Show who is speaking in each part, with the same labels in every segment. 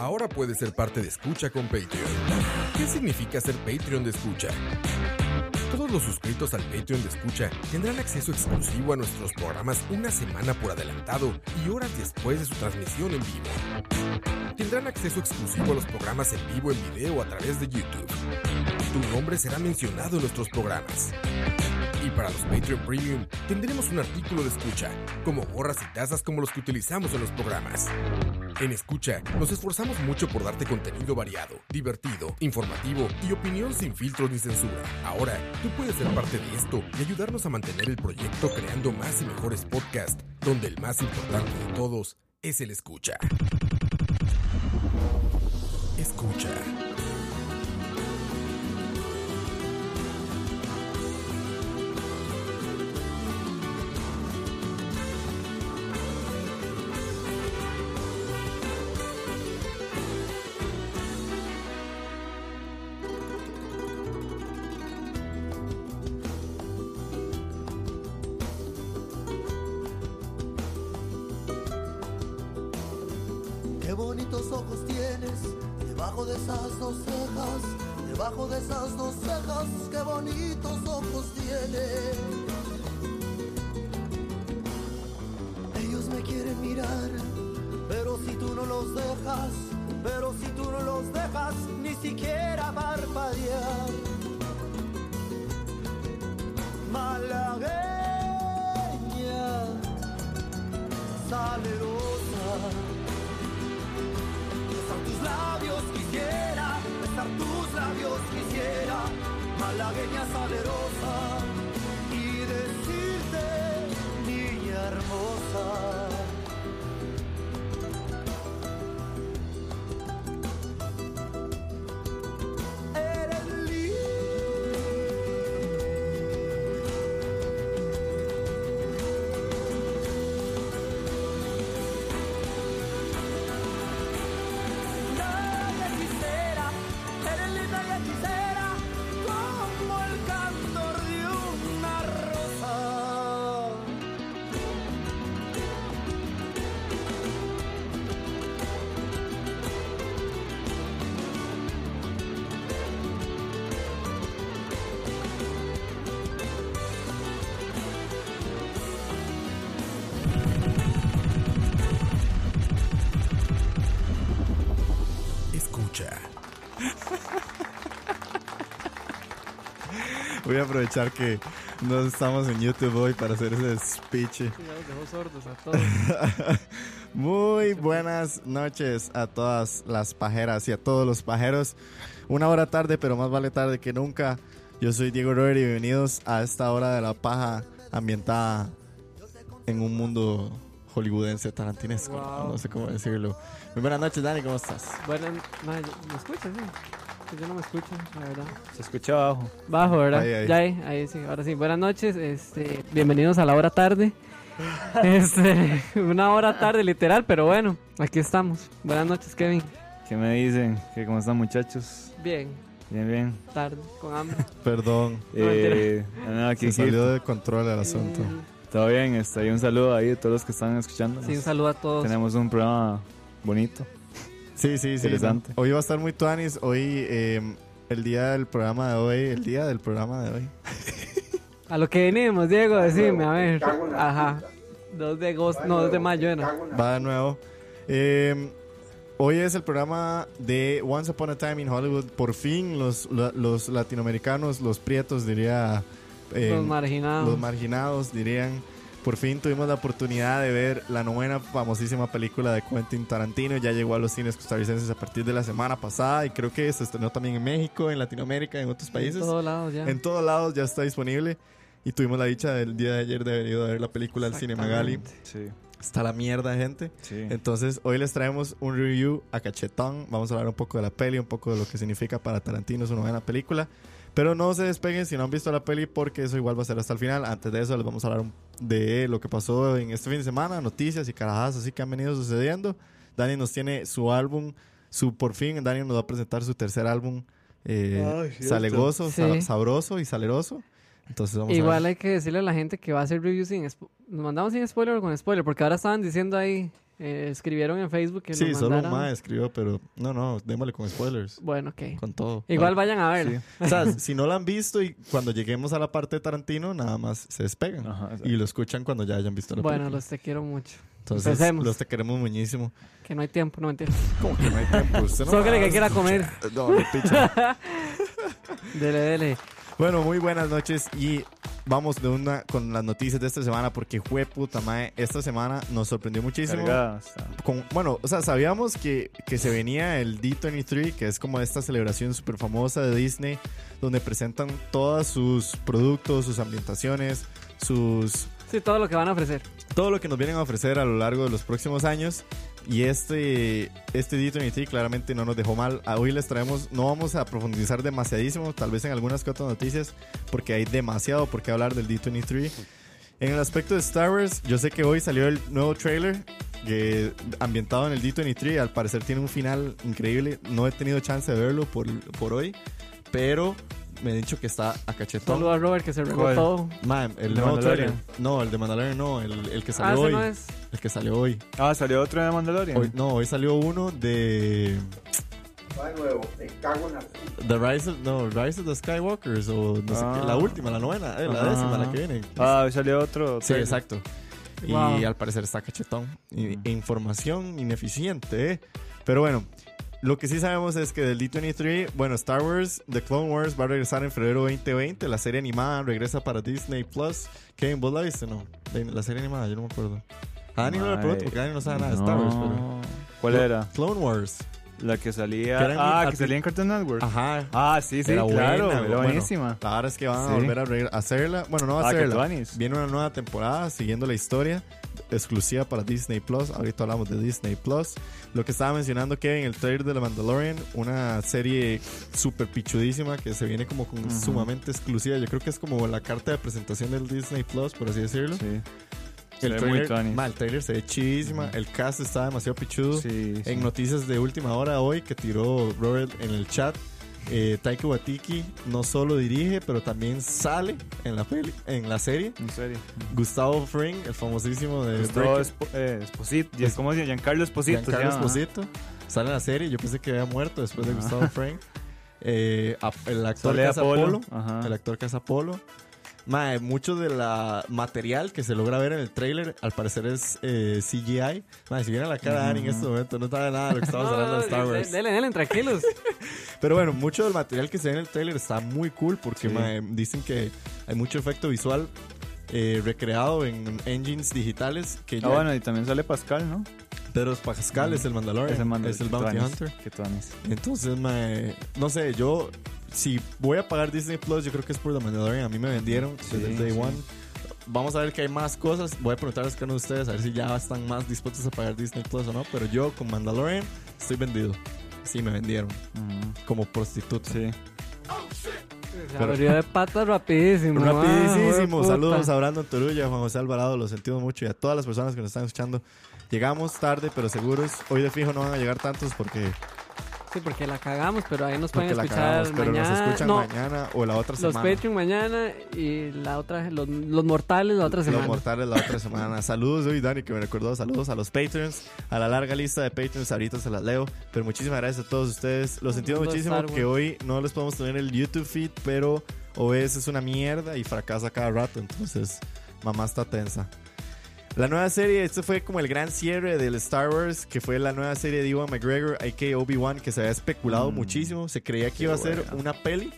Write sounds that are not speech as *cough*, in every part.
Speaker 1: Ahora puedes ser parte de Escucha con Patreon. ¿Qué significa ser Patreon de Escucha? Todos los suscritos al Patreon de Escucha tendrán acceso exclusivo a nuestros programas una semana por adelantado y horas después de su transmisión en vivo. Tendrán acceso exclusivo a los programas en vivo en video a través de YouTube. Tu nombre será mencionado en nuestros programas. Y para los Patreon Premium tendremos un artículo de escucha, como gorras y tazas como los que utilizamos en los programas. En Escucha nos esforzamos mucho por darte contenido variado, divertido, informativo y opinión sin filtros ni censura. Ahora, tú puedes ser parte de esto y ayudarnos a mantener el proyecto creando más y mejores podcasts, donde el más importante de todos es el Escucha. Escucha.
Speaker 2: Voy a aprovechar que no estamos en YouTube hoy para hacer ese speech.
Speaker 3: Ya los dejó sordos a todos.
Speaker 2: *laughs* Muy buenas noches a todas las pajeras y a todos los pajeros. Una hora tarde, pero más vale tarde que nunca. Yo soy Diego Robert y bienvenidos a esta hora de la paja ambientada en un mundo hollywoodense tarantinesco.
Speaker 3: Wow.
Speaker 2: No sé cómo decirlo. Muy buenas noches, Dani, ¿cómo estás?
Speaker 3: Buenas, ma, ¿me escuchan? sí? Que Yo no me escucho, la verdad.
Speaker 4: Se escucha abajo.
Speaker 3: Bajo, ¿verdad?
Speaker 2: Ahí, ahí.
Speaker 3: Ya ahí, ahí sí, ahora sí. Buenas noches, este, bienvenidos a la hora
Speaker 2: *laughs*
Speaker 3: tarde. Este, una hora tarde literal, pero bueno, aquí estamos. Buenas noches, Kevin.
Speaker 4: ¿Qué me dicen? ¿Qué, ¿Cómo están muchachos?
Speaker 3: Bien,
Speaker 4: Bien, bien.
Speaker 3: tarde, con hambre.
Speaker 2: Perdón,
Speaker 3: No,
Speaker 4: Eh, no, aquí,
Speaker 2: se salió de control el asunto.
Speaker 4: Todo bien, este, y un saludo ahí a todos los que están escuchando.
Speaker 3: *laughs* Sí, un saludo a todos.
Speaker 4: Tenemos un programa bonito.
Speaker 2: Sí, sí, sí.
Speaker 4: Interesante.
Speaker 2: Hoy va a estar muy tuanis. Hoy, eh, el día del programa de hoy, el día del programa de hoy.
Speaker 3: A lo que venimos, Diego, decime, a ver. Ajá. 2 de agosto, no, 2 de mayo, era.
Speaker 2: Va de nuevo. Eh, hoy es el programa de Once Upon a Time in Hollywood. Por fin, los, la- los latinoamericanos, los prietos, diría. eh,
Speaker 3: Los marginados.
Speaker 2: los marginados, dirían. Por fin tuvimos la oportunidad de ver la novena famosísima película de Quentin Tarantino. Ya llegó a los cines costarricenses a partir de la semana pasada y creo que se estrenó también en México, en Latinoamérica, en otros
Speaker 3: En
Speaker 2: países.
Speaker 3: todos lados ya.
Speaker 2: En todos lados ya está disponible. Y tuvimos la dicha del día de ayer de haber ido a ver la película al Cine Magali.
Speaker 3: Exactamente.
Speaker 4: Mm, Sí,
Speaker 2: Está la mierda, gente.
Speaker 4: sí.
Speaker 2: Entonces, hoy les traemos un review a cachetón. Vamos a hablar un poco de la peli, un poco de lo que significa para Tarantino su novena película. Pero no se despeguen si no han visto la peli, porque eso igual va a ser hasta el final. Antes de eso, les vamos a hablar un- de lo que pasó en este fin de semana, noticias y carajadas así que han venido sucediendo. Dani nos tiene su álbum, su por fin. Dani nos va a presentar su tercer álbum, eh, salegoso,
Speaker 3: Sí.
Speaker 2: sal- sabroso y saleroso. Entonces, vamos a
Speaker 3: Igual
Speaker 2: ver.
Speaker 3: hay que decirle a la gente que va a hacer reviews sin spo- Nos mandamos sin spoiler o con spoiler, porque ahora estaban diciendo ahí eh, escribieron en Facebook que
Speaker 2: Sí,
Speaker 3: nos
Speaker 2: solo un
Speaker 3: mandaran-
Speaker 2: mae escribió, pero no, no, démosle con spoilers.
Speaker 3: Bueno, ok.
Speaker 2: Con todo.
Speaker 3: Igual
Speaker 2: Para-
Speaker 3: vayan a verlo.
Speaker 2: Sí. O
Speaker 4: *laughs*
Speaker 2: sea, si no la han visto y cuando lleguemos a la parte de Tarantino, nada más se despegan.
Speaker 4: Ajá, exacto.
Speaker 2: Y lo escuchan cuando ya hayan visto la
Speaker 3: Bueno,
Speaker 2: película.
Speaker 3: los te quiero mucho.
Speaker 2: Entonces,
Speaker 3: empecemos.
Speaker 2: los te queremos muchísimo.
Speaker 3: Que no hay tiempo, no mentira.
Speaker 2: Como que no hay tiempo. Usted
Speaker 3: *laughs*
Speaker 2: no
Speaker 3: Solo
Speaker 2: va
Speaker 3: que
Speaker 2: a
Speaker 3: le quiera
Speaker 2: escuchar. *laughs*
Speaker 3: comer.
Speaker 2: No, no, picha.
Speaker 3: *laughs* Dele, dele.
Speaker 2: Bueno, muy buenas noches y vamos de una con las noticias de esta semana porque fue puta madre, esta semana nos sorprendió muchísimo.
Speaker 4: Cargada, está.
Speaker 2: Con- bueno, o sea, sabíamos que, que se venía el D23, que es como esta celebración súper famosa de Disney, donde presentan todos sus productos, sus ambientaciones, sus
Speaker 3: Sí, todo lo que van a ofrecer.
Speaker 2: todo lo que nos vienen a ofrecer a lo largo de los próximos años. Y este, este D23 claramente no nos dejó mal. A Hoy les traemos, no vamos a profundizar demasiadísimo, tal vez en algunas que otras noticias, porque hay demasiado por qué hablar del D23. En el aspecto de Star Wars, yo sé que hoy salió el nuevo trailer que, ambientado en el D23. Al parecer tiene un final increíble. No he tenido chance de verlo por, por hoy, pero me he dicho que está a cachetón.
Speaker 3: Saludo a Robert que se regó
Speaker 4: ¿Cuál?
Speaker 3: todo.
Speaker 2: Man, el
Speaker 4: ¿El de
Speaker 2: nuevo
Speaker 4: Mandalorian?
Speaker 2: trailer. No, el de Mandalorian no, el, el que
Speaker 3: Ah,
Speaker 2: salió
Speaker 3: ese
Speaker 2: hoy.
Speaker 3: no es.
Speaker 2: El que salió hoy.
Speaker 4: Ah, salió otro de Mandalorian.
Speaker 2: Hoy- no, hoy salió uno de.
Speaker 5: Va de nuevo, te cago en la
Speaker 2: The Rise of, no, Rise of the Skywalkers o no sé
Speaker 4: Ah.
Speaker 2: qué, la última, la novena, eh, la
Speaker 4: Ajá.
Speaker 2: décima, la que viene.
Speaker 4: Ah, hoy salió otro.
Speaker 2: sí,
Speaker 4: trailer.
Speaker 2: exacto. Y
Speaker 3: Wow.
Speaker 2: al parecer está cachetón. Y-
Speaker 4: Ujú.
Speaker 2: e Información ineficiente, eh. Pero bueno, lo que sí sabemos es que del D23, bueno, Star Wars, The Clone Wars va a regresar en febrero 2020. La serie animada regresa para Disney Plus. Kevin, ¿vos la viste? No, De- la serie animada, yo no me acuerdo. Ah, A Dani no le
Speaker 4: Mae,
Speaker 2: pregunto porque Dani no sabe nada de Star Wars, pero.
Speaker 4: no. ¿Cuál era?
Speaker 2: Clone Wars.
Speaker 4: La que salía.
Speaker 2: Que era en-
Speaker 4: ah,
Speaker 2: al-
Speaker 4: que salía en Cartoon Network.
Speaker 2: Ajá.
Speaker 4: Ah, sí, sí,
Speaker 2: Era
Speaker 4: claro.
Speaker 2: buena,
Speaker 4: era
Speaker 2: bueno.
Speaker 4: buenísima.
Speaker 2: La verdad es que van a
Speaker 4: Sí.
Speaker 2: volver a re- a hacerla. Bueno, no va a
Speaker 4: Ah, que
Speaker 2: hacerla.
Speaker 4: tuanis.
Speaker 2: Viene una nueva temporada siguiendo la historia exclusiva para Disney Plus. Ahorita hablamos de Disney Plus. Lo que estaba mencionando Kevin, el trailer de The Mandalorian, una serie súper pichudísima que se viene como con
Speaker 4: Ujú.
Speaker 2: sumamente exclusiva. Yo creo que es como la carta de presentación del Disney Plus, por así decirlo.
Speaker 4: Sí. Se
Speaker 2: El,
Speaker 4: ve muy
Speaker 2: trailer,
Speaker 4: tuanis.
Speaker 2: ma, el trailer se ve chidísima.
Speaker 4: Ujú.
Speaker 2: El cast está demasiado pichudo.
Speaker 4: Sí, sí.
Speaker 2: En noticias de última hora hoy que tiró Robert en el chat, eh, Taika Waititi no solo dirige, pero también sale en la, peli, en la serie.
Speaker 4: En serio.
Speaker 2: Gustavo Fring, el famosísimo de
Speaker 4: Gustavo
Speaker 2: Breaking-
Speaker 4: Espo- eh, Esposito. y es pues como se llama? Giancarlo Esposito. se
Speaker 2: Pues, Giancarlo
Speaker 4: llama.
Speaker 2: Esposito, sale en la serie. Yo pensé que había muerto después de
Speaker 4: Ajá.
Speaker 2: Gustavo Fring. Eh, a- el actor
Speaker 4: Sale
Speaker 2: que hace
Speaker 4: Apolo.
Speaker 2: Apolo.
Speaker 4: Ajá.
Speaker 2: El actor que hace Apolo. Mae, eh, mucho de la material que se logra ver en el tráiler, al parecer es eh, CGI. Mae, si viene la cara de Dani en este momento, no sabe
Speaker 4: *laughs*
Speaker 2: nada de lo que estamos
Speaker 3: No,
Speaker 2: hablando
Speaker 3: no,
Speaker 2: de Star
Speaker 3: de-
Speaker 2: Wars.
Speaker 3: Dele, dele, tranquilos.
Speaker 2: Pero bueno, mucho del material que se ve en el trailer está muy cool porque
Speaker 4: Sí.
Speaker 2: mae, dicen que hay mucho efecto visual eh, recreado en engines digitales que
Speaker 4: Ah,
Speaker 2: ya
Speaker 4: bueno, y también sale Pascal, ¿no?
Speaker 2: Pedro Pascal es el Mandalorian,
Speaker 4: Ese mando-
Speaker 2: es el
Speaker 4: que
Speaker 2: Bounty
Speaker 4: tuanis,
Speaker 2: Hunter.
Speaker 4: Que tuanis.
Speaker 2: Entonces, mae, no sé, yo si voy a pagar Disney Plus, yo creo que es por The Mandalorian. A mí me vendieron
Speaker 4: Sí,
Speaker 2: desde el Day
Speaker 4: sí.
Speaker 2: One. Vamos a ver que hay más cosas. Voy a preguntarles a cada uno de ustedes a ver si ya están más dispuestos a pagar Disney Plus o no. Pero yo con Mandalorian estoy vendido. Sí, me vendieron
Speaker 4: Ujú.
Speaker 2: como prostituta.
Speaker 4: Sí.
Speaker 3: Se abrió de patas rapidísimo. ah,
Speaker 2: Rapidísimo.
Speaker 3: hueputa.
Speaker 2: Saludos a Brandon Torulla, a Juan José Alvarado, lo sentimos mucho y a todas las personas que nos están escuchando. Llegamos tarde, pero seguros. Hoy de fijo no van a llegar tantos porque,
Speaker 3: Sí, porque la cagamos, pero ahí nos pueden
Speaker 2: porque la
Speaker 3: escuchar
Speaker 2: cagamos, pero
Speaker 3: mañana.
Speaker 2: nos escuchan
Speaker 3: no,
Speaker 2: mañana o la otra
Speaker 3: los
Speaker 2: semana.
Speaker 3: Patreon mañana y la otra, los, los mortales la otra
Speaker 2: Los
Speaker 3: semana.
Speaker 2: mortales la otra
Speaker 4: *laughs*
Speaker 2: semana. Saludos hoy, Dani, que me recordó. Saludos a los Patreons, a la larga lista de Patreons. Ahorita se las leo. Pero muchísimas gracias a todos ustedes. Lo sentimos
Speaker 3: Mundo
Speaker 2: muchísimo
Speaker 3: Star Wars.
Speaker 2: que hoy no les podemos tener el YouTube feed, pero OBS es una mierda y fracasa cada rato. Entonces, mamá está tensa. La nueva serie, este fue como el gran cierre del Star Wars, que fue la nueva serie de Ewan McGregor, a.k.a. Obi-Wan, que se había especulado
Speaker 4: Mm.
Speaker 2: muchísimo. Se creía que
Speaker 4: Qué
Speaker 2: iba a ser
Speaker 4: buena.
Speaker 2: una peli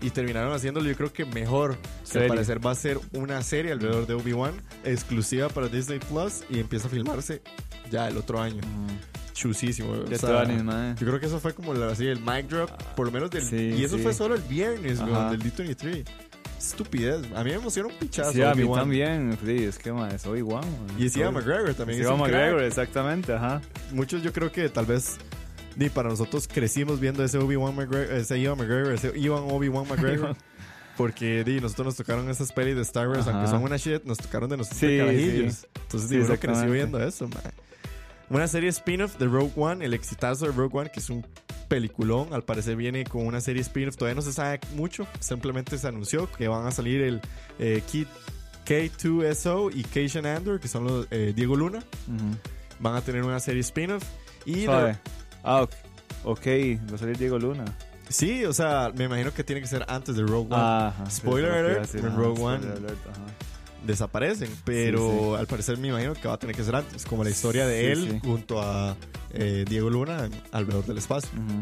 Speaker 2: y terminaron haciéndolo, yo creo que mejor. Que al
Speaker 4: Serie.
Speaker 2: parecer va a ser una serie alrededor de Obi-Wan, exclusiva para Disney Plus, y empieza a filmarse ya el otro año.
Speaker 4: Ujú.
Speaker 2: Chusísimo. o
Speaker 4: Que
Speaker 2: sea,
Speaker 4: tuanis, madre.
Speaker 2: yo creo que eso fue como la, así, el mic drop, por lo menos del.
Speaker 4: Sí,
Speaker 2: y eso
Speaker 4: sí.
Speaker 2: fue solo el viernes,
Speaker 4: Ajá.
Speaker 2: weón, del D23. Estupidez. A mí me emociona un pichazo.
Speaker 4: Sí, a mí
Speaker 2: Obi-Wan.
Speaker 4: también. Sí, es que, madre, soy guau. madre.
Speaker 2: Y es Ian
Speaker 4: Soy-
Speaker 2: McGregor también.
Speaker 4: Sí,
Speaker 2: es un
Speaker 4: Ian
Speaker 2: crack.
Speaker 4: McGregor, exactamente, ajá.
Speaker 2: Muchos yo creo que tal vez. Ni para nosotros crecimos viendo ese Obi-Wan McGregor, ese Ian McGregor, ese Iwan
Speaker 4: *laughs*
Speaker 2: Obi-Wan McGregor. porque di, nosotros nos tocaron esas pelis de Star Wars, aunque
Speaker 4: Ajá.
Speaker 2: son una shit, nos tocaron de nosotros
Speaker 4: Sí,
Speaker 2: de carajillos.
Speaker 4: sí.
Speaker 2: Entonces,
Speaker 4: Sí,
Speaker 2: di, uno creció
Speaker 4: exactamente.
Speaker 2: viendo eso, man. Una serie spin-off de Rogue One, el exitazo de Rogue One, que es un peliculón. Al parecer viene con una serie spin-off. Todavía no se sabe mucho. Simplemente se anunció que van a salir el eh, Kid K2SO y Cation Andor, que son los eh, Diego Luna.
Speaker 4: Ujú.
Speaker 2: Van a tener una serie spin-off. Y la-
Speaker 4: Suave. Ah, ok. ok, va a salir Diego Luna.
Speaker 2: sí, o sea, me imagino que tiene que ser antes de Rogue One.
Speaker 4: Ajá, sí,
Speaker 2: Ah, Spoiler
Speaker 4: eso es lo que iba a
Speaker 2: alert,
Speaker 4: decir,
Speaker 2: en
Speaker 4: ajá,
Speaker 2: Rogue
Speaker 4: spoiler
Speaker 2: One.
Speaker 4: alert, ajá.
Speaker 2: Desaparecen, pero
Speaker 4: Sí,
Speaker 2: al parecer me imagino que va a tener que ser antes, como la historia de
Speaker 4: Sí,
Speaker 2: él
Speaker 4: sí.
Speaker 2: junto a eh, Diego Luna alrededor del espacio.
Speaker 4: Ujú.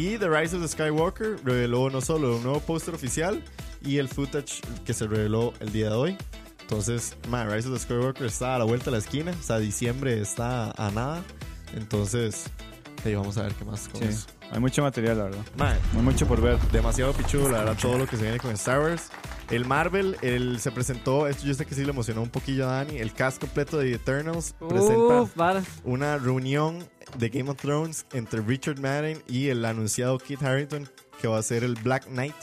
Speaker 2: Y The Rise of the Skywalker reveló no solo un nuevo póster oficial y el footage que se reveló el día de hoy. Entonces, man, Rise of the Skywalker está a la vuelta de la esquina. O sea, diciembre está a nada. Entonces, ahí vamos a ver qué más con
Speaker 4: Sí.
Speaker 2: eso.
Speaker 4: Hay mucho material, la verdad.
Speaker 2: Man,
Speaker 4: Hay mucho por ver.
Speaker 2: demasiado pichudo, la verdad, todo lo que se viene con Star Wars. El Marvel, él se presentó, esto yo sé que sí le emocionó un poquillo a Dani, el cast completo de Eternals presenta
Speaker 3: Uf, varas.
Speaker 2: una reunión de Game of Thrones entre Richard Madden y el anunciado Kit Harrington que va a ser el Black Knight.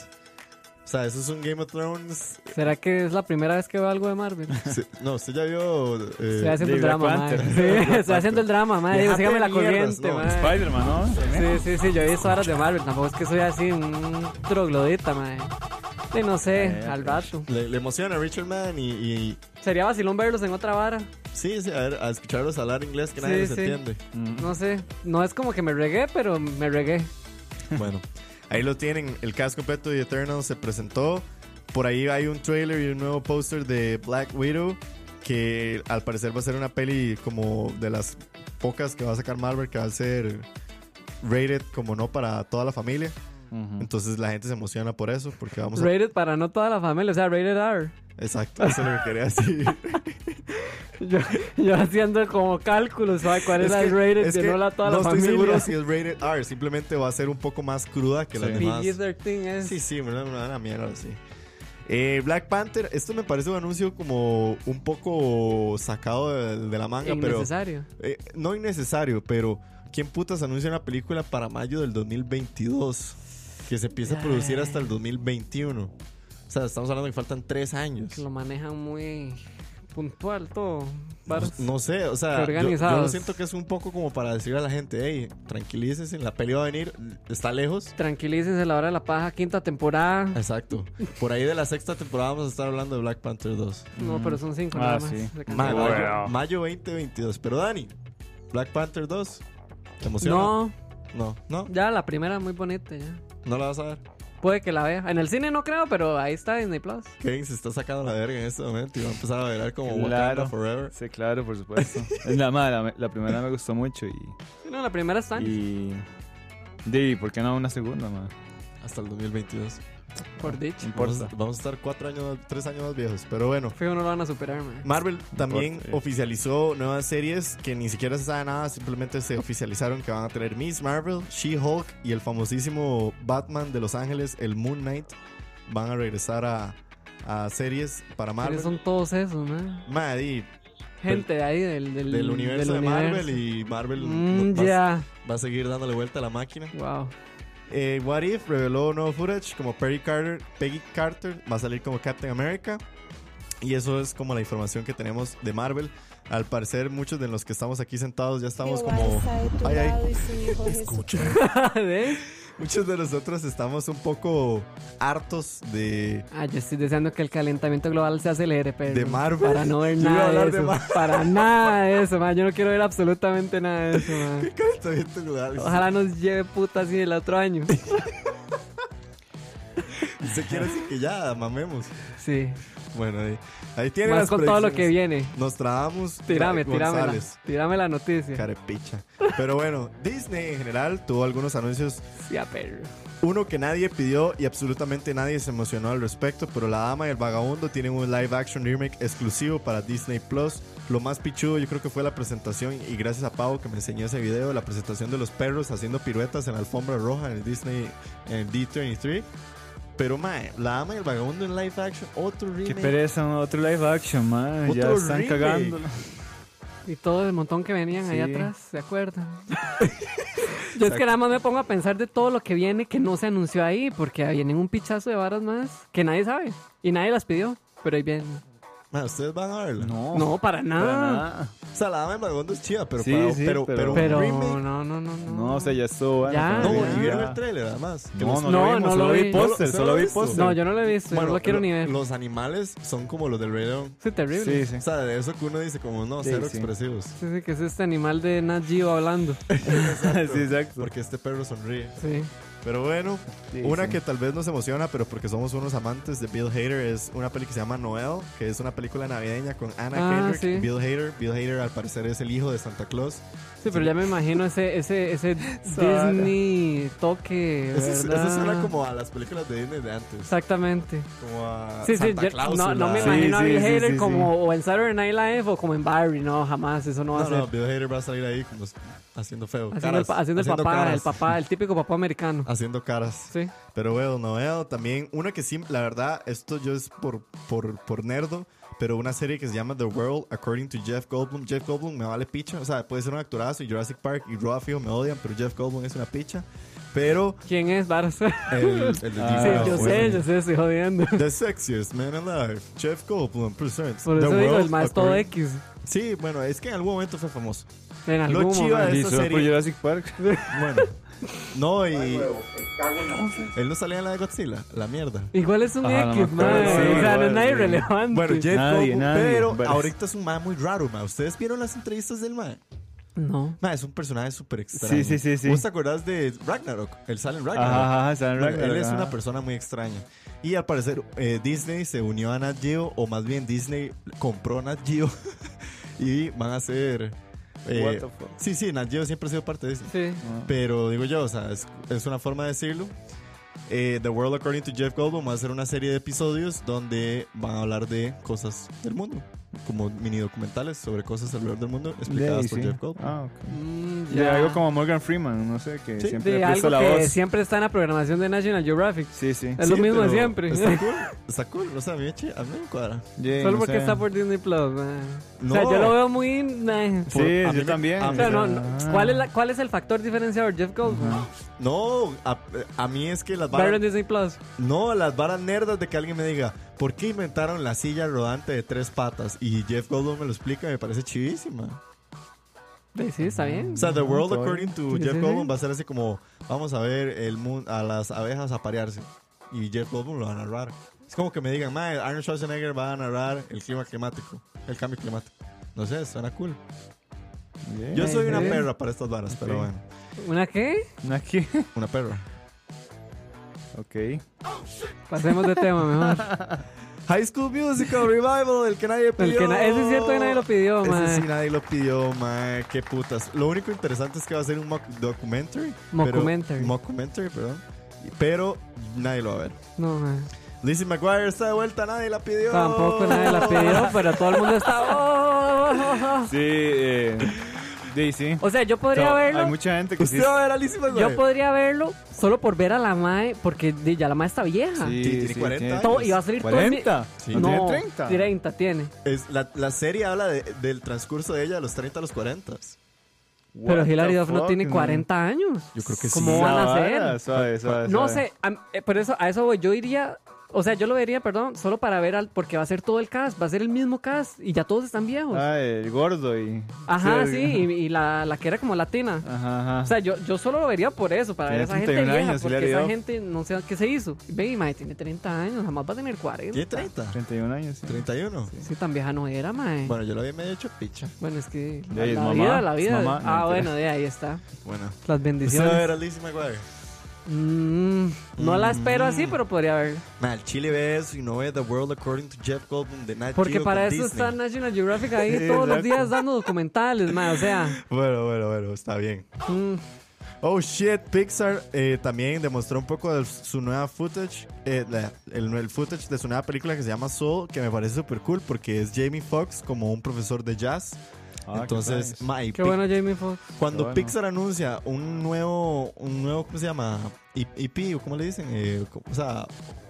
Speaker 2: O sea, eso es un Game of Thrones.
Speaker 3: ¿Será que es la primera vez que veo algo de Marvel?
Speaker 2: Se- no, usted ya vio. eh,
Speaker 3: Estoy haciendo el
Speaker 4: Black
Speaker 3: drama, madre.
Speaker 4: Panther.
Speaker 3: Sí, estoy haciendo el drama, madre. Digo,
Speaker 2: Déjate
Speaker 3: sígame la
Speaker 2: de mierdas,
Speaker 3: corriente,
Speaker 2: no.
Speaker 3: madre.
Speaker 4: Spider-Man, ¿no?
Speaker 3: Sí, sí, sí, yo he visto horas de Marvel. Tampoco es que soy así un troglodita, madre. Y no sé,
Speaker 4: Eh,
Speaker 3: al rato.
Speaker 2: le, le emociona a Richard Madden y, y-
Speaker 3: Sería vacilón verlos en otra vara.
Speaker 2: Sí, sí, a ver, a escucharlos hablar inglés que nadie
Speaker 3: Sí,
Speaker 2: les
Speaker 3: sí.
Speaker 2: entiende.
Speaker 4: Mm.
Speaker 3: No sé, no es como que me regué, pero me regué.
Speaker 2: Bueno, ahí lo tienen. El cast completo de Eternal se presentó. Por ahí hay un trailer y un nuevo póster de Black Widow. Que al parecer va a ser una peli como de las pocas que va a sacar Marvel. Que va a ser rated como no para toda la familia.
Speaker 4: Ujú.
Speaker 2: Entonces la gente se emociona por eso. Porque vamos a.
Speaker 3: Rated para no toda la familia, o sea, rated R.
Speaker 2: Exacto, eso es lo que quería decir.
Speaker 3: *laughs* Yo, yo haciendo como cálculos, ¿sabes? ¿Cuál
Speaker 2: Es
Speaker 3: era el
Speaker 2: que-
Speaker 3: rated?
Speaker 2: es
Speaker 3: que
Speaker 2: que
Speaker 3: no la toda
Speaker 2: no
Speaker 3: la
Speaker 2: estoy
Speaker 3: familia.
Speaker 2: seguro si es rated R. Simplemente va a ser un poco más cruda que la
Speaker 4: Sí.
Speaker 2: demás.
Speaker 3: PG-13 es.
Speaker 2: Sí, sí, me da me da una mierda, sí. Eh, Black Panther, esto me parece un anuncio como un poco sacado de, de la manga, pero...
Speaker 3: innecesario.
Speaker 2: eh, no innecesario, pero ¿quién putas anuncia una película para mayo del 2022? Que se empieza a producir hasta el 2021. O sea, estamos hablando que faltan tres años.
Speaker 3: Lo manejan muy puntual todo.
Speaker 2: No,
Speaker 3: varas.
Speaker 2: no sé, o sea, yo,
Speaker 3: Qué
Speaker 2: yo
Speaker 3: organizados.
Speaker 2: lo siento que es un poco como para decirle a la gente, hey, tranquilícense, la peli va a venir, está lejos.
Speaker 3: Tranquilícense, la hora de la paja, quinta temporada.
Speaker 2: Exacto. Por ahí de la sexta temporada vamos a estar hablando de Black Panther 2.
Speaker 3: No, pero son cinco
Speaker 4: Ah,
Speaker 3: nada más.
Speaker 4: sí.
Speaker 3: de canción.
Speaker 2: Ma-
Speaker 4: Wow.
Speaker 2: mayo, mayo 2022. Pero Dani, Black Panther 2. ¿Te emociona?
Speaker 3: no,
Speaker 2: No, no,
Speaker 3: ya la primera muy bonita ya.
Speaker 2: no la vas a ver.
Speaker 3: Puede que la vea. En el cine no creo, pero ahí está Disney Plus.
Speaker 2: Kevin se está sacando la verga en este momento y va a empezar a bailar como Wakanda
Speaker 4: Claro.
Speaker 2: Forever.
Speaker 4: Sí, claro, por supuesto. es la mala, la, primera me gustó mucho y.
Speaker 3: Sí, no, la primera está.
Speaker 4: y... Di, ¿por qué no una segunda, ma?
Speaker 2: Hasta el 2022.
Speaker 3: Por
Speaker 4: No
Speaker 3: dicho.
Speaker 2: Vamos,
Speaker 4: importa.
Speaker 2: vamos a estar cuatro años, tres años más viejos. Pero bueno.
Speaker 3: Fijo, no lo van a superar, man.
Speaker 2: Marvel también
Speaker 4: importa, eh.
Speaker 2: oficializó nuevas series que ni siquiera se sabe nada, simplemente se oficializaron que van a tener Miss Marvel, She-Hulk y el famosísimo Batman de Los Ángeles, el Moon Knight, van a regresar a, a series para Marvel.
Speaker 3: ¿Quiénes son todos esos, man?
Speaker 2: Madre,
Speaker 3: Gente de ahí del, del,
Speaker 2: del universo de Marvel y Marvel
Speaker 3: Mm,
Speaker 2: va,
Speaker 3: ya.
Speaker 2: va a seguir dándole vuelta a la máquina.
Speaker 3: Wow.
Speaker 2: Eh, What If reveló nuevo footage como Perry Carter, Peggy Carter va a salir como Captain America. Y eso es como la información que tenemos de Marvel. Al parecer muchos de los que estamos aquí sentados ya estamos como... Ay, ay.
Speaker 1: Escucha.
Speaker 3: *laughs* ¿Ves?
Speaker 2: *laughs* Muchos de nosotros estamos un poco hartos de...
Speaker 3: Ah, yo estoy deseando que el calentamiento global se acelere, pero.
Speaker 2: De Marvel.
Speaker 3: Para no
Speaker 2: *laughs*
Speaker 3: ver
Speaker 2: Yo iba a
Speaker 3: nada
Speaker 2: hablar
Speaker 3: de
Speaker 2: de
Speaker 3: eso.
Speaker 2: Marvel.
Speaker 3: para nada de eso, man. Yo no quiero ver absolutamente nada de
Speaker 2: *laughs*
Speaker 3: eso, man.
Speaker 2: Estoy en tu lugar.
Speaker 3: Ojalá nos lleve puta así el
Speaker 2: *laughs*
Speaker 3: otro año.
Speaker 2: Se quiere decir que ya, mamemos.
Speaker 3: Sí.
Speaker 2: Bueno, ahí, ahí tienen
Speaker 3: Más
Speaker 2: las
Speaker 3: con todo lo que
Speaker 2: predicciones.
Speaker 3: viene.
Speaker 2: Nos trabamos.
Speaker 3: Tírame, tírame.
Speaker 2: González.
Speaker 3: Tírame la noticia.
Speaker 2: Carepicha. Pero bueno, Disney en general tuvo algunos anuncios
Speaker 3: Sí, a perro.
Speaker 2: Uno que nadie pidió y absolutamente nadie se emocionó al respecto, pero La Dama y el Vagabundo tienen un live action remake exclusivo para Disney Plus. Lo más pichudo yo creo que fue la presentación y gracias a Pau que me enseñó ese video, la presentación de los perros haciendo piruetas en la alfombra roja en el Disney en D23. Pero mae, La Dama y el Vagabundo en live action, otro
Speaker 4: Qué
Speaker 2: remake.
Speaker 4: pereza, ma, otro live action, ma. Ya
Speaker 2: Otro
Speaker 4: están
Speaker 2: remake.
Speaker 4: cagando.
Speaker 3: Y todo el montón que venían ahí
Speaker 4: Sí.
Speaker 3: atrás, ¿se acuerdan? Yo es que nada más me pongo a pensar de todo lo que viene que no se anunció ahí, porque vienen un pichazo de varas más que nadie sabe y nadie las pidió, pero ahí vienen.
Speaker 2: Man, ustedes van a verla.
Speaker 4: No,
Speaker 3: No, para
Speaker 4: Oh, para
Speaker 3: nada.
Speaker 4: nada.
Speaker 2: O sea, la dama del vagabundo es chida, pero,
Speaker 4: Sí,
Speaker 2: para-
Speaker 4: sí,
Speaker 2: pero,
Speaker 4: pero-
Speaker 2: pero, un
Speaker 3: Pero
Speaker 2: remake-
Speaker 3: no, no, no, no.
Speaker 4: No, o sea, ya estuvo bueno.
Speaker 3: Ya,
Speaker 4: pero
Speaker 2: No,
Speaker 3: ya.
Speaker 2: y vieron el trailer, además. Que
Speaker 4: No,
Speaker 2: los-
Speaker 4: no,
Speaker 3: Ah, No,
Speaker 4: lo vimos,
Speaker 3: no
Speaker 4: solo
Speaker 3: lo
Speaker 4: vi
Speaker 3: vi.
Speaker 4: póster,
Speaker 2: ¿Solo
Speaker 4: solo
Speaker 2: lo
Speaker 4: vi
Speaker 2: viste?
Speaker 4: póster.
Speaker 3: Pues No, yo no lo he visto, yo no lo quiero
Speaker 2: lo-
Speaker 3: ni ver.
Speaker 2: Los animales son como los del Rey León.
Speaker 3: Es terrible.
Speaker 4: Sí, sí.
Speaker 2: O sea, de eso que uno dice como, no,
Speaker 4: Sí,
Speaker 2: cero
Speaker 4: sí.
Speaker 2: expresivos.
Speaker 3: Sí, sí, que es este animal de Nat Geo hablando.
Speaker 4: sí, exacto.
Speaker 2: Porque este perro sonríe.
Speaker 3: Sí.
Speaker 2: Pero bueno,
Speaker 4: Sí,
Speaker 2: una
Speaker 4: sí.
Speaker 2: que tal vez nos emociona, pero porque somos unos amantes de Bill Hader, es una peli que se llama Noel, que es una película navideña con Anna
Speaker 3: Ah,
Speaker 2: Kendrick y
Speaker 3: sí.
Speaker 2: Bill Hader. Bill Hader al parecer es el hijo de Santa Claus.
Speaker 3: Sí, pero ya me imagino ese, ese, ese
Speaker 4: Sara.
Speaker 3: Disney toque.
Speaker 2: Eso, es- eso
Speaker 3: ¿verdad?
Speaker 2: suena como a las películas de Disney de antes.
Speaker 3: Exactamente.
Speaker 2: Como a
Speaker 3: Sí, sí,
Speaker 2: Ah, Santa
Speaker 3: yo-
Speaker 2: Claus.
Speaker 3: no, no me
Speaker 4: Sí,
Speaker 3: imagino a
Speaker 4: sí,
Speaker 3: Bill
Speaker 4: sí,
Speaker 3: Hader
Speaker 4: sí,
Speaker 3: como o en Saturday Night Live o como en Barry. No, jamás, eso no va
Speaker 2: No,
Speaker 3: a ser.
Speaker 2: no, Bill Hader va a salir ahí como haciendo feo.
Speaker 3: haciendo el,
Speaker 2: caras,
Speaker 3: pa- haciendo el papá,
Speaker 2: caras,
Speaker 3: el papá, el típico papá americano.
Speaker 2: Haciendo caras.
Speaker 3: Sí.
Speaker 2: Pero veo, no veo. También una que sí, la verdad, esto yo es por, por, por nerdo, pero una serie que se llama The World According to Jeff Goldblum. Jeff Goldblum me vale picha. O sea, puede ser un actorazo y Jurassic Park y Roa Fijo me odian, pero Jeff Goldblum es una picha. Pero
Speaker 3: ¿Quién es Varas? *laughs* sí,
Speaker 2: el, el de
Speaker 4: Ah,
Speaker 2: Disney,
Speaker 3: yo
Speaker 2: bueno.
Speaker 3: sé, yo sé, estoy jodiendo.
Speaker 2: The sexiest man alive, Jeff Goldblum presents
Speaker 3: Por
Speaker 2: The
Speaker 3: eso digo,
Speaker 2: World
Speaker 3: el más todo
Speaker 2: According-
Speaker 3: X.
Speaker 2: Sí, bueno, es que en algún momento fue famoso.
Speaker 3: En algún
Speaker 2: chiva
Speaker 3: momento.
Speaker 2: es-
Speaker 4: Y
Speaker 2: esa
Speaker 4: solo por
Speaker 2: serie-
Speaker 4: Jurassic
Speaker 2: *laughs*
Speaker 4: Park.
Speaker 2: Bueno, no,
Speaker 5: Ay,
Speaker 2: y
Speaker 5: huevo, te cago en la
Speaker 2: él no salía en la de Godzilla, la mierda.
Speaker 3: Igual es un
Speaker 4: Ajá, no me
Speaker 3: X, man.
Speaker 2: Sí,
Speaker 4: acuerdo.
Speaker 3: o sea, no es
Speaker 4: igual,
Speaker 3: nada
Speaker 4: sí.
Speaker 3: irrelevante.
Speaker 2: Bueno, Jeff
Speaker 4: Nadie,
Speaker 2: Goldblum,
Speaker 4: nadie.
Speaker 2: pero
Speaker 4: Bueno.
Speaker 2: ahorita es un ma muy raro, ma. ¿Ustedes vieron las entrevistas del ma?
Speaker 3: No.
Speaker 2: Ma, es un personaje súper extraño.
Speaker 4: Sí, sí, sí, sí.
Speaker 2: ¿Vos te acordás de Ragnarok? Él sale en Ragnarok.
Speaker 4: Ajá, ajá, San
Speaker 2: Bueno,
Speaker 4: Ragnarok,
Speaker 2: él es
Speaker 4: ajá.
Speaker 2: una persona muy extraña. Y al parecer eh, Disney se unió a Nat Geo, o más bien Disney compró Nat Geo *laughs* y van a hacer... eh,
Speaker 4: What the fuck.
Speaker 2: sí, sí, Nat Geo siempre ha sido parte de Disney.
Speaker 3: Sí.
Speaker 2: Pero digo yo, o sea, es, es una forma de decirlo. Eh, The World According to Jeff Goldblum va a ser una serie de episodios donde van a hablar de cosas del mundo, como mini documentales sobre cosas alrededor del mundo explicadas
Speaker 4: Sí,
Speaker 2: por
Speaker 4: sí.
Speaker 2: Jeff Goldblum.
Speaker 4: Ah, ok.
Speaker 3: Mm,
Speaker 4: De
Speaker 3: ya.
Speaker 4: algo como Morgan Freeman, no sé, que
Speaker 2: Sí,
Speaker 4: siempre
Speaker 3: De
Speaker 4: le presta
Speaker 3: algo
Speaker 4: la
Speaker 3: que
Speaker 4: voz.
Speaker 3: siempre está en la programación de National Geographic.
Speaker 4: Sí, sí.
Speaker 3: Es lo
Speaker 2: Sí,
Speaker 3: mismo de
Speaker 2: pero
Speaker 3: siempre. *laughs*
Speaker 2: Está cool, está cool. O sea, a mí, me chi- a mí me cuadra.
Speaker 4: Yeah,
Speaker 3: Solo
Speaker 4: no
Speaker 3: porque
Speaker 4: sé.
Speaker 3: está por Disney Plus, man.
Speaker 2: No.
Speaker 3: O sea, yo lo veo muy. nah.
Speaker 4: Sí,
Speaker 2: por- a
Speaker 4: yo
Speaker 2: mí me-
Speaker 4: también.
Speaker 2: a
Speaker 3: O
Speaker 2: mí
Speaker 3: sea,
Speaker 2: me-
Speaker 3: no,
Speaker 4: Ah.
Speaker 3: no. ¿Cuál, es la- ¿Cuál es el factor diferenciador, Jeff Goldblum?
Speaker 2: No, a, a mí es que las
Speaker 3: Barry en
Speaker 2: varas.
Speaker 3: Disney Plus.
Speaker 2: No, las varas nerdas de que alguien me diga, ¿por qué inventaron la silla rodante de tres patas? Y Jeff Goldblum me lo explica, me parece chivísima.
Speaker 3: Eh, Sí, está bien.
Speaker 2: O sea, The World
Speaker 4: Estoy-
Speaker 2: According to
Speaker 3: Sí,
Speaker 2: Jeff
Speaker 3: sí, sí.
Speaker 2: Goldblum va a ser así como, vamos a ver el mun- a las abejas a parearse. Y Jeff Goldblum lo va a narrar. Es como que me digan, "Mae, Arnold Schwarzenegger va a narrar el clima climático, el cambio climático. No sé, suena cool.
Speaker 4: Yeah.
Speaker 2: Yo soy
Speaker 3: Sí.
Speaker 2: una perra para estas varas, pero
Speaker 4: Ok.
Speaker 2: bueno,
Speaker 3: ¿Una qué?
Speaker 4: Aquí. *laughs*
Speaker 2: una perra.
Speaker 4: Ok.
Speaker 3: Pasemos de tema mejor.
Speaker 2: High School
Speaker 3: *laughs*
Speaker 2: Musical Revival, el que nadie pidió.
Speaker 3: El que na- ese es cierto que nadie lo pidió,
Speaker 2: Ese
Speaker 3: mae.
Speaker 2: sí nadie lo pidió, mae. Qué putas. Lo único interesante es que va a ser un mock documentary. pero-
Speaker 3: Mockumentary.
Speaker 2: Mockumentary, perdón. Pero nadie lo va a ver.
Speaker 3: No, man.
Speaker 2: Lizzie McGuire está de vuelta, nadie la pidió.
Speaker 3: Tampoco nadie la pidió, pero todo el mundo está. "Oh, oh, oh,
Speaker 4: Sí, eh. Sí, sí.
Speaker 3: oh". O sea, yo podría
Speaker 4: So, Hay
Speaker 3: verlo.
Speaker 4: mucha gente que sí.
Speaker 2: Usted va a ver a Lizzie McGuire.
Speaker 3: Yo podría verlo solo por ver a la mae, porque di, ya la mae está vieja.
Speaker 4: Sí,
Speaker 2: tiene
Speaker 4: sí,
Speaker 2: 40
Speaker 4: tiene-
Speaker 3: Todo- y va a salir todo el mi-
Speaker 4: 40.
Speaker 2: Sí.
Speaker 4: No,
Speaker 3: No,
Speaker 4: tiene 30.
Speaker 3: 30 tiene.
Speaker 2: Es- la, la serie habla de- del transcurso de ella de los 30 a los 40.
Speaker 4: What
Speaker 3: Pero
Speaker 4: the
Speaker 3: Hilary Duff no
Speaker 4: fuck,
Speaker 3: tiene 40 años.
Speaker 2: Yo creo que sí.
Speaker 3: ¿Cómo van a hacer?
Speaker 4: Suave, suave, suave,
Speaker 3: No
Speaker 4: suave.
Speaker 3: sé, am- eh, por eso, a eso voy. Yo iría, o sea, yo lo vería, perdón, solo para ver al, porque va a ser todo el cast, va a ser el mismo cast y ya todos están viejos.
Speaker 4: Ah, el gordo y.
Speaker 3: Ajá, sí,
Speaker 4: *laughs* el-
Speaker 3: y, y la, la que era como latina.
Speaker 4: Ajá,
Speaker 3: O
Speaker 4: ajá.
Speaker 3: sea, yo, yo solo lo vería por eso, para ver a
Speaker 4: Tiene
Speaker 3: esa gente
Speaker 4: 31
Speaker 3: vieja,
Speaker 4: años,
Speaker 3: porque
Speaker 4: Hilary
Speaker 3: esa
Speaker 4: Duff.
Speaker 3: gente no sé qué se hizo. Baby, mae, tiene 30 años, jamás va a tener 40.
Speaker 2: Tiene 30.
Speaker 4: 31 años. sí.
Speaker 2: 31.
Speaker 3: Sí, tan vieja no era, mae. Bueno,
Speaker 2: Bueno, yo lo había medio hecho picha.
Speaker 3: es que
Speaker 4: De ahí es
Speaker 3: la
Speaker 4: mamá,
Speaker 3: vida, la
Speaker 4: es
Speaker 3: vida.
Speaker 4: mamá, no,
Speaker 3: ah,
Speaker 4: mentira.
Speaker 3: bueno, de ahí está.
Speaker 2: Bueno.
Speaker 3: Las
Speaker 2: Usted va a ver
Speaker 3: bendiciones.
Speaker 2: a Lizzie McGuire.
Speaker 3: Mm, no la espero así,
Speaker 4: Mm.
Speaker 3: pero podría verla.
Speaker 2: Ma, el Chile ve eso y no ve The World According to Jeff Goldblum de Nat
Speaker 3: Porque
Speaker 2: Geo
Speaker 3: para
Speaker 2: con
Speaker 3: eso
Speaker 2: Disney.
Speaker 3: está National Geographic
Speaker 2: *laughs*
Speaker 3: ahí
Speaker 4: Sí,
Speaker 3: todos los
Speaker 4: exacto.
Speaker 3: días dando documentales, ma, o sea.
Speaker 2: Bueno, bueno, bueno, está bien.
Speaker 3: mm,
Speaker 2: Oh shit, Pixar eh, también demostró un poco de su nueva footage, eh, la- el, el footage de su nueva película que se llama Soul, que me parece súper cool porque es Jamie Foxx como un profesor de jazz.
Speaker 4: Ah, qué
Speaker 2: Entonces,
Speaker 4: suave.
Speaker 2: ma, y
Speaker 3: qué
Speaker 2: Pi-
Speaker 3: bueno Jamie Foxx.
Speaker 2: cuando
Speaker 4: Qué bueno.
Speaker 2: Pixar anuncia un nuevo, un nuevo, ¿cómo se llama? I- IP, o ¿cómo le dicen? Eh, co- o sea,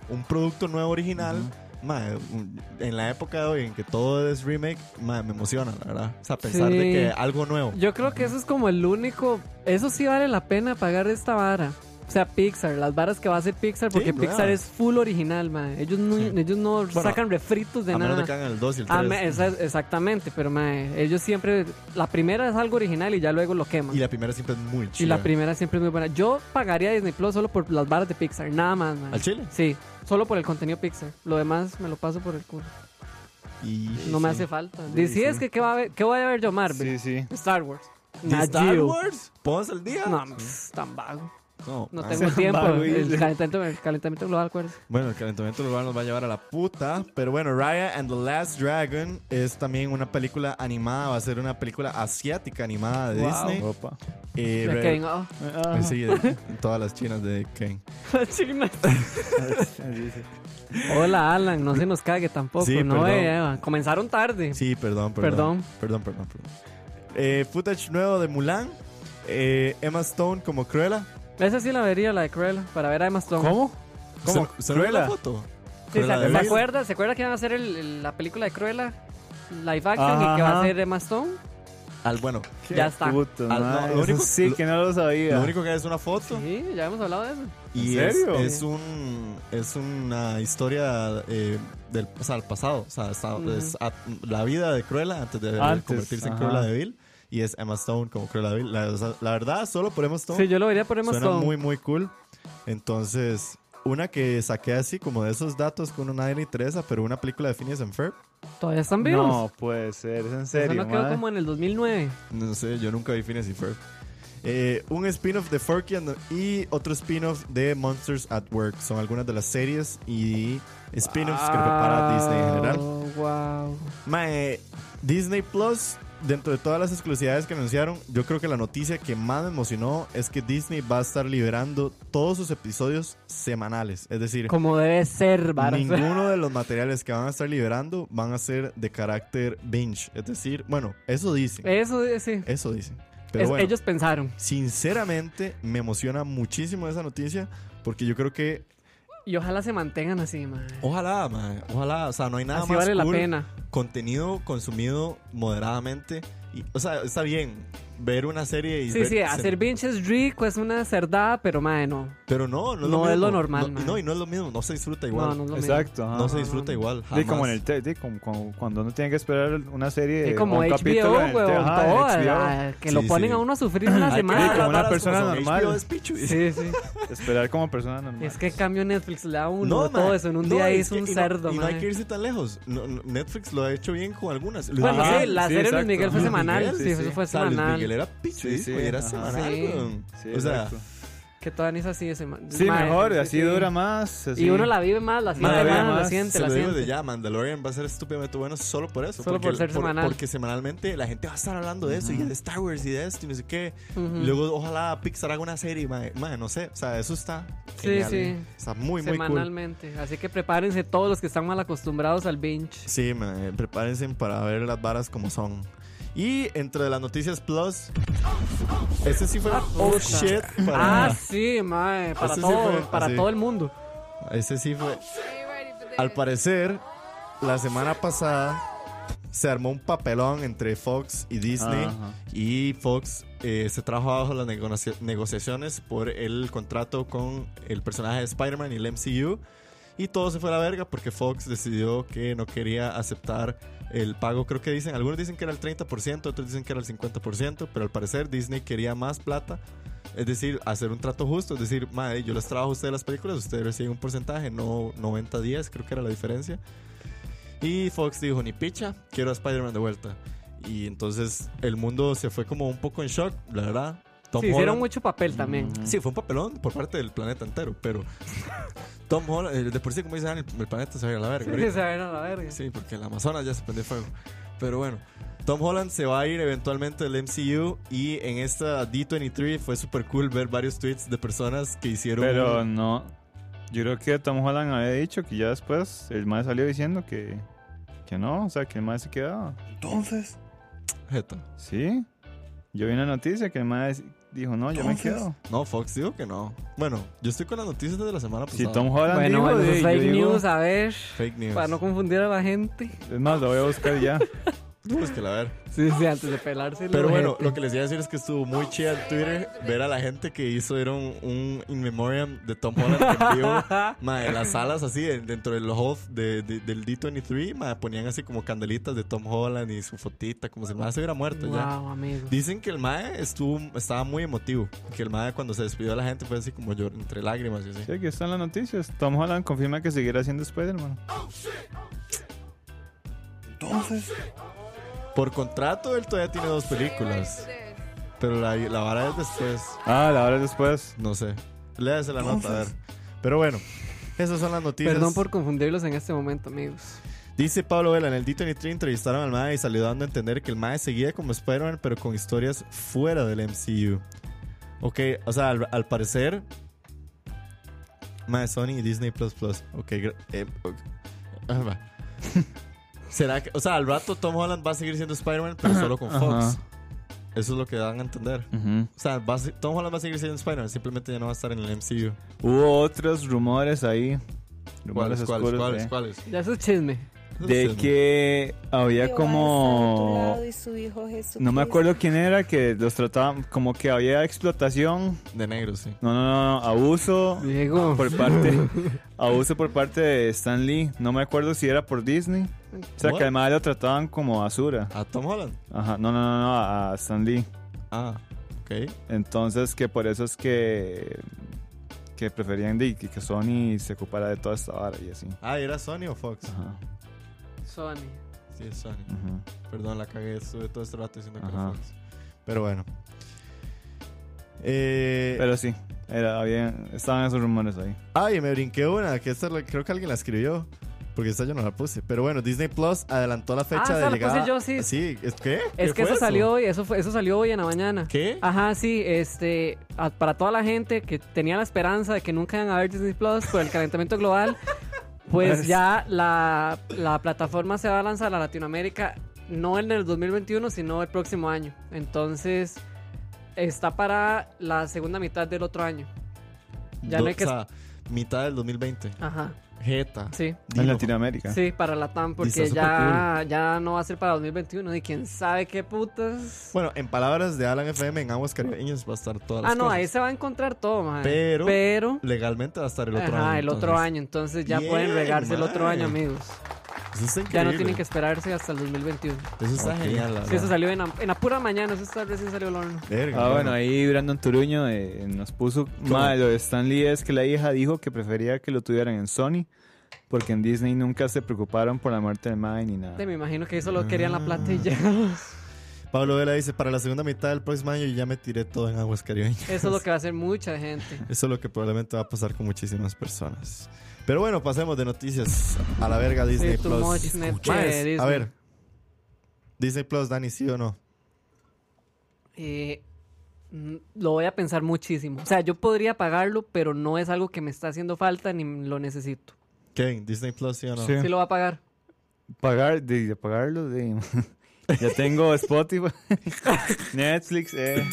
Speaker 2: un producto nuevo original. ma, un- en la época de hoy en que todo es remake, ma, me emociona, la verdad. O sea, pensar de
Speaker 3: Sí.
Speaker 2: que algo nuevo.
Speaker 3: Yo creo que eso es como el único, eso sí vale la pena pagar esta vara. o sea, Pixar, las varas que va a hacer Pixar, porque
Speaker 2: claro.
Speaker 3: Pixar es full original, ma. Ellos no, ellos no sacan refritos de
Speaker 2: a
Speaker 3: nada.
Speaker 2: menos de que hagan el 2 y el
Speaker 3: Ah,
Speaker 2: 3.
Speaker 3: me- esa- exactamente, pero mae, ellos siempre. La primera es algo original y ya luego lo queman.
Speaker 2: Y la primera siempre es muy chida.
Speaker 3: Y la primera siempre es muy buena. Yo pagaría Disney Plus solo por las barras de Pixar, nada más, mae.
Speaker 2: ¿Al chile?
Speaker 3: Sí, solo por el contenido Pixar. Lo demás me lo paso por el culo.
Speaker 2: Y-
Speaker 3: No me
Speaker 2: sí.
Speaker 3: hace falta.
Speaker 4: Sí,
Speaker 3: Decís es
Speaker 4: sí.
Speaker 3: que ¿qué, va a ver- qué voy a ver yo, Marvel?
Speaker 4: Sí, sí.
Speaker 3: Star Wars.
Speaker 2: ¿De
Speaker 3: Nat
Speaker 2: Star
Speaker 3: Geo.
Speaker 2: Wars? ¿Pones al día?
Speaker 3: No, es tan vago.
Speaker 2: No,
Speaker 3: No
Speaker 2: ah.
Speaker 3: tengo tiempo.
Speaker 4: vago,
Speaker 3: El
Speaker 4: dice.
Speaker 3: calentamiento, el calentamiento global, acuérdese.
Speaker 2: *laughs* Bueno, el calentamiento global nos va a llevar a la puta. Pero bueno, Raya and the Last Dragon es también una película animada. Va a ser una película asiática animada de
Speaker 3: Wow.
Speaker 2: Disney.
Speaker 4: Opa.
Speaker 2: Eh,
Speaker 3: Ya
Speaker 2: re-
Speaker 3: que venga, oh, *laughs*
Speaker 4: Ah,
Speaker 2: Pues
Speaker 4: *laughs*
Speaker 2: sí, de- todas las chinas de Ken.
Speaker 3: la china. Hola, Alan. No se nos cague tampoco.
Speaker 2: Sí,
Speaker 3: no,
Speaker 2: perdón.
Speaker 3: eh, Eva, Comenzaron tarde.
Speaker 2: Sí, perdón, perdón. Perdón, perdón, perdón. Eh, footage nuevo de Mulan. Eh, Emma Stone como Cruella.
Speaker 3: Esa sí la vería, la de Cruella, para ver a Emma Stone.
Speaker 4: ¿Cómo? ¿Cómo?
Speaker 2: ¿Se- ¿Se ve la
Speaker 4: ¿Cruella?
Speaker 2: foto?
Speaker 3: Sí,
Speaker 2: Cruella de
Speaker 3: ¿se, se
Speaker 2: Vil.
Speaker 3: acuerda, ¿Se acuerda que van a hacer el- el- la película de Cruella? Live action y que va a
Speaker 4: Ajá.
Speaker 3: ser Emma Stone.
Speaker 2: Al bueno.
Speaker 3: Ya está.
Speaker 4: Puta,
Speaker 2: Ah, no,
Speaker 4: madre,
Speaker 2: lo
Speaker 4: eso
Speaker 2: único-
Speaker 4: sí,
Speaker 2: lo-
Speaker 4: que no lo sabía.
Speaker 2: Lo único que hay es una foto.
Speaker 3: Sí, ya hemos hablado de eso.
Speaker 2: Y
Speaker 4: ¿En
Speaker 2: es-
Speaker 4: serio?
Speaker 2: Es, un es una historia eh, del o sea, del pasado. O sea, está-
Speaker 3: Ujú.
Speaker 2: es a- la vida de Cruella antes de
Speaker 4: Antes,
Speaker 2: convertirse en
Speaker 4: ajá.
Speaker 2: Cruella de Vil. Y es Emma Stone como Cruella de Vil. La, o sea, la verdad, solo por Emma Stone.
Speaker 3: Sí, yo lo vería por Emma
Speaker 2: suena
Speaker 3: Stone.
Speaker 2: muy, muy cool. Entonces, una que saqué así como de esos datos que uno nadie le interesa, pero una película de Phineas and Ferb.
Speaker 3: Todavía están vivos.
Speaker 4: No puede ser, es en
Speaker 3: Eso
Speaker 4: serio.
Speaker 3: no quedó
Speaker 4: madre.
Speaker 3: como en el 2009.
Speaker 2: No sé, yo nunca vi Phineas y Ferb. Eh, un spin-off de Forky and the- y otro spin-off de Monsters at Work. Son algunas de las series y spin-offs que prepara Disney en general.
Speaker 3: Ah, Wow.
Speaker 2: Mae, Disney Plus, dentro de todas las exclusividades que anunciaron, yo creo que la noticia que más me emocionó es que Disney va a estar liberando todos sus episodios semanales. Es decir,
Speaker 3: Como debe ser, varas.
Speaker 2: Ninguno de los materiales que van a estar liberando van a ser de carácter binge. Es decir, bueno, eso dicen.
Speaker 3: *laughs* Eso eh, sí.
Speaker 2: Eso dicen. Pero
Speaker 3: Es-
Speaker 2: bueno,
Speaker 3: Ellos pensaron.
Speaker 2: sinceramente me emociona muchísimo esa noticia porque yo creo que
Speaker 3: Y ojalá se mantengan así, man.
Speaker 2: ojalá, mae, ojalá, o sea, no hay nada
Speaker 3: Así
Speaker 2: más
Speaker 3: vale la
Speaker 2: cool.
Speaker 3: pena.
Speaker 2: Contenido consumido moderadamente y, o sea, está bien ver una serie y
Speaker 3: Sí,
Speaker 2: ver-
Speaker 3: sí, hacer binge es rico, es una cerdada, pero madre, no.
Speaker 2: pero no, no es
Speaker 3: no
Speaker 2: lo,
Speaker 3: es lo
Speaker 2: mismo.
Speaker 3: normal,
Speaker 2: No,
Speaker 3: mae.
Speaker 2: y no, y no es lo mismo, no se disfruta igual.
Speaker 3: No, no es lo mismo.
Speaker 4: Exacto. ajá.
Speaker 2: No se disfruta igual.
Speaker 4: Sí, como
Speaker 2: jamás.
Speaker 4: en el te- sí, como- como cuando uno tiene que esperar una serie
Speaker 3: Es
Speaker 4: o
Speaker 3: como
Speaker 4: un
Speaker 3: HBO,
Speaker 4: capítulo en el te-
Speaker 3: weón,
Speaker 4: ajá, en
Speaker 3: todo,
Speaker 4: HBO.
Speaker 3: la- que lo
Speaker 2: Sí,
Speaker 3: ponen
Speaker 2: sí.
Speaker 3: a uno a sufrir
Speaker 2: *clears throat*
Speaker 3: una
Speaker 2: Hay que ver
Speaker 4: como
Speaker 3: semana.
Speaker 2: las
Speaker 4: una
Speaker 2: varas
Speaker 4: persona
Speaker 2: son,
Speaker 4: normal.
Speaker 2: HBO es pichu.
Speaker 3: Sí, sí.
Speaker 4: Esperar como persona normal.
Speaker 3: Es que cambio Netflix le da uno
Speaker 2: No,
Speaker 3: de
Speaker 2: ma,
Speaker 3: todo eso. En un
Speaker 2: no,
Speaker 3: día
Speaker 2: es
Speaker 3: hizo
Speaker 2: que-
Speaker 3: un
Speaker 2: y no-
Speaker 3: cerdo,
Speaker 2: Y no
Speaker 3: ma.
Speaker 2: hay que irse tan lejos. No, no, Netflix lo ha hecho bien con algunas. Ah, Luis
Speaker 3: Bueno,
Speaker 4: Ajá,
Speaker 3: sí, la
Speaker 4: sí,
Speaker 3: serie de Luis
Speaker 4: exacto.
Speaker 3: Miguel fue
Speaker 4: Luis
Speaker 3: semanal.
Speaker 2: Miguel,
Speaker 3: sí, eso fue
Speaker 2: o sea, Luis
Speaker 3: semanal.
Speaker 2: Miguel era picho,
Speaker 4: Sí,
Speaker 2: hijo, y
Speaker 4: sí,
Speaker 2: era
Speaker 4: ajá.
Speaker 2: semanal.
Speaker 3: Sí.
Speaker 2: weón.
Speaker 4: Sí,
Speaker 2: o sea,
Speaker 4: exacto.
Speaker 3: Que todavía ni es así de semanal.
Speaker 4: Sí, mejor, así dura más. así.
Speaker 3: Y uno la vive más, la siente
Speaker 4: la vive
Speaker 3: más, la
Speaker 4: más,
Speaker 3: siente,
Speaker 2: se
Speaker 3: la
Speaker 2: lo digo de
Speaker 3: siente.
Speaker 2: ya, Mandalorian va a ser estúpidamente bueno solo por eso.
Speaker 3: Solo
Speaker 2: porque,
Speaker 3: por ser semanal.
Speaker 2: Porque semanalmente la gente va a estar hablando de eso y de Star Wars y de esto y no sé qué.
Speaker 3: Ujú.
Speaker 2: Luego ojalá Pixar haga una serie, mae, mae, no sé. O sea, eso está
Speaker 3: Sí,
Speaker 2: genial,
Speaker 3: sí.
Speaker 2: eh. Está muy, muy cool.
Speaker 3: Semanalmente. Así que prepárense todos los que están mal acostumbrados al binge.
Speaker 2: Sí, mae, prepárense para ver las varas como son. Y entre las noticias plus, este sí fue oh
Speaker 3: Ah, puta.
Speaker 2: shit. Para,
Speaker 3: Ah, sí, mae. Para,
Speaker 2: Eso sí
Speaker 3: todo,
Speaker 2: fue
Speaker 3: para
Speaker 2: así.
Speaker 3: todo el mundo.
Speaker 2: Este sí fue. Al parecer, la semana pasada se armó un papelón entre Fox y Disney
Speaker 4: Ajá.
Speaker 2: y Fox eh, se trajo abajo las negocia- negociaciones por el contrato con el personaje de Spider-Man y el MCU. Y todo se fue a la verga porque Fox decidió que no quería aceptar el pago. Creo que dicen, algunos dicen que era el 30%, otros dicen que era el 50%, pero al parecer Disney quería más plata. Es decir, hacer un trato justo. Es decir, madre, yo les trabajo a ustedes las películas, ustedes reciben un porcentaje, no 90-10, creo que era la diferencia. Y Fox dijo, ni picha, quiero a Spider-Man de vuelta. Y entonces el mundo se fue como un poco en shock, la verdad. Tom
Speaker 3: Sí, hicieron
Speaker 2: Holland-
Speaker 3: mucho papel también.
Speaker 2: Sí, fue un papelón por parte del planeta entero, pero *laughs* Tom Holland, eh, de por sí, como dicen, el, el planeta se va a ir a la verga. ahorita.
Speaker 3: *laughs* Sí, se ven a la verga.
Speaker 2: Sí, porque el Amazonas ya se prendió fuego. Pero bueno, Tom Holland se va a ir eventualmente del MCU y en esta D23 fue super cool ver varios tweets de personas que hicieron...
Speaker 4: Pero no. Yo creo que Tom Holland había dicho que ya después el mae salió diciendo que, que no, o sea, que el mae se quedaba.
Speaker 5: Entonces,
Speaker 2: Jeta.
Speaker 4: Sí. Yo vi una noticia que el mae dijo, no, yo me
Speaker 5: Entonces,
Speaker 4: quedo.
Speaker 2: No, Fox dijo que no. Bueno, yo estoy con las noticias de la semana
Speaker 4: Si
Speaker 2: pasada.
Speaker 4: Tom Holland
Speaker 3: Bueno,
Speaker 4: dijo,
Speaker 3: bueno, eso
Speaker 4: de-
Speaker 3: es
Speaker 4: yo
Speaker 3: fake
Speaker 4: digo-
Speaker 3: news, a ver.
Speaker 2: Fake news.
Speaker 3: Para no confundir a la gente.
Speaker 4: Es más, lo voy a buscar ya.
Speaker 2: Búsquela a Pues ver.
Speaker 3: Sí, sí, antes de eh. pelarse. el
Speaker 2: Pero bueno,
Speaker 3: ojete.
Speaker 2: lo que les iba a decir es que estuvo muy chida en Twitter ver a la gente que hizo era un, un In Memoriam de Tom Holland en vivo. Mae, en las salas así, de- dentro del hall de, de- del D23, mae, ponían así como candelitas de Tom Holland y su fotita, como si el mae se hubiera muerto ya.
Speaker 3: Wow, amigo.
Speaker 2: Dicen que el mae estuvo, estaba muy emotivo. Que el mae cuando se despidió de la gente fue así como llor, entre lágrimas y así.
Speaker 4: Sí, aquí están las noticias. Tom Holland confirma que seguirá siendo Spider-Man.
Speaker 2: Entonces, por contrato él todavía tiene dos películas. Pero la, la vara es después.
Speaker 4: Ah, la hora es después.
Speaker 2: No sé. Léase la nota, a ver. Pero bueno, esas son las noticias.
Speaker 3: Perdón por confundirlos en este momento, amigos.
Speaker 2: Dice Pablo Vela, en el Dito Nitri entrevistaron al MAE y salió dando a entender que el MAE seguía como Spider-Man, pero con historias fuera del MCU. Ok, o sea, al, al parecer... MAE Sony y Disney++. Plus Plus. Ok, gra- eh, ok. Ah,
Speaker 3: *laughs*
Speaker 2: va. ¿Será que... O sea, al rato Tom Holland va a seguir siendo Spider-Man, pero solo con Fox.
Speaker 4: Ajá.
Speaker 2: Eso es lo que dan a entender.
Speaker 4: Ujú.
Speaker 2: O sea, va a se- Tom Holland va a seguir siendo Spider-Man, simplemente ya no va a estar en el MCU.
Speaker 4: Hubo otros rumores ahí.
Speaker 2: ¿Cuáles,
Speaker 4: Rumores
Speaker 2: cuáles,
Speaker 4: oscuros,
Speaker 2: cuáles,
Speaker 4: eh,
Speaker 2: cuáles?
Speaker 3: Ya eso es chisme.
Speaker 4: De que
Speaker 6: Jehová está a
Speaker 4: había
Speaker 6: tu
Speaker 4: como...
Speaker 6: lado y su hijo Jesucristo.
Speaker 4: No me acuerdo quién era que los trataban como que había explotación.
Speaker 2: De negro, sí.
Speaker 4: No, no, no, no, abuso
Speaker 3: Diego.
Speaker 4: por parte
Speaker 2: *laughs*
Speaker 4: abuso por parte de Stan Lee. No me acuerdo si era por Disney. O sea,
Speaker 2: What?
Speaker 4: que además lo trataban como basura.
Speaker 2: ¿A Tom Holland?
Speaker 4: Ajá, no, no, no, no, a Stan Lee.
Speaker 2: Ah, ok.
Speaker 4: Entonces, que por eso es que que preferían de- que que Sony se ocupara de toda esta vara y así.
Speaker 2: Ah, ¿era Sony o Fox?
Speaker 4: Ajá.
Speaker 3: Sony.
Speaker 2: Sí, es Sony.
Speaker 4: ujú.
Speaker 2: Perdón, la cagué. Estuve todo este rato diciendo que era
Speaker 4: Ajá.
Speaker 2: Fox. Pero bueno. Eh,
Speaker 4: Pero sí, era, había, estaban esos rumores ahí.
Speaker 2: Ay, me brinqué una. Que esta la- creo que alguien la escribió. Porque esta yo no la puse. Pero bueno, Disney Plus adelantó la fecha
Speaker 3: Ah, esa
Speaker 2: de
Speaker 3: la
Speaker 2: llegada.
Speaker 3: puse yo, sí.
Speaker 2: Sí, ¿es qué?
Speaker 3: Es
Speaker 2: ¿Qué
Speaker 3: que
Speaker 2: fue
Speaker 3: eso salió Ah, hoy, eso, fue, eso salió hoy en la mañana.
Speaker 2: ¿Qué?
Speaker 3: Ajá, sí, este, a- para toda la gente que tenía la esperanza de que nunca iban a ver Disney Plus por el calentamiento
Speaker 2: *laughs*
Speaker 3: global, pues
Speaker 4: Pues.
Speaker 3: ya la, la plataforma se va a lanzar a Latinoamérica no en el 2021, sino el próximo año. Entonces, está para la segunda mitad del otro año. Ya
Speaker 2: Do-
Speaker 3: no hay que-
Speaker 2: O sea, mitad del 2020.
Speaker 3: Ajá,
Speaker 2: Jeta.
Speaker 3: sí.
Speaker 4: En
Speaker 2: Dilo.
Speaker 4: Latinoamérica.
Speaker 3: Sí, para la TAM,
Speaker 2: Está
Speaker 3: porque
Speaker 2: súper
Speaker 3: ya, ya no va a ser para 2021 y quién sabe qué putas.
Speaker 2: Bueno, en palabras de Alan FM, en aguas caribeñas va a estar todas las
Speaker 3: Ah, no,
Speaker 2: cosas.
Speaker 3: ahí se va a encontrar todo, man.
Speaker 2: Pero-
Speaker 3: Pero
Speaker 2: Legalmente va a estar el otro
Speaker 3: Ajá,
Speaker 2: año.
Speaker 3: el otro
Speaker 2: entonces.
Speaker 3: año. Entonces ya
Speaker 2: Bien,
Speaker 3: pueden regarse el otro
Speaker 2: mae.
Speaker 3: año, amigos.
Speaker 2: Eso está
Speaker 3: Ya no
Speaker 2: increíble.
Speaker 3: tienen que esperarse hasta el 2021.
Speaker 2: Eso está
Speaker 4: Ok.
Speaker 2: genial, la
Speaker 3: Sí, eso
Speaker 2: verdad.
Speaker 3: salió en, la- en la pura mañana. Eso está, recién salió el horno.
Speaker 2: *laughs* Verga,
Speaker 4: Ah, bueno, ahí Brandon Turuño eh, nos puso mal. Lo de Stan Lee es que la hija dijo que prefería que lo tuvieran en Sony, porque en Disney nunca se preocuparon por la muerte de Mae ni nada.
Speaker 3: Te me imagino que eso lo querían la plata y ya.
Speaker 4: Mm.
Speaker 2: Pablo Vela dice, para la segunda mitad del próximo año yo ya me tiré todo en aguas caribeñas. *laughs*
Speaker 3: Eso es lo que va a hacer mucha gente.
Speaker 2: Eso es lo que probablemente va a pasar con muchísimas personas. Pero bueno, pasemos de noticias a la verga Disney
Speaker 3: Sí, too
Speaker 2: Plus.
Speaker 3: much, net,
Speaker 2: Maes,
Speaker 3: eh, Disney.
Speaker 2: A ver. Disney Plus, Dani, ¿sí o no?
Speaker 3: Eh, mm, lo voy a pensar muchísimo. O sea, yo podría pagarlo, pero no es algo que me está haciendo falta ni lo necesito.
Speaker 2: Kevin, Disney Plus, ¿sí o no?
Speaker 4: Sí.
Speaker 3: Sí lo va a pagar.
Speaker 4: Pagar, de, de pagarlo, de- *laughs* ya tengo Spotify, *laughs* Netflix, eh.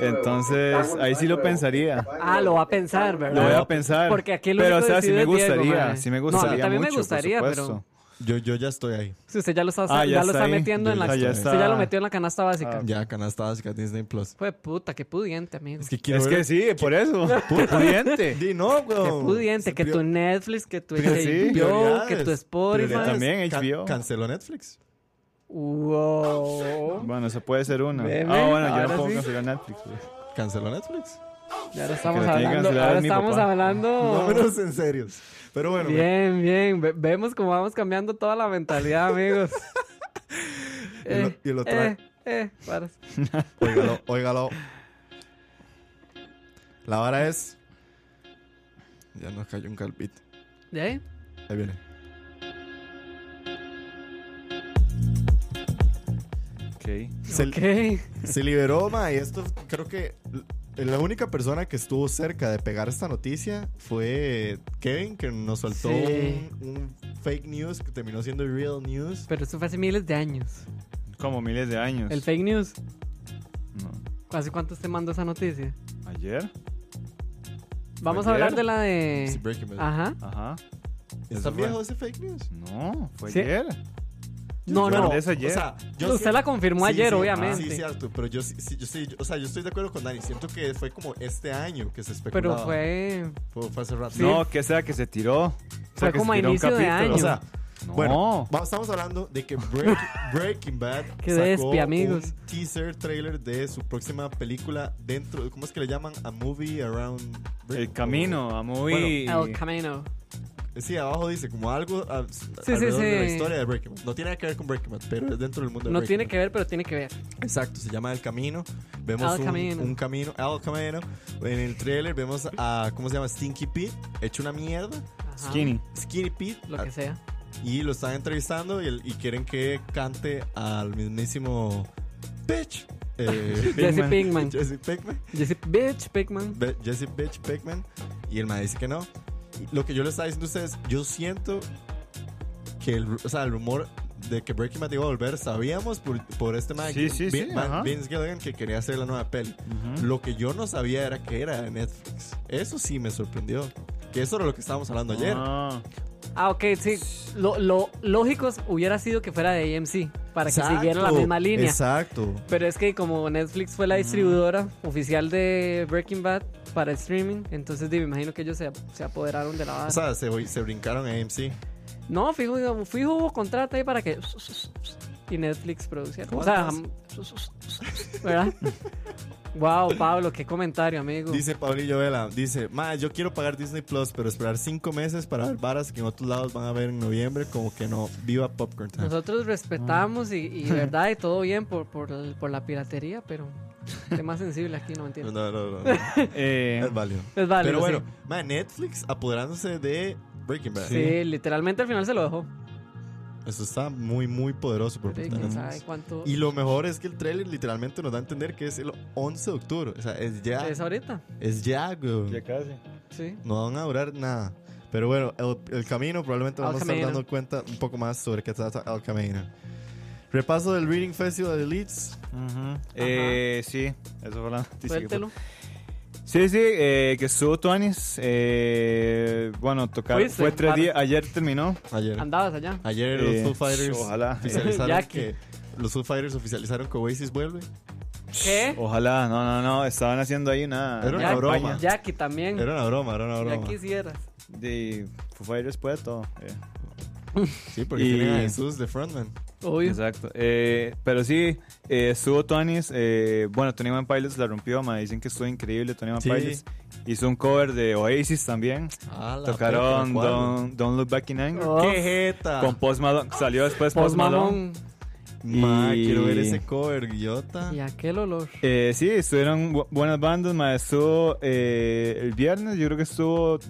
Speaker 4: Entonces, ahí sí lo pensaría.
Speaker 3: Ah, lo va a pensar, ¿verdad?
Speaker 4: Lo voy a pensar.
Speaker 3: Porque aquí el
Speaker 4: pero, o
Speaker 3: único
Speaker 4: sea,
Speaker 3: que
Speaker 4: sí me
Speaker 3: decide es Diego,
Speaker 4: gustaría.
Speaker 3: mae.
Speaker 4: sí me
Speaker 3: No,
Speaker 4: gustaría.
Speaker 3: también me
Speaker 4: mucho, por
Speaker 3: gustaría, pero-
Speaker 4: supuesto.
Speaker 2: Yo, yo ya estoy ahí.
Speaker 3: Si usted ya lo está,
Speaker 4: Ah,
Speaker 3: ya
Speaker 4: ya
Speaker 3: lo
Speaker 4: está
Speaker 3: está
Speaker 4: ahí.
Speaker 3: metiendo en la.
Speaker 4: Ah, ya
Speaker 3: Usted ya
Speaker 4: está.
Speaker 3: lo metió en la canasta básica.
Speaker 4: Ah.
Speaker 2: Ya, canasta básica, Disney Plus.
Speaker 3: Fue puta, qué pudiente, amigo.
Speaker 2: Es que quiero
Speaker 4: Es
Speaker 2: ver-
Speaker 4: que sí, por eso. Pudiente.
Speaker 2: *laughs* Di no, güey.
Speaker 3: Qué pudiente, que tu Netflix,
Speaker 2: *laughs*
Speaker 3: que tu
Speaker 4: Pero sí,
Speaker 3: HBO, que tu
Speaker 2: prioridades,
Speaker 3: Spotify.
Speaker 4: prioridades. También HBO.
Speaker 2: canceló Netflix.
Speaker 3: Wow.
Speaker 4: Bueno, se puede ser una.
Speaker 3: Bebe,
Speaker 4: ah, bueno, yo
Speaker 3: ahora
Speaker 4: no puedo
Speaker 3: sí.
Speaker 4: cancelar Netflix. güey.
Speaker 2: Canceló Netflix.
Speaker 3: Ya ahora estamos
Speaker 4: Que la tiene
Speaker 3: hablando.
Speaker 4: cancelada
Speaker 3: Ahora
Speaker 4: es mi
Speaker 3: estamos
Speaker 4: papá.
Speaker 2: No,
Speaker 3: hablando.
Speaker 2: menos en serio. Pero bueno,
Speaker 3: Oh. Bien, bien. ve- Vemos cómo vamos cambiando toda la
Speaker 2: *laughs*
Speaker 3: mentalidad, amigos.
Speaker 2: Y lo- y lo trae.
Speaker 3: eh, eh, varas.
Speaker 2: Óigalo, óigalo. La vara es. Ya nos cayó un calpito.
Speaker 3: ¿De ahí?
Speaker 2: Ahí viene. Se,
Speaker 3: Ok.
Speaker 2: se liberó, ma, y esto creo que l- la única persona que estuvo cerca de pegar esta noticia fue Kevin, que nos soltó
Speaker 3: Sí.
Speaker 2: un, un fake news que terminó siendo real news.
Speaker 3: Pero eso fue hace miles de años.
Speaker 4: Como miles de años.
Speaker 3: El fake news.
Speaker 4: No.
Speaker 3: ¿Hace cuánto usted mandó esa noticia?
Speaker 4: ¿Ayer?
Speaker 3: Vamos
Speaker 4: Ayer.
Speaker 3: a hablar de la de.
Speaker 2: Sí,
Speaker 3: Ah.
Speaker 2: Breaking Bad.
Speaker 3: Ajá.
Speaker 4: Ajá.
Speaker 2: ¿Está
Speaker 4: eso fue.
Speaker 2: viejo ese fake news?
Speaker 4: No, fue
Speaker 3: Sí.
Speaker 4: ayer.
Speaker 3: No, no.
Speaker 4: guardé eso ayer.
Speaker 2: O sea, yo
Speaker 3: Usted
Speaker 2: sí-
Speaker 3: la confirmó
Speaker 2: Sí,
Speaker 3: ayer,
Speaker 2: sí, Ah,
Speaker 3: obviamente.
Speaker 2: Sí, cierto, pero yo sí, sí, yo sí, yo- o sea, yo estoy de acuerdo con Dani. Siento que fue como este año que se
Speaker 3: pero
Speaker 2: especulaba.
Speaker 3: fue.
Speaker 2: Fue, fue hace rato.
Speaker 3: Sí.
Speaker 4: No, que sea que se tiró. O sea,
Speaker 3: Fue
Speaker 4: que se
Speaker 3: como a
Speaker 4: tiró un
Speaker 3: inicio de
Speaker 4: capítulo.
Speaker 2: O sea,
Speaker 4: No.
Speaker 2: bueno, va- estamos hablando de que Break- Breaking Bad
Speaker 3: Qué
Speaker 2: sacó
Speaker 3: despi, amigos.
Speaker 2: un teaser trailer de su próxima película dentro, ¿cómo es que le llaman? A Movie Around Break-
Speaker 4: el camino a muy...
Speaker 3: El Camino.
Speaker 2: Sí, abajo dice como algo a-
Speaker 3: sí,
Speaker 2: alrededor de la
Speaker 3: sí.
Speaker 2: historia de Breaking Bad. No tiene nada que ver con Breaking Bad, pero es dentro del mundo de
Speaker 3: No
Speaker 2: Breaking
Speaker 3: tiene
Speaker 2: Bad.
Speaker 3: que ver, pero tiene que ver.
Speaker 2: Exacto, se llama El Camino. Vemos
Speaker 3: El
Speaker 2: un,
Speaker 3: Camino.
Speaker 2: un camino, El Camino. En el trailer vemos a, ¿cómo se llama? Stinky Pete, hecho una mierda.
Speaker 3: Ajá.
Speaker 4: Skinny.
Speaker 2: Skinny Pete.
Speaker 3: Lo que sea.
Speaker 2: Y lo están entrevistando y, el- y quieren que cante al mismísimo Bitch. eh,
Speaker 3: *laughs* Jesse
Speaker 4: Pinkman.
Speaker 2: *laughs*
Speaker 3: Pinkman.
Speaker 2: Jesse Pinkman.
Speaker 3: Jesse Bitch Pinkman.
Speaker 2: Be- Jesse Bitch Pinkman. Y el man dice que no. Y Lo que yo le estaba diciendo a ustedes, yo siento que el, ru- o sea, el rumor de que Breaking Bad iba a volver, sabíamos por, por este man,
Speaker 4: Sí, sí,
Speaker 2: Vin-
Speaker 4: sí,
Speaker 2: man-
Speaker 4: ajá.
Speaker 2: Vince Gilligan, que quería hacer la nueva peli.
Speaker 4: Ujú.
Speaker 2: Lo que yo no sabía era que era de Netflix. Eso sí me sorprendió. Que eso era lo que estábamos hablando ayer.
Speaker 4: Ah,
Speaker 3: Ah, ok, sí. Lo, lo lógico hubiera sido que fuera de AMC para que
Speaker 2: Exacto,
Speaker 3: siguiera la misma línea.
Speaker 2: Exacto. Mm.
Speaker 3: Pero es que como Netflix fue la distribuidora oficial de Breaking Bad para el streaming, entonces di, me imagino que ellos se, se apoderaron de la banda.
Speaker 2: O sea, se, se brincaron a AMC.
Speaker 3: no, fijo, fijo hubo contrato ahí para que... Y Netflix produciera. O sea,
Speaker 2: ¿Cuántas?
Speaker 3: jam- ¿verdad? *laughs* wow, Pablo, qué comentario, amigo.
Speaker 2: Dice Paulillo Vela, dice, ma, yo quiero pagar Disney Plus, pero esperar cinco meses para ver varas que en otros lados van a ver en noviembre, como que no, viva Popcorn Time.
Speaker 3: Nosotros respetamos y, y verdad y todo bien por, por, el- por la piratería, pero tema sensible aquí, no Pues
Speaker 2: No,
Speaker 3: entiendo.
Speaker 2: no, no, no. *laughs*
Speaker 4: eh,
Speaker 2: es válido.
Speaker 3: Es válido,
Speaker 2: Pero bueno,
Speaker 3: sí.
Speaker 2: ma, Netflix apoderándose de Breaking Bad.
Speaker 3: Sí, literalmente al final se lo dejó.
Speaker 2: Eso está muy, muy poderoso por parte
Speaker 3: Pero,
Speaker 2: de
Speaker 3: ¿quién
Speaker 2: Netflix.
Speaker 3: sabe cuánto
Speaker 2: Y lo mejor es que el trailer literalmente nos da a entender que es el 11 de octubre. O sea, es ya.
Speaker 3: es ahorita?
Speaker 2: Es ya, güey.
Speaker 4: ya casi.
Speaker 3: Sí.
Speaker 2: No van a durar nada. Pero bueno, el, el camino probablemente
Speaker 3: El
Speaker 2: vamos a
Speaker 3: camino.
Speaker 2: estar dando cuenta un poco más sobre qué trata el camino. Repaso del Reading Festival de Leeds.
Speaker 4: Ujú. Eh, sí, eso fue la noticia que fue.
Speaker 3: Suéltelo.
Speaker 4: Sí, sí, eh, que estuvo Tuanis. Eh, bueno, tocar.
Speaker 3: Fuiste,
Speaker 4: Fue tres
Speaker 3: Pues, para-
Speaker 4: días. Ayer terminó.
Speaker 2: Ayer.
Speaker 3: Andabas allá.
Speaker 2: Ayer los
Speaker 4: Eh,
Speaker 2: Foo Fighters
Speaker 4: ojalá.
Speaker 2: oficializaron
Speaker 3: Jackie.
Speaker 2: que los Foo Fighters oficializaron que Oasis vuelve.
Speaker 3: ¿Qué?
Speaker 4: Ojalá, no, no, no. Estaban haciendo ahí una.
Speaker 2: ¿Eh? Era una
Speaker 4: campaña.
Speaker 2: broma.
Speaker 3: Jackie también.
Speaker 2: Era una broma, era una broma.
Speaker 3: Ya quisieras.
Speaker 4: De Foo Fighters puede todo. eh.
Speaker 2: Sí, porque
Speaker 4: Y-
Speaker 2: tienen a Jesús de frontman.
Speaker 3: Obvio.
Speaker 4: Exacto. Eh, pero sí, eh, estuvo Tuanis. eh, bueno, Tony Van Pilots la rompió. Me dicen que estuvo increíble Tony Van
Speaker 2: Sí.
Speaker 4: Pilots. Hizo un cover de Oasis también.
Speaker 2: Ah, la
Speaker 4: Tocaron
Speaker 2: puta, ¿cuál?
Speaker 4: Don't, Don't Look Back in Anger.
Speaker 3: Oh.
Speaker 2: ¡Qué jeta!
Speaker 4: Con Post Malone. Salió después Post,
Speaker 3: Post Malone.
Speaker 4: Malone.
Speaker 2: Ma,
Speaker 4: y-
Speaker 2: quiero ver ese cover, Guillota.
Speaker 3: Y aquel olor.
Speaker 4: Eh, sí, estuvieron bu- buenas bandas, más estuvo eh, el viernes, yo creo que estuvo The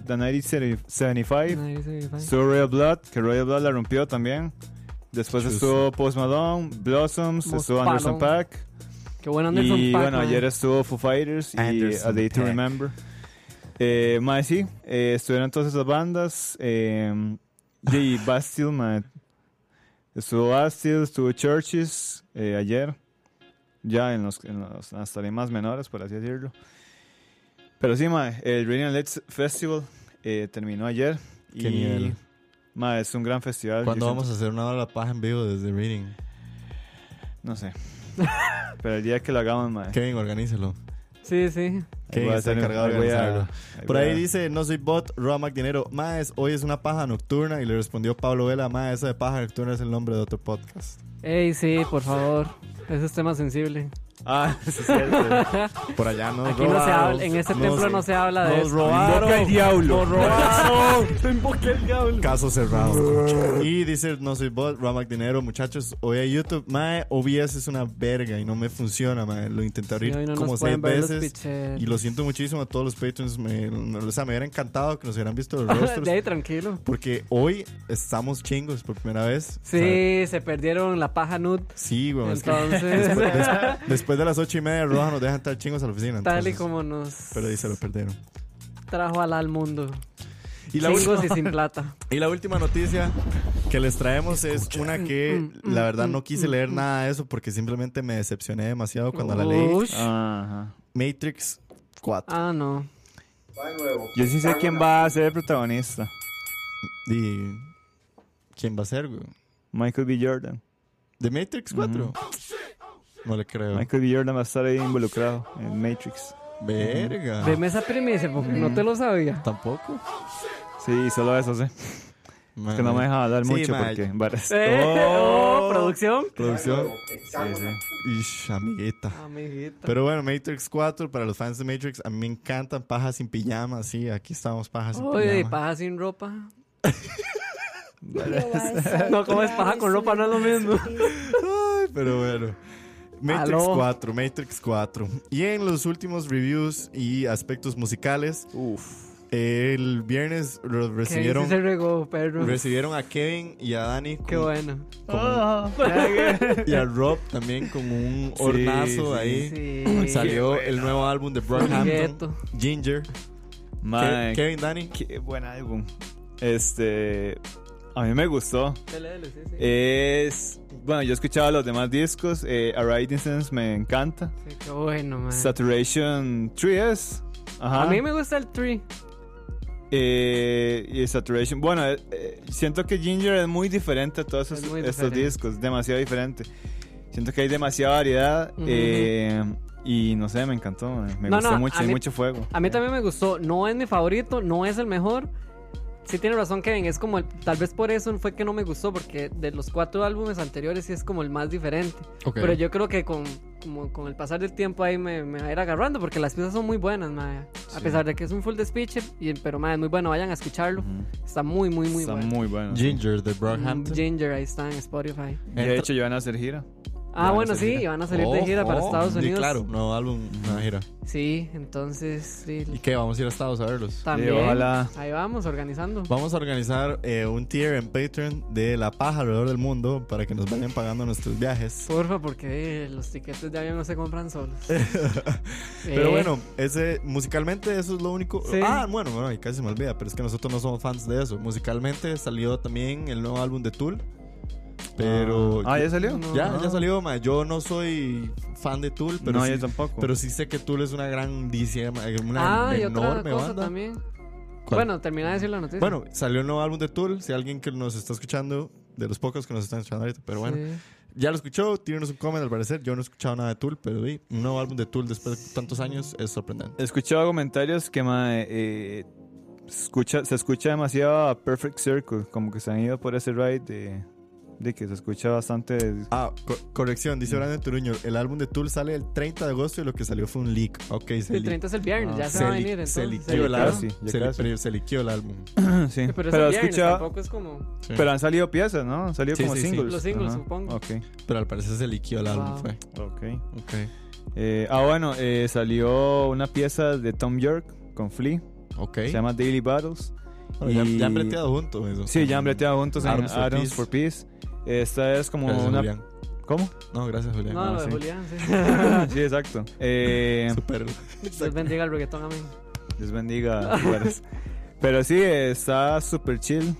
Speaker 4: 75,
Speaker 3: Nadie se ve.
Speaker 4: estuvo Royal Blood, que Royal Blood la rompió también. Después
Speaker 2: Chuzo.
Speaker 4: estuvo Post Malone, Blossoms,
Speaker 3: Post
Speaker 4: estuvo Anderson
Speaker 3: Malone.
Speaker 4: Pack.
Speaker 3: Qué bueno Anderson
Speaker 4: Y
Speaker 3: Paak,
Speaker 4: bueno,
Speaker 3: man.
Speaker 4: ayer estuvo Foo Fighters y
Speaker 2: Anderson
Speaker 4: A Day to
Speaker 2: Paak.
Speaker 4: Remember. Eh, más sí, eh, estuvieron todas esas bandas. Eh, y Bastille, mae. Estuvo Bastille, estuvo Churches eh, ayer. Ya en, los, en, los- en las tarimas menores, por así decirlo. Pero sí, mae, el Reading and Let's Festival eh, terminó ayer.
Speaker 2: Qué
Speaker 4: y,
Speaker 2: nivel.
Speaker 4: mae, es un gran festival.
Speaker 2: ¿Cuándo
Speaker 4: Yo
Speaker 2: vamos a hacer una hora de la paja en vivo desde Reading?
Speaker 4: siento- No sé. *laughs* Pero el día que lo hagamos, mae.
Speaker 2: Kevin, organícelo.
Speaker 3: Sí, sí.
Speaker 4: ahí
Speaker 2: Kevin
Speaker 4: voy
Speaker 2: está
Speaker 4: a hacer-
Speaker 2: encargado de
Speaker 4: ahí voy a-
Speaker 2: organizarlo. Por
Speaker 4: voy
Speaker 2: ahí
Speaker 4: a-
Speaker 2: dice, no soy bot, Romac Dinero. Maes, hoy es una paja nocturna. Y le respondió Pablo Vela, Maes, esa de paja nocturna es el nombre de otro podcast.
Speaker 3: Ey, sí, por favor. Ese es tema sensible.
Speaker 4: Ah, *laughs* sí, es cierto.
Speaker 2: Por allá no
Speaker 3: Aquí no se habla, en este templo no se habla de
Speaker 2: Nos
Speaker 3: eso.
Speaker 2: robaron.
Speaker 4: el diablo.
Speaker 2: Nos robaron. Caso cerrado. y dice, no soy bot, Romac Dinero. Muchachos, hoy a YouTube, Mae, OBS es una verga y no me funciona, Mae. Lo intenté
Speaker 3: Y
Speaker 2: abrir
Speaker 3: hoy no
Speaker 2: como
Speaker 3: nos
Speaker 2: seis
Speaker 3: pueden ver los
Speaker 2: veces.
Speaker 3: picheros.
Speaker 2: Y lo siento muchísimo a todos los patrons. Me, me- o sea, me hubiera encantado que nos hubieran visto los rostros.
Speaker 3: *laughs* *laughs* De ahí, tranquilo.
Speaker 2: Porque hoy estamos chingos por primera vez. O sea,
Speaker 3: Sí, se perdieron la paja nude.
Speaker 2: sí, güey. es que
Speaker 3: Entonces, *laughs*
Speaker 2: des- *laughs* después de las ocho y media, Roja nos deja entrar chingos a la oficina.
Speaker 3: tal y
Speaker 2: entonces-
Speaker 3: como nos
Speaker 2: Pero ahí se lo perdieron.
Speaker 3: trajo al al mundo.
Speaker 2: Y la,
Speaker 3: Chingos
Speaker 2: última,
Speaker 3: *laughs* y sin plata.
Speaker 2: y la última noticia que les traemos es una
Speaker 3: Mm,
Speaker 2: que la verdad no quise leer nada de eso porque simplemente me decepcioné demasiado *laughs* cuando la leí. Ah.
Speaker 3: Ush.
Speaker 4: Ajá.
Speaker 2: Matrix 4.
Speaker 3: Ah, no.
Speaker 5: Va de nuevo.
Speaker 4: Yo sí sé quién va a ser el
Speaker 3: Ah.
Speaker 4: protagonista.
Speaker 2: ¿Y quién va a ser, güey?
Speaker 4: Michael B. Jordan.
Speaker 2: ¿De Matrix 4?
Speaker 3: Mm.
Speaker 2: No le creo.
Speaker 4: Michael B. Jordan va a estar ahí involucrado en Matrix.
Speaker 2: Verga.
Speaker 3: Deme esa primicia porque no te lo sabía.
Speaker 2: Tampoco.
Speaker 4: Sí, solo eso sé. Es que no me deja hablar
Speaker 2: Sí,
Speaker 4: mucho
Speaker 2: mae.
Speaker 4: porque... varas.
Speaker 3: Eh,
Speaker 2: Oh.
Speaker 3: *laughs* oh, producción.
Speaker 2: Producción.
Speaker 4: Sí, sí.
Speaker 2: Ish, amiguita.
Speaker 3: Amiguita.
Speaker 2: Pero bueno, Matrix 4, para los fans de Matrix, a mí me encantan pajas sin pijama, sí, aquí estamos pajas sin
Speaker 3: Oye,
Speaker 2: pijama.
Speaker 3: paja sin ropa. No, *laughs*
Speaker 6: No,
Speaker 3: ¿cómo es paja con ropa? No es lo mismo.
Speaker 2: Ay, pero bueno. Matrix
Speaker 3: Aló.
Speaker 2: 4, Matrix 4. Y en los últimos reviews y aspectos musicales, el viernes lo
Speaker 3: Que
Speaker 2: recibieron,
Speaker 3: sí se regó, perro.
Speaker 2: recibieron a Kevin y a Dani
Speaker 3: Qué
Speaker 2: con-
Speaker 3: bueno.
Speaker 4: Ah.
Speaker 2: y a Rob también con un
Speaker 4: Sí,
Speaker 2: hornazo
Speaker 4: sí,
Speaker 2: ahí.
Speaker 3: Sí.
Speaker 2: Salió el nuevo álbum de Brockhampton,
Speaker 3: Gueto.
Speaker 2: Ginger.
Speaker 4: Mae,
Speaker 2: Ke- Kevin, Dani.
Speaker 4: qué buen álbum. Este... A mí me gustó.
Speaker 3: Dele, dele, sí, sí.
Speaker 4: Eh, Es... Bueno, yo he escuchado los demás discos. Eh, A Ride in Sense me encanta.
Speaker 3: Sí, qué bueno, man.
Speaker 4: Saturation 3 es. Ajá.
Speaker 3: A mí me gusta el tree.
Speaker 4: Eh, y Saturation. Bueno, eh, eh, siento que Ginger es muy diferente a todos
Speaker 3: Es
Speaker 4: esos-
Speaker 3: muy
Speaker 4: estos
Speaker 3: diferente.
Speaker 4: discos. Demasiado diferente. Siento que hay demasiada variedad.
Speaker 3: Ujú.
Speaker 4: eh, y no sé, me encantó. Me me
Speaker 3: No,
Speaker 4: gustó
Speaker 3: no,
Speaker 4: mucho.
Speaker 3: a
Speaker 4: Hay
Speaker 3: mí-
Speaker 4: mucho fuego.
Speaker 3: A mí también me gustó. No es mi favorito, no es el mejor. Sí tiene razón Kevin, es como el- tal vez por eso fue que no me gustó, porque de los cuatro álbumes anteriores sí es como el más diferente. Pero yo creo que con, como con el pasar del tiempo ahí me, me va a ir agarrando, porque las piezas son muy buenas, mae. A pesar de que es un full speech, y, pero mae, es muy bueno, vayan a escucharlo.
Speaker 4: Ujú.
Speaker 3: Está muy, muy, muy
Speaker 4: Está
Speaker 3: bueno.
Speaker 4: muy bueno.
Speaker 2: Ginger de
Speaker 3: Mm,
Speaker 2: Brockhampton.
Speaker 3: Ginger, ahí está en Spotify.
Speaker 4: De hecho, ya van a hacer gira.
Speaker 3: Ah, bueno, sí, y van a salir de gira para Estados Unidos.
Speaker 2: Sí, claro, nuevo álbum, nueva gira.
Speaker 3: Sí, entonces, sí,
Speaker 2: ¿Y eh, qué? Vamos a ir a Estados a verlos.
Speaker 3: también.
Speaker 4: Eh, ojalá.
Speaker 3: Ahí vamos, organizando.
Speaker 2: Vamos a organizar eh, un tier en Patreon de la paja alrededor del mundo para que nos vayan pagando nuestros viajes.
Speaker 3: Porfa, porque eh, los tiquetes de avión no se compran solos. Eh,
Speaker 2: *laughs* Pero bueno, ese musicalmente eso es lo único.
Speaker 3: Sí.
Speaker 2: Ah, bueno, bueno, y casi se me olvida, pero es que nosotros no somos fans de eso. Musicalmente salió también el nuevo álbum de Tool. Pero
Speaker 4: Ah, ¿ya salió?
Speaker 3: No.
Speaker 2: ya, ya salió, ma. Yo no soy fan de Tool, pero
Speaker 4: no,
Speaker 2: sí,
Speaker 4: yo tampoco.
Speaker 2: pero sí sé que Tool es una grandísima, eh, una
Speaker 3: Ah, y otra
Speaker 2: enorme
Speaker 3: cosa
Speaker 2: banda.
Speaker 3: también.
Speaker 2: ¿Cuál?
Speaker 3: Bueno, termina de decir la noticia.
Speaker 2: Bueno, salió un nuevo álbum de Tool. Si alguien que nos está escuchando, de los pocos que nos están escuchando ahorita, pero bueno,
Speaker 3: Sí.
Speaker 2: ya lo escuchó. Tírenos un comment al parecer. Yo no he escuchado nada de Tool, pero vi un nuevo álbum de Tool después de tantos años es sorprendente.
Speaker 4: He escuchado comentarios que mae, eh, escucha, se escucha demasiado a Perfect Circle, como que se han ido por ese ride de, de que se escucha bastante.
Speaker 2: Ah, co- corrección,
Speaker 3: Mm.
Speaker 2: dice Brandon Turuño. El álbum de Tool sale el 30 de agosto y lo que salió fue un leak. Ok, se
Speaker 3: El
Speaker 2: li-
Speaker 3: 30 es el viernes,
Speaker 4: Ah.
Speaker 3: ya se,
Speaker 2: se
Speaker 3: va a
Speaker 2: li-
Speaker 3: venir. Entonces.
Speaker 2: se
Speaker 4: Sí,
Speaker 2: liqueó el
Speaker 4: ya
Speaker 2: álbum.
Speaker 4: casi, ya
Speaker 2: Se li-
Speaker 4: casi.
Speaker 2: pero se liqueó el álbum.
Speaker 4: sí.
Speaker 3: Pero
Speaker 4: Pero,
Speaker 3: es el
Speaker 4: he
Speaker 3: viernes,
Speaker 4: escuchado,
Speaker 3: tampoco es como...
Speaker 2: Sí.
Speaker 4: pero han salido piezas, ¿no? Han salido
Speaker 2: Sí,
Speaker 4: como
Speaker 2: sí, sí.
Speaker 4: singles.
Speaker 3: Los singles,
Speaker 4: Ajá.
Speaker 3: supongo.
Speaker 4: Ok,
Speaker 2: Pero al parecer se liqueó el álbum.
Speaker 3: Wow.
Speaker 2: Fue.
Speaker 4: ok.
Speaker 2: Ok.
Speaker 4: Eh, ah, bueno, eh, salió una pieza de Tom York con Flea,
Speaker 2: Ok.
Speaker 4: se llama Daily Battles.
Speaker 2: Bueno, ya,
Speaker 4: y-
Speaker 2: ya han breteado juntos. eso.
Speaker 4: Sí, ya han breteado juntos en
Speaker 2: Arms
Speaker 4: Arms
Speaker 2: for Peace.
Speaker 4: for Peace. Esta es como
Speaker 2: Gracias,
Speaker 4: una.
Speaker 2: Julián.
Speaker 4: ¿Cómo? *laughs*
Speaker 2: No, gracias, Julián.
Speaker 3: No,
Speaker 4: Ah,
Speaker 3: lo de
Speaker 4: sí.
Speaker 3: Julián,
Speaker 2: *laughs*
Speaker 3: sí.
Speaker 4: sí, exacto. Eh,
Speaker 2: Súper.
Speaker 3: Dios bendiga el reggaetón, amén.
Speaker 4: Dios bendiga. Juárez. Pero sí, eh, está súper chill.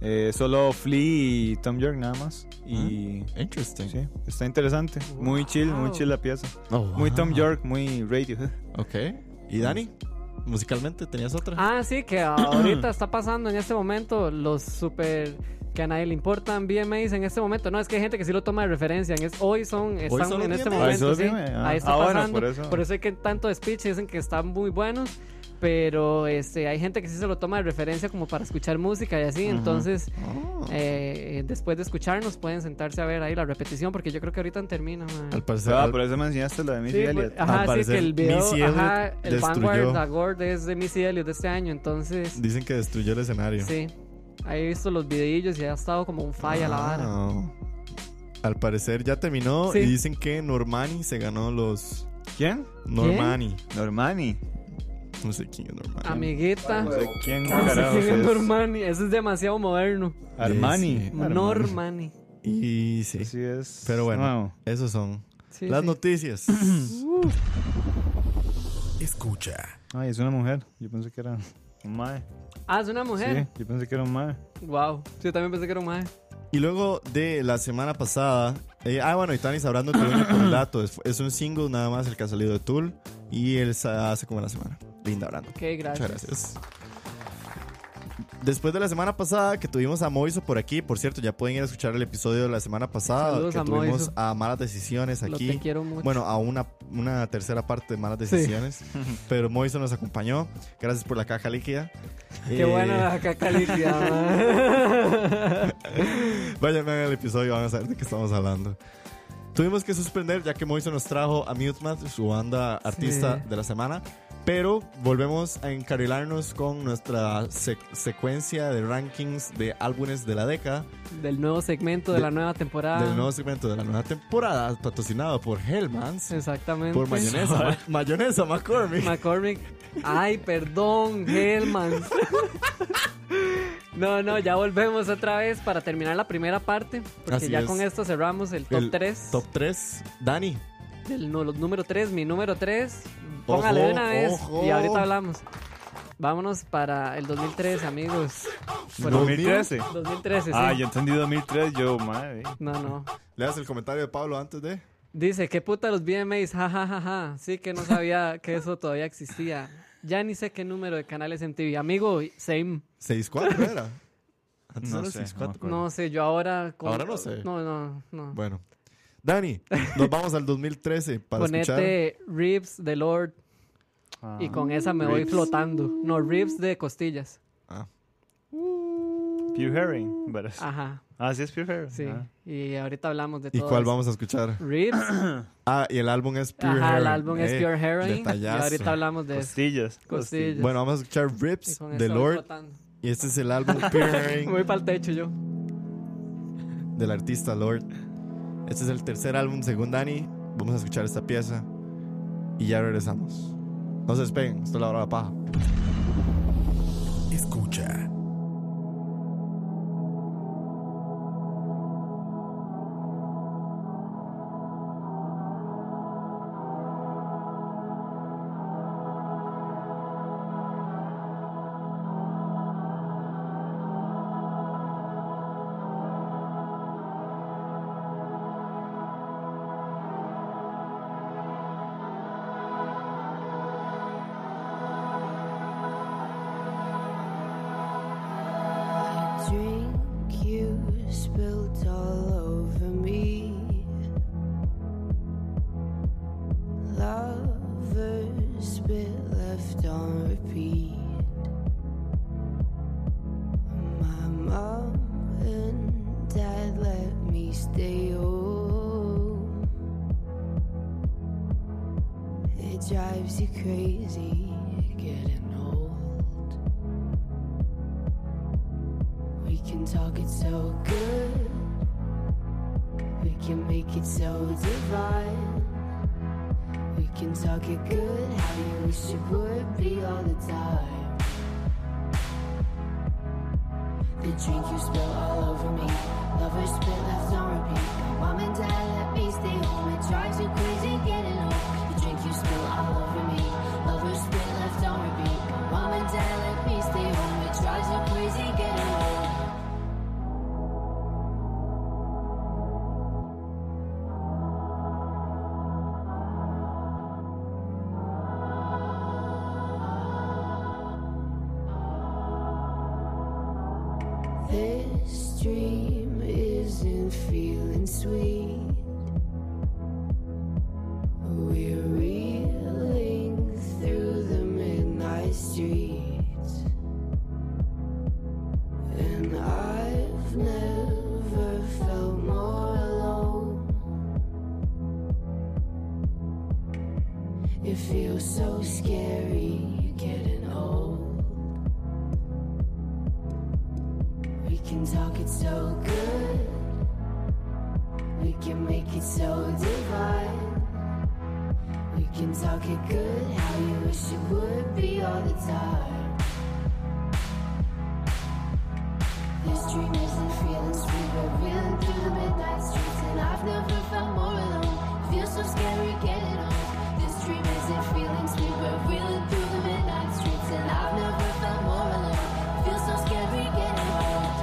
Speaker 4: Eh, solo Flea y Tom York nada más. Y
Speaker 2: Interesting.
Speaker 4: sí, está interesante. Muy chill, muy
Speaker 3: Wow.
Speaker 4: chill la pieza.
Speaker 2: Oh,
Speaker 4: Muy Tom
Speaker 2: wow.
Speaker 4: York, muy Radiohead.
Speaker 2: Ok. Mm. ¿Y Dani? Musicalmente, ¿tenías otra?
Speaker 3: Ah, sí, que ahorita está pasando en este momento los super que a nadie le importan BMAs en este momento. No, es que hay gente que sí lo toma de referencia. En es, hoy son, están
Speaker 2: son
Speaker 3: en
Speaker 2: los
Speaker 3: este
Speaker 2: BMAs.
Speaker 4: Hoy
Speaker 3: momento.
Speaker 4: son los
Speaker 3: sí.
Speaker 4: BMAs, ah.
Speaker 3: Ahí está
Speaker 4: Ah, bueno,
Speaker 3: pasando.
Speaker 4: por eso.
Speaker 3: hay que tanto speech dicen que están muy buenos. Pero este, hay gente que sí se lo toma de referencia como para escuchar música y así.
Speaker 4: Ujú.
Speaker 3: Entonces,
Speaker 2: Oh.
Speaker 3: eh, después de escucharnos, pueden sentarse a ver ahí la repetición porque yo creo que ahorita termina. man.
Speaker 2: Al parecer.
Speaker 4: Ah,
Speaker 2: al-
Speaker 4: por eso me enseñaste la de Missy
Speaker 3: Sí,
Speaker 4: Elliott.
Speaker 3: pues, ajá,
Speaker 2: Al
Speaker 3: sí,
Speaker 2: parecer,
Speaker 3: que el video,
Speaker 2: Missy
Speaker 3: ajá,
Speaker 2: Elliott
Speaker 3: el
Speaker 2: destruyó.
Speaker 3: Vanguard, la Gord es de Missy Elliott de este año, entonces,
Speaker 2: Dicen que destruyó el escenario.
Speaker 3: sí, ahí he visto los videillos y ha estado como un falla la vara.
Speaker 2: Ah. Al parecer ya terminó
Speaker 3: Sí.
Speaker 2: y dicen que Normani se ganó los.
Speaker 4: ¿Quién?
Speaker 2: Normani.
Speaker 4: Normani.
Speaker 2: No sé quién es Normani.
Speaker 3: Amiguita, *laughs*
Speaker 4: No sé quién
Speaker 3: no sé
Speaker 4: carajo
Speaker 3: quién es
Speaker 4: es.
Speaker 3: Ah, Normani, eso es demasiado moderno,
Speaker 4: Armani.
Speaker 2: Sí, sí.
Speaker 4: Armani.
Speaker 3: Normani.
Speaker 2: Y sí.
Speaker 4: Así es.
Speaker 2: Pero bueno.
Speaker 4: Wow.
Speaker 2: Esos son
Speaker 3: Sí,
Speaker 2: las
Speaker 3: sí. *clears throat*
Speaker 2: noticias.
Speaker 1: Escucha.
Speaker 4: Ay, es una mujer. Yo pensé que era un mae.
Speaker 3: Ah, es una mujer,
Speaker 4: Sí, yo pensé que era un mae.
Speaker 3: wow, yo también pensé que era un maje.
Speaker 2: y luego de la semana pasada. eh, ah, bueno, y Tani sabrando que viene con el dato. Es, es un single nada más el que ha salido de Tool. Y él sa- hace como la semana. Linda hablando.
Speaker 3: Ok, gracias.
Speaker 2: Muchas gracias. Después de la semana pasada que tuvimos a Moiso por aquí, por cierto, ya pueden ir a escuchar el episodio de la semana pasada
Speaker 3: Saludos
Speaker 2: que
Speaker 3: a
Speaker 2: tuvimos
Speaker 3: Moiso.
Speaker 2: a Malas Decisiones
Speaker 3: Lo te
Speaker 2: aquí.
Speaker 3: quiero mucho.
Speaker 2: Bueno, a una, una tercera parte de Malas Decisiones.
Speaker 3: *laughs*
Speaker 2: Pero Moiso nos acompañó. Gracias por la caja líquida.
Speaker 3: Qué
Speaker 2: Eh,
Speaker 3: buena la
Speaker 2: *laughs*
Speaker 3: caca líquida, man.
Speaker 2: Vayan a ver el episodio, van a saber de qué estamos hablando. Tuvimos que suspender ya que Moiso nos trajo a Mute Math, su banda artista
Speaker 3: Sí.
Speaker 2: de la semana. Pero volvemos a encarrilarnos con nuestra sec- secuencia de rankings de álbumes de la década.
Speaker 3: Del nuevo segmento de,
Speaker 2: De-
Speaker 3: la nueva
Speaker 4: Ah.
Speaker 3: temporada.
Speaker 2: Del nuevo segmento de la nueva temporada, patrocinado por Hellmans.
Speaker 3: Exactamente.
Speaker 2: Por mayonesa,
Speaker 4: *laughs*
Speaker 2: ma- mayonesa McCormick.
Speaker 3: McCormick. Ay, perdón, Hellman. No, no, ya volvemos otra vez para terminar la primera parte. Porque
Speaker 2: Así
Speaker 3: ya
Speaker 2: es.
Speaker 3: con esto cerramos el top
Speaker 2: El
Speaker 3: 3.
Speaker 2: Top 3. Dani,
Speaker 3: Del nu- número 3, mi número 3. Póngale de una vez
Speaker 2: ojo.
Speaker 3: y ahorita hablamos. Vámonos para el 2003, amigos. Bueno,
Speaker 4: 2013.
Speaker 3: 2013, sí.
Speaker 4: Ah, yo entendí 2003, yo, madre.
Speaker 3: No, no.
Speaker 2: leas el comentario de Pablo antes de.
Speaker 3: Dice, ¿qué puta los BMAs? Ja, ja, ja, ja. Sí que no sabía que eso todavía existía. Ya ni sé qué número de canales en TV. Amigo, same.
Speaker 2: 6-4 era. Antes
Speaker 4: *laughs* No
Speaker 2: era
Speaker 4: sé,
Speaker 2: 6-4.
Speaker 4: no me
Speaker 3: No sé, yo ahora... con-
Speaker 2: Ahora no sé.
Speaker 3: No, no, no.
Speaker 2: Bueno. Dani,
Speaker 3: *laughs*
Speaker 2: nos vamos al 2013 para escuchar. Ah,
Speaker 3: Ponete este Ribs de Lord
Speaker 4: Ah.
Speaker 3: y con esa me voy
Speaker 4: Ribs.
Speaker 3: flotando. No, Ribs de costillas.
Speaker 4: Pure Herring. varas.
Speaker 3: Ajá,
Speaker 4: Ah, sí es Pure Herring.
Speaker 3: sí.
Speaker 4: Ah.
Speaker 3: Y ahorita hablamos de
Speaker 2: ¿Y
Speaker 3: todo
Speaker 2: cuál
Speaker 3: eso.
Speaker 2: vamos a escuchar?
Speaker 3: Ribs.
Speaker 2: Ah, y el álbum es Pure
Speaker 3: Ajá, el
Speaker 2: Heroin.
Speaker 3: álbum es
Speaker 2: Eh,
Speaker 3: Pure Heroin. Y
Speaker 2: detallazo.
Speaker 3: ahorita hablamos de eso.
Speaker 4: Costillas.
Speaker 3: Costillas.
Speaker 2: Bueno, vamos a escuchar
Speaker 3: Y
Speaker 2: Rips
Speaker 3: con
Speaker 2: de
Speaker 3: eso voy
Speaker 2: Lord.
Speaker 3: flotando.
Speaker 2: Y este
Speaker 3: *laughs*
Speaker 2: es el álbum Pure Heroin
Speaker 3: Me voy para el techo yo.
Speaker 2: del artista Lord. Este es el tercer álbum según Dani. Vamos a escuchar esta pieza. Y ya regresamos. No se despeguen, esto es la hora de la paja.
Speaker 1: Escucha.
Speaker 7: drink you spilled all over me. Lovers spit left on repeat. My mom and dad let me stay home. It drives you crazy getting old. We can talk it so good. We can make it so divine. We can talk it good. How you wish it would be all the time. The drink you spill all over me. Lovers spit left on repeat. Mom and dad let me stay home. It drives you crazy getting old. The drink you spill all over me. Lovers spit left on repeat. Mom and dad let me stay home. It drives you crazy getting old. This dream isn't feeling sweet. We're reeling through the midnight streets. And I've never felt more alone. It feels so scary getting old. We can talk it so good. We can make it so divine. We can talk it good. How you wish it would be all the time. This dream isn't feeling sweet. We're reeling through the midnight streets, and I've never felt more alone. It feels so scary getting old. This dream isn't feeling sweet. We're reeling through the midnight streets, and I've never felt more alone. It feels so scary getting old.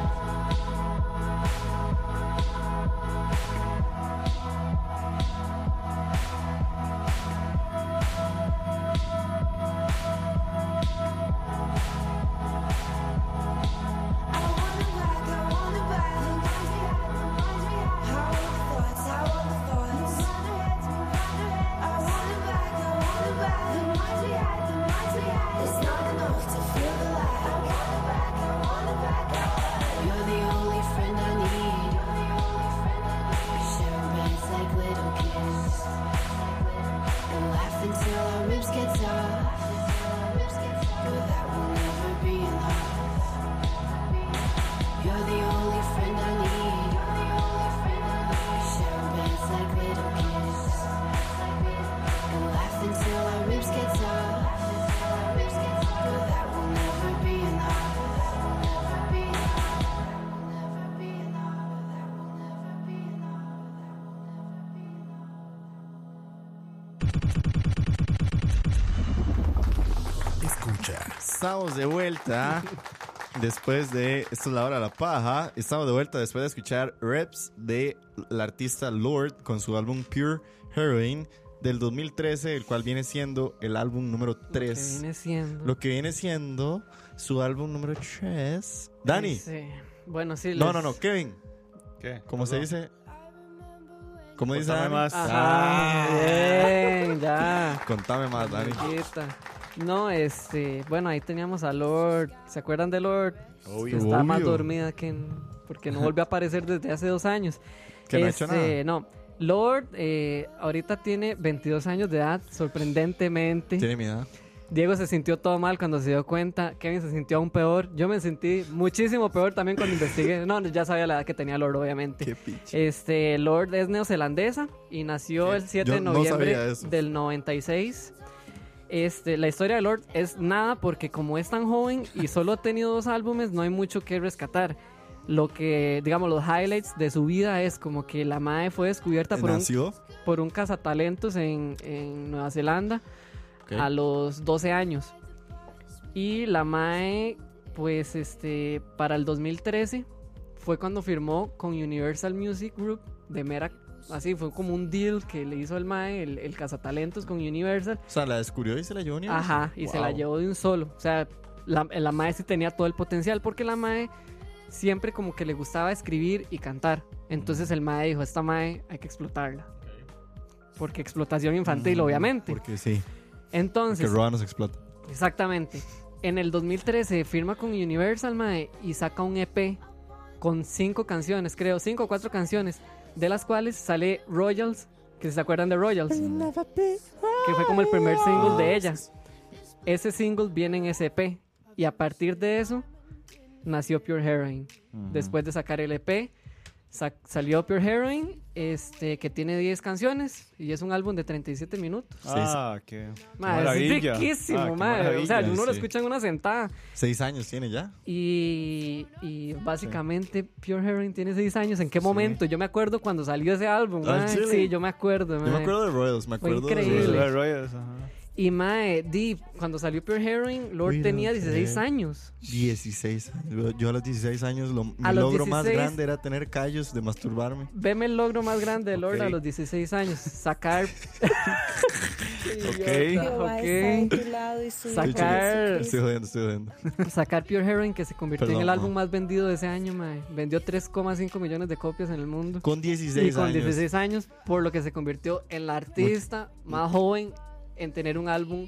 Speaker 2: Estamos de vuelta después de. Esto es la hora de la paja. Estamos de vuelta después de escuchar reps de la artista Lord con su álbum Pure Heroin del 2013, el cual viene siendo el álbum número
Speaker 3: Lo que
Speaker 2: 3.
Speaker 3: viene siendo.
Speaker 2: Lo que viene siendo su álbum número 3. Dani.
Speaker 3: Sí. Bueno, sí.
Speaker 2: No,
Speaker 3: les-
Speaker 2: no, no, Kevin.
Speaker 4: ¿Qué?
Speaker 2: ¿Cómo se dice? ¿Cómo dice
Speaker 4: Contame
Speaker 2: Dani?
Speaker 4: más.
Speaker 2: Ah.
Speaker 3: Ajá, bien, ya.
Speaker 2: Contame más, Dani.
Speaker 3: Amiguita. No, este, bueno, ahí teníamos a Lord. ¿Se acuerdan de Lord?
Speaker 2: Obvio.
Speaker 3: que está más
Speaker 2: Obvio.
Speaker 3: dormida que en- porque no volvió a aparecer desde hace dos años.
Speaker 2: Que no ha hecho
Speaker 3: Este, no. Lord eh, ahorita tiene 22 años de edad, sorprendentemente.
Speaker 2: Tiene mi edad.
Speaker 3: Diego se sintió todo mal cuando se dio cuenta. Kevin se sintió aún peor. Yo me sentí muchísimo peor también cuando investigué. No, ya sabía la edad que tenía Lord, obviamente.
Speaker 2: Qué piche.
Speaker 3: Este, Lord es neozelandesa y nació el 7 de
Speaker 2: Yo no
Speaker 3: noviembre
Speaker 2: sabía eso.
Speaker 3: del 96. Este, la historia de Lord es nada porque como es tan joven
Speaker 2: *laughs*
Speaker 3: y solo ha tenido dos álbumes, no hay mucho que rescatar. Lo que, digamos, los highlights de su vida es como que la madre fue descubierta por un,
Speaker 2: Eh, Nació.
Speaker 3: por un cazatalentos en, en Nueva Zelanda a los 12 años. Y la Mae, pues este, para el 2013 fue cuando firmó con Universal Music Group de mera. Así fue como un deal que le hizo el Mae, el, el cazatalentos con Universal.
Speaker 2: O sea, la descubrió y se la llevó ni a-
Speaker 3: Ajá, y se la
Speaker 2: Wow.
Speaker 3: llevó de un solo. O sea, la, la Mae sí tenía todo el potencial porque la Mae siempre como que le gustaba escribir y cantar. Entonces el Mae dijo, esta Mae hay que explotarla. Porque explotación infantil,
Speaker 2: Mm,
Speaker 3: obviamente.
Speaker 2: Porque sí. Que
Speaker 3: Entonces,
Speaker 2: Roa nos explota.
Speaker 3: Exactamente. En el 2013 firma con Universal Mae y saca un EP con cinco canciones, creo, cinco o cuatro canciones, de las cuales sale Royals, que si se acuerdan de Royals, que fue como el primer single de ella. Ese single viene en ese EP y a partir de eso nació Pure Heroin. Después de sacar el EP, sa- salió Pure Heroin, este, que tiene 10 canciones y es un álbum de 37 minutos.
Speaker 4: Ah, qué.
Speaker 3: Mae,
Speaker 4: maravilla.
Speaker 3: es riquísimo,
Speaker 4: Ah, qué
Speaker 3: mae. O sea,
Speaker 4: maravilla,
Speaker 3: uno lo
Speaker 2: sí.
Speaker 3: escucha en una sentada.
Speaker 2: Seis años tiene ya.
Speaker 3: Y, y básicamente Pure Heroin tiene seis años. ¿En qué momento? Yo me acuerdo cuando salió ese álbum.
Speaker 2: Ah, ¿en
Speaker 3: mae.
Speaker 2: serio?
Speaker 3: Sí, yo me acuerdo.
Speaker 2: Yo me
Speaker 3: mae.
Speaker 2: acuerdo de Royals, me
Speaker 3: Fue
Speaker 2: acuerdo
Speaker 4: Sí,
Speaker 3: increíble.
Speaker 2: de
Speaker 4: Roy
Speaker 2: Royals. *laughs*
Speaker 4: Reyes, ajá.
Speaker 3: Y Mae, di, cuando salió Pure Heroin, Lord
Speaker 2: We
Speaker 3: tenía
Speaker 2: don't
Speaker 3: 16
Speaker 2: care.
Speaker 3: años.
Speaker 2: 16 años. Yo a los 16 años lo, mi
Speaker 3: A los
Speaker 2: logro más
Speaker 3: 16.
Speaker 2: grande era tener callos de masturbarme.
Speaker 3: Veme el logro más grande de Lord
Speaker 2: Ok.
Speaker 3: a los 16 años.
Speaker 4: *laughs*
Speaker 3: Sacar. *laughs*
Speaker 6: Jehová está en
Speaker 3: Idiota, ok.
Speaker 6: tu lado y su
Speaker 3: Sacar-
Speaker 6: Jesucristo.
Speaker 2: Estoy jodiendo, estoy jodiendo.
Speaker 3: Sacar Pure Heroin, que se convirtió en
Speaker 2: Perdón,
Speaker 3: el álbum
Speaker 2: mae.
Speaker 3: más vendido de ese año, Mae. Vendió 3,5 millones de copias en el mundo.
Speaker 2: Con
Speaker 3: Y
Speaker 2: 16
Speaker 3: con
Speaker 2: años.
Speaker 3: 16 pues, años, por lo que se convirtió en la artista más joven en tener un álbum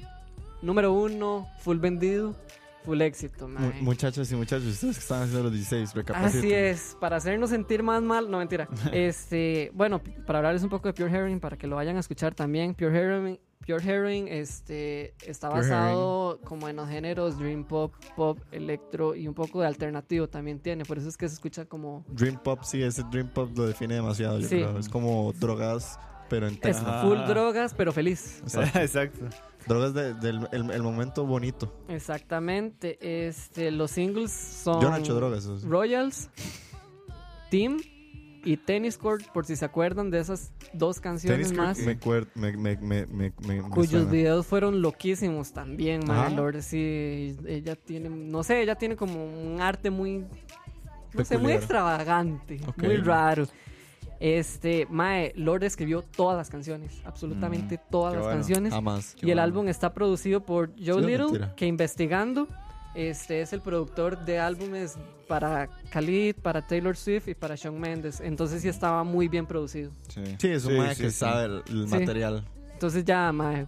Speaker 3: número uno, full vendido, full éxito.
Speaker 2: Mu-
Speaker 3: mae.
Speaker 2: Muchachos y muchachos, ustedes que están haciendo los 16, recapaciten.
Speaker 3: Así es, para hacernos sentir más mal,
Speaker 2: *laughs*
Speaker 3: no mentira. Este, bueno, p- para hablarles un poco de Pure Heroin, para que lo vayan a escuchar también, Pure Heroin, Pure Heroin este, está
Speaker 2: Pure
Speaker 3: basado como en los géneros Dream Pop, Pop, Electro y un poco de alternativo también tiene, por eso es que se escucha como...
Speaker 2: Dream Pop, sí, ese Dream Pop lo define demasiado, yo
Speaker 3: Sí.
Speaker 2: creo. Es como drogas, pero en
Speaker 3: Es
Speaker 2: tecno.
Speaker 4: Ajá.
Speaker 3: full drogas, pero feliz.
Speaker 2: O sea,
Speaker 4: Exacto.
Speaker 2: drogas de- del el, el momento bonito.
Speaker 3: Exactamente. Este, los singles son
Speaker 2: Yo no he hecho drogas. o sea.
Speaker 3: Royals, Team y Tennis Court, por si se acuerdan de esas dos canciones
Speaker 2: Tennis Court,
Speaker 3: más.
Speaker 2: me, acuer- me, me, me, me, me- me
Speaker 3: Cuyos
Speaker 2: suena.
Speaker 3: videos fueron loquísimos también,
Speaker 2: Ajá.
Speaker 3: Mae Lord. Sí, ella tiene, no sé, ella tiene como un arte muy, no sé, muy
Speaker 2: Peculiar.
Speaker 3: extravagante,
Speaker 2: Ok.
Speaker 3: muy raro. Este, Mae, Lord escribió todas las canciones, absolutamente
Speaker 2: Mm,
Speaker 3: todas
Speaker 4: qué
Speaker 3: las
Speaker 4: bueno.
Speaker 3: canciones.
Speaker 2: Jamás.
Speaker 3: Y el álbum está producido por Joe
Speaker 2: Sí,
Speaker 3: Little,
Speaker 2: mentira.
Speaker 3: que investigando, este es el productor de álbumes para Khalid, para Taylor Swift y para Shawn Mendes. Entonces sí estaba muy bien producido.
Speaker 4: Sí,
Speaker 2: Sí, es un mae
Speaker 4: sí,
Speaker 2: que
Speaker 4: sí.
Speaker 2: sabe el, el
Speaker 3: Sí.
Speaker 2: material.
Speaker 3: Entonces ya, mae,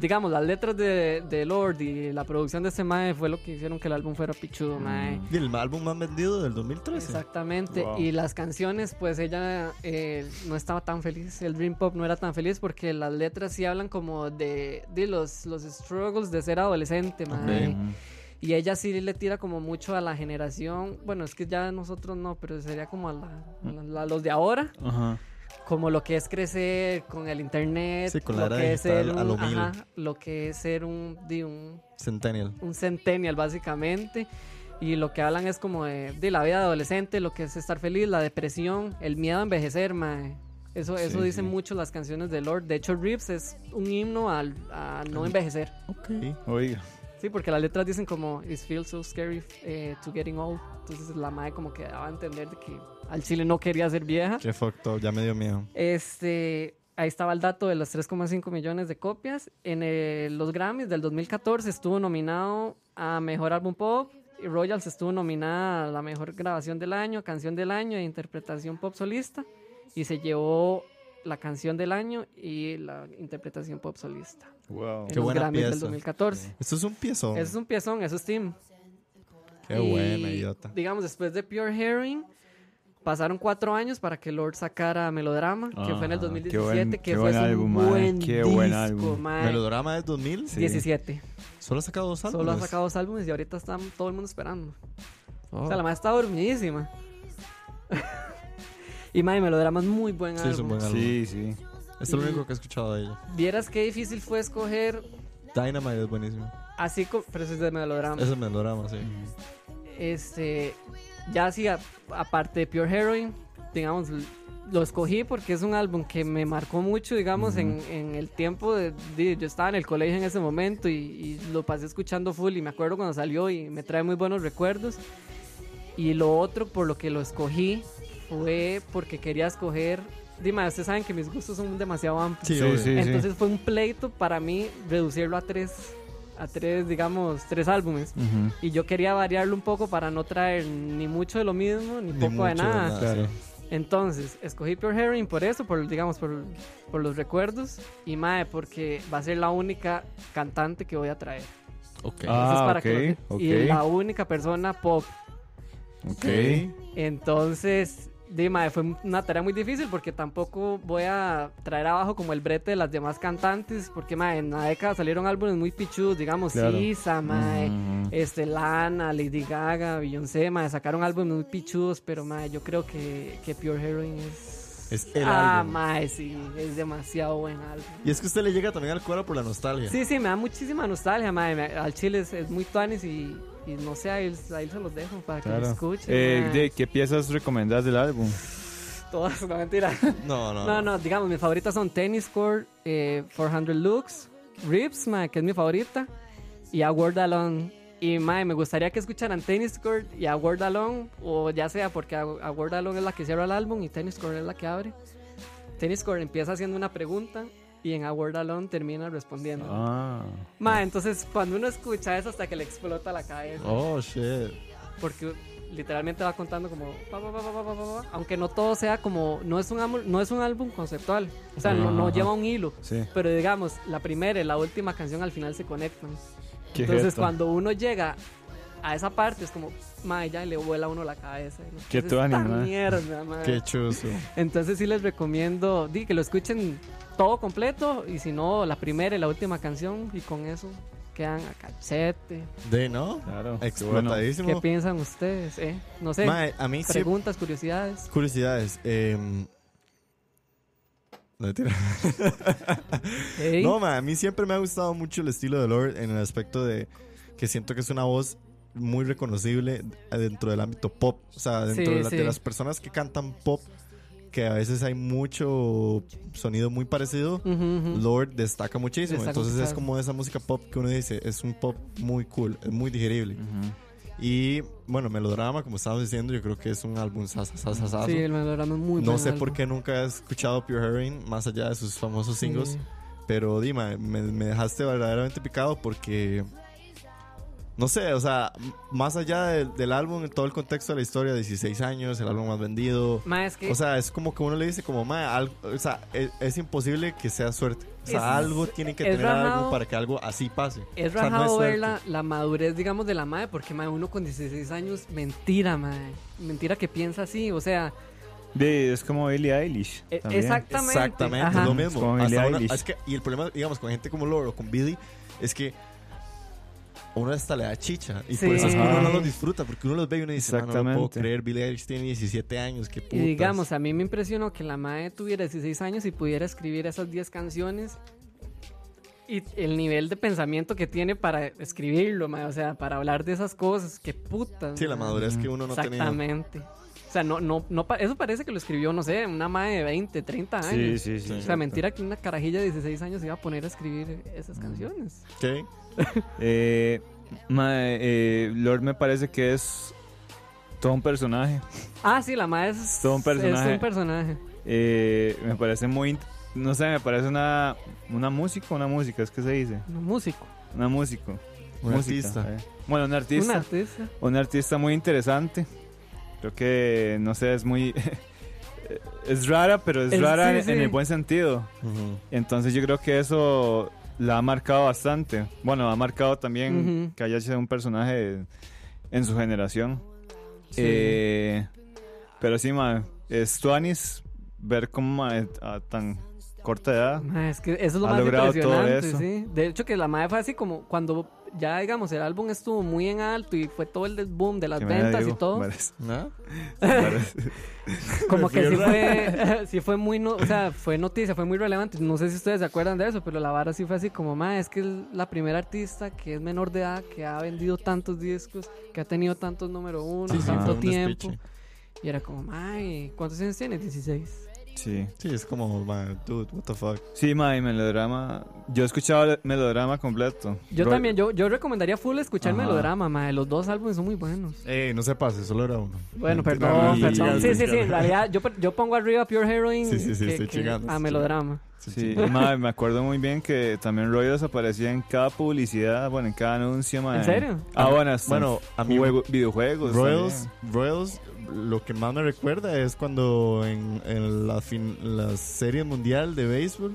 Speaker 3: digamos, las letras de, de Lord y la producción de este mae fue lo que hicieron que el álbum fuera
Speaker 2: Mm,
Speaker 3: pichudo, mae.
Speaker 2: Y el álbum más vendido del 2013.
Speaker 3: Exactamente,
Speaker 4: Wow.
Speaker 3: y las canciones, pues ella eh, no estaba tan feliz, el Dream Pop no era tan feliz porque las letras sí hablan como de, de los, los struggles de ser adolescente, mae.
Speaker 4: Ujú.
Speaker 3: Y ella sí le tira como mucho a la generación, bueno, es que ya nosotros no, pero sería como a, la- a la- a los de ahora,
Speaker 4: Ajá.
Speaker 3: como lo que es crecer con el internet,
Speaker 2: Sí, con la
Speaker 3: lo,
Speaker 2: era
Speaker 3: que es
Speaker 2: digital
Speaker 3: ser un,
Speaker 2: a lo mil.
Speaker 3: ajá, lo que es ser un, di, un,
Speaker 2: Centennial.
Speaker 3: un centennial básicamente. Y lo que hablan es como de, de la vida de adolescente, lo que es estar feliz, la depresión, el miedo a envejecer, mae. Eso, eso
Speaker 4: Sí,
Speaker 3: dicen
Speaker 4: sí.
Speaker 3: mucho las canciones de Lord. De hecho, Rips es un himno al- a no envejecer.
Speaker 2: Ok.
Speaker 4: Oiga.
Speaker 3: Sí, porque las letras dicen como It feels so scary eh, to getting old. Entonces la madre como que daba a entender de que al chile no quería ser vieja.
Speaker 2: Qué fucked up, ya me dio miedo.
Speaker 3: Este, ahí estaba el dato de las 3,5 millones de copias. En eh, los Grammys del 2014 estuvo nominado a Mejor Álbum Pop. Y Royals estuvo nominada a la Mejor Grabación del Año, Canción del Año e Interpretación Pop Solista. Y se llevó la Canción del Año y la Interpretación Pop Solista.
Speaker 4: Wow.
Speaker 3: En
Speaker 2: Qué
Speaker 3: los
Speaker 2: buena
Speaker 3: Grammys del
Speaker 2: pieza.
Speaker 3: 2014.
Speaker 2: Esto es un piezón.
Speaker 3: Eso es un piezón, eso es Tim.
Speaker 2: Qué
Speaker 3: Y,
Speaker 2: buena, idiota.
Speaker 3: Digamos, después de Pure Herring, pasaron cuatro años para que Lord sacara Melodrama, que fue en el
Speaker 4: Ajá,
Speaker 3: 2017,
Speaker 4: qué buen-
Speaker 3: que
Speaker 4: qué
Speaker 3: fue
Speaker 4: buen
Speaker 3: un
Speaker 4: álbum, mae,
Speaker 3: buen
Speaker 4: qué
Speaker 3: disco,
Speaker 4: buen álbum.
Speaker 3: mae.
Speaker 2: Melodrama de 2000.
Speaker 4: Sí.
Speaker 3: 17.
Speaker 2: Solo ha sacado dos álbumes.
Speaker 3: Solo ha sacado dos álbumes y ahorita está todo el mundo esperando.
Speaker 2: Oh.
Speaker 3: O sea,
Speaker 4: Oh.
Speaker 3: la madre está dormidísima. *laughs* y madre, Melodrama es muy buen
Speaker 2: Sí,
Speaker 3: álbum.
Speaker 2: es un buen álbum.
Speaker 4: Sí, sí.
Speaker 2: Es lo único que he escuchado de ella.
Speaker 3: Vieras qué difícil fue escoger
Speaker 2: Dynamite es buenísimo.
Speaker 3: así, co- pero eso es de Melodrama.
Speaker 2: Es el melodrama, sí.
Speaker 3: Este, ya así, a- aparte de Pure Heroin, digamos, l- lo escogí porque es un álbum que me marcó mucho, digamos, en, en el tiempo de, de- Yo estaba en el colegio en ese momento y, y lo pasé escuchando full y me acuerdo cuando salió y me trae muy buenos recuerdos. Y lo otro por lo que lo escogí fue porque quería escoger... Dima, ustedes saben que mis gustos son demasiado amplios.
Speaker 2: Sí,
Speaker 4: Sí,
Speaker 2: obvio.
Speaker 4: sí, sí.
Speaker 3: Entonces fue un pleito para mí reducirlo a tres, a tres, digamos, tres álbumes.
Speaker 4: Ujú.
Speaker 3: Y yo quería variarlo un poco para no traer ni mucho de lo mismo, ni,
Speaker 2: Ni
Speaker 3: poco
Speaker 2: mucho
Speaker 3: de nada.
Speaker 4: Claro.
Speaker 3: Entonces, escogí Pure Herring por eso, por, digamos, por, por los recuerdos. Y Mae, porque va a ser la única cantante que voy a traer.
Speaker 2: Ok.
Speaker 4: Ah,
Speaker 3: Entonces, para que
Speaker 4: ok,
Speaker 3: lo-
Speaker 4: ok.
Speaker 3: Y la única persona pop.
Speaker 4: Ok.
Speaker 3: Entonces, di, mae, fue una tarea muy difícil porque tampoco voy a traer abajo como el brete de las demás cantantes. Porque, mae, en la década salieron álbumes muy pichudos, digamos,
Speaker 4: Claro. Mm.
Speaker 3: Sisa, mae
Speaker 4: Ujú.
Speaker 3: este, Lana, Lady Gaga, Beyoncé, mae, sacaron álbumes muy pichudos, pero mae, yo creo que, que Pure Heroin es...
Speaker 2: Es el
Speaker 3: ah,
Speaker 2: álbum.
Speaker 3: mae, sí, es demasiado buen álbum.
Speaker 2: Y es que usted le llega también al cuero por la nostalgia.
Speaker 3: Sí, sí, me da muchísima nostalgia, mae, me- al chile es, es muy tuanis y, y no sé, ahí, ahí se los dejo para que lo
Speaker 4: Claro.
Speaker 3: escuchen.
Speaker 4: Eh,
Speaker 3: mae.
Speaker 4: Jake, ¿qué piezas recomendás del álbum?
Speaker 3: Todas, no, mentira.
Speaker 2: No, no.
Speaker 3: No, no, digamos, mis favoritas son Tennis Court, eh, 400 Looks, Rips, mae, que es mi favorita, y A Word Alone. Y mae, me gustaría que escucharan Tennis Court y A Word Alone, o ya sea porque A, A Word Alone es la que cierra el álbum y Tennis Court es la que abre. Tennis Court empieza haciendo una pregunta y en A Word Alone termina respondiendo.
Speaker 4: Ah.
Speaker 3: Mae, entonces cuando uno escucha eso hasta que le explota la cabeza
Speaker 2: Oh, shit.
Speaker 3: porque literalmente va contando como pa, pa, pa, pa, pa, pa, pa, pa, aunque no todo sea como no es un álbum no es un álbum conceptual o sea no, no
Speaker 4: Ajá.
Speaker 3: lleva un hilo
Speaker 4: Sí.
Speaker 3: pero digamos la primera y la última canción al final se conectan
Speaker 4: Qué
Speaker 3: entonces
Speaker 4: jeta.
Speaker 3: cuando uno llega a esa parte es como mae ya le vuela a uno la cabeza ¿no?
Speaker 4: Qué ¿eh?
Speaker 3: Entonces,
Speaker 4: tuani,
Speaker 3: esta
Speaker 4: mae.
Speaker 3: mierda, mae.
Speaker 2: Qué chuzo.
Speaker 3: entonces sí les recomiendo di que lo escuchen todo completo y si no la primera y la última canción y con eso quedan a cachete
Speaker 2: De, ¿no?
Speaker 4: Claro. qué bueno.
Speaker 3: qué
Speaker 2: Explotadísimo.
Speaker 3: piensan ustedes eh? no sé
Speaker 2: Mae, a mí siempre.
Speaker 3: preguntas, curiosidades.
Speaker 2: Curiosidades. em, No, mentira.
Speaker 3: Ey,
Speaker 2: No, ma, a mí siempre me ha gustado mucho el estilo de Lord en el aspecto de que siento que es una voz muy reconocible dentro del ámbito pop. O sea, dentro
Speaker 3: Sí,
Speaker 2: de, la- de
Speaker 3: sí.
Speaker 2: las personas que cantan pop, que a veces hay mucho sonido muy parecido.
Speaker 3: ujú, ujú.
Speaker 2: Lord destaca muchísimo,
Speaker 3: Destaca
Speaker 2: entonces es
Speaker 3: muchísimo.
Speaker 2: como esa música pop que uno dice, es un pop muy cool, es muy digerible.
Speaker 4: Ujú.
Speaker 2: Y bueno, Melodrama, como estábamos diciendo, yo creo que es un álbum sasa, sasa, sasa.
Speaker 3: Sí, el melodrama es muy
Speaker 2: No
Speaker 3: buen
Speaker 2: sé
Speaker 3: álbum.
Speaker 2: por qué nunca he escuchado Pure Herring más allá de sus famosos
Speaker 3: Sí.
Speaker 2: singles, pero Dima, me, me dejaste verdaderamente picado porque. No sé, o sea, m- más allá del- del álbum, en todo el contexto de la historia, 16 años, el álbum más vendido.
Speaker 3: Ma, es que
Speaker 2: O sea, es como que uno le dice, como, ma, al- o sea, es, es imposible que sea suerte. O sea,
Speaker 3: Es-
Speaker 2: algo tiene que
Speaker 3: es
Speaker 2: tener algo
Speaker 3: rajado.
Speaker 2: para que algo así pase.
Speaker 3: es
Speaker 2: o sea, no
Speaker 3: rajado
Speaker 2: es
Speaker 3: ver
Speaker 2: suerte.
Speaker 3: la, la madurez, digamos, de la madre, porque mae, uno con 16 años, mentira, madre. Mentira que piensa así, o sea,
Speaker 4: De- es como Billie Eilish.
Speaker 3: e-
Speaker 4: también.
Speaker 3: exactamente.
Speaker 2: Exactamente,
Speaker 3: ajá.
Speaker 2: es lo
Speaker 4: Es como
Speaker 2: mismo.
Speaker 4: Billie
Speaker 2: Hasta ahora-
Speaker 4: Eilish.
Speaker 2: es que, y el problema, digamos, con gente como Loro o con Billy, es que uno hasta le da chicha. Y por
Speaker 3: Sí.
Speaker 2: eso es que uno
Speaker 4: Ajá.
Speaker 2: no los disfruta, porque uno los ve y uno dice, "Ma, no lo puedo
Speaker 4: Exactamente.
Speaker 2: creer, Billy Eilish tiene 17 años, qué
Speaker 3: Y
Speaker 2: putas".
Speaker 3: digamos, a mí me impresionó que la madre tuviera 16 años y pudiera escribir esas 10 canciones. Y el nivel de pensamiento que tiene para escribirlo, mae, o sea, para hablar de esas cosas, qué puta.
Speaker 2: Sí, la madurez que uno no tenía.
Speaker 3: Exactamente. O sea, no, no, no, pa- eso parece que lo escribió, no sé, una madre de 20, 30 años.
Speaker 8: Sí, sí, sí.
Speaker 3: O sea, mentira que una carajilla de 16 años iba a poner a escribir esas canciones.
Speaker 2: ¿Qué?
Speaker 4: Eh, mae, eh, Lord me parece que es todo un personaje.
Speaker 3: Ah, sí, la madre es,
Speaker 4: Todo un personaje.
Speaker 3: es un personaje.
Speaker 4: Eh, me parece muy. int- No sé, me parece una. Una música, una música, es que se dice.
Speaker 3: Un músico.
Speaker 4: Una músico.
Speaker 2: Un
Speaker 4: música,
Speaker 2: artista.
Speaker 4: eh. Bueno, un
Speaker 3: Un
Speaker 4: artista.
Speaker 3: artista.
Speaker 4: un artista muy interesante. Creo que, no sé, es muy... *laughs* es rara, pero es
Speaker 3: Es-
Speaker 4: rara
Speaker 3: sí,
Speaker 4: en-
Speaker 3: sí.
Speaker 4: en el buen sentido.
Speaker 2: Ujú.
Speaker 4: Entonces yo creo que eso la ha marcado bastante. Bueno, ha marcado también
Speaker 3: Ujú.
Speaker 4: que haya sido un personaje en su generación.
Speaker 3: Sí.
Speaker 4: Eh, pero sí, ma, es Tuanis ver cómo ma, a tan corta edad...
Speaker 3: Mae, es que eso es lo
Speaker 4: Ha
Speaker 3: más
Speaker 4: logrado todo
Speaker 3: impresionante,
Speaker 4: eso.
Speaker 3: sí. De hecho, que la madre fue así como cuando ya, digamos, el álbum estuvo muy en alto y fue todo el des- boom de las
Speaker 4: que me
Speaker 3: ventas
Speaker 4: digo,
Speaker 3: y todo.
Speaker 4: parece-
Speaker 2: ¿No?
Speaker 4: parece-
Speaker 3: Como que sí
Speaker 4: Mierda.
Speaker 3: fue, *laughs* sí fue muy, no- o sea, fue noticia, fue muy relevante. No sé si ustedes se acuerdan de eso, pero la vara sí fue así como, ma, es que es la primera artista que es menor de edad, que ha vendido tantos discos, que ha tenido tantos número uno,
Speaker 2: Sí, sí, fue
Speaker 4: Ajá.
Speaker 3: tanto
Speaker 2: un
Speaker 3: tiempo.
Speaker 2: despiche.
Speaker 3: Y era como, ma, ¿cuántos años tienes? 16.
Speaker 4: Sí.
Speaker 2: Sí, es como, man, dude, what the fuck.
Speaker 4: Sí, ma, y melodrama. Yo he escuchado el melodrama completo.
Speaker 3: Yo
Speaker 4: Ro-
Speaker 3: también, yo, yo recomendaría full escuchar
Speaker 4: Ajá.
Speaker 3: Melodrama, ma, los dos álbumes son muy buenos.
Speaker 2: Ey, no se pase, solo era uno.
Speaker 3: Bueno,
Speaker 2: no,
Speaker 3: perdón,
Speaker 2: no,
Speaker 3: perdón.
Speaker 8: chingando,
Speaker 3: Sí, sí, sí,
Speaker 8: chingando.
Speaker 3: en realidad yo, yo pongo arriba Pure Heroine
Speaker 2: Sí, sí, sí,
Speaker 3: que-
Speaker 2: estoy
Speaker 3: que-
Speaker 2: chingando,
Speaker 3: a
Speaker 2: estoy
Speaker 3: Melodrama.
Speaker 4: Sí, *laughs* y, ma, me acuerdo muy bien que también Roy desaparecía en cada publicidad, bueno, en cada anuncio, ma.
Speaker 3: ¿En serio?
Speaker 4: Ah, bueno, hasta
Speaker 2: Bueno,
Speaker 4: en
Speaker 2: a mí-
Speaker 4: juego- videojuegos.
Speaker 2: Royals, Royals, lo que más me recuerda es cuando en, en la, fin- la Serie Mundial de Béisbol,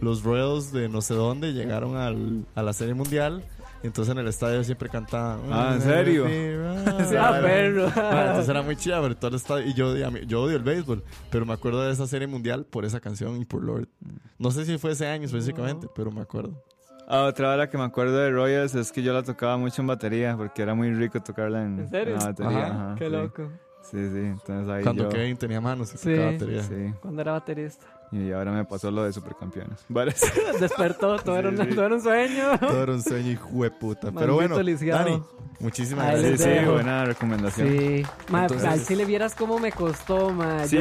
Speaker 2: los Royals de no sé dónde llegaron al- a la Serie Mundial. Entonces en el estadio siempre cantaban.
Speaker 4: Ah, ¿en serio?
Speaker 3: *laughs* Ah, perro.
Speaker 2: Ah, entonces era muy chida, pero todo el estadio- Y yo, a mí- yo odio el béisbol, pero me acuerdo de esa Serie Mundial por esa canción y por Lord. No sé si fue ese año específicamente, pero me acuerdo.
Speaker 4: también. Ah, otra hora que me acuerdo de Royals es que yo la tocaba mucho en batería, porque era muy rico tocarla en,
Speaker 3: ¿En serio?
Speaker 4: la batería.
Speaker 2: Ajá,
Speaker 4: ajá,
Speaker 3: Qué
Speaker 4: sí.
Speaker 3: loco.
Speaker 4: Sí, sí, entonces ahí
Speaker 2: Cuando
Speaker 4: yo...
Speaker 2: Kevin tenía manos y
Speaker 3: Sí.
Speaker 2: tocaba batería.
Speaker 4: Sí,
Speaker 3: Cuando era baterista.
Speaker 4: y ahora me pasó lo de Supercampeones. *laughs* Vale.
Speaker 3: *laughs* Despertó, todo, era, una-
Speaker 4: sí.
Speaker 3: todo era un sueño.
Speaker 2: Todo era un sueño, hijo de puta.
Speaker 3: Maldito
Speaker 2: Pero bueno,
Speaker 3: lisiado.
Speaker 2: Dani, muchísimas
Speaker 3: Ahí
Speaker 4: Sí,
Speaker 3: les
Speaker 2: gracias.
Speaker 4: *laughs* sí,
Speaker 3: dejo.
Speaker 4: buena recomendación.
Speaker 3: Sí, ma,
Speaker 2: Entonces-
Speaker 3: al si le vieras cómo me costó, ma. eh,
Speaker 4: Sí,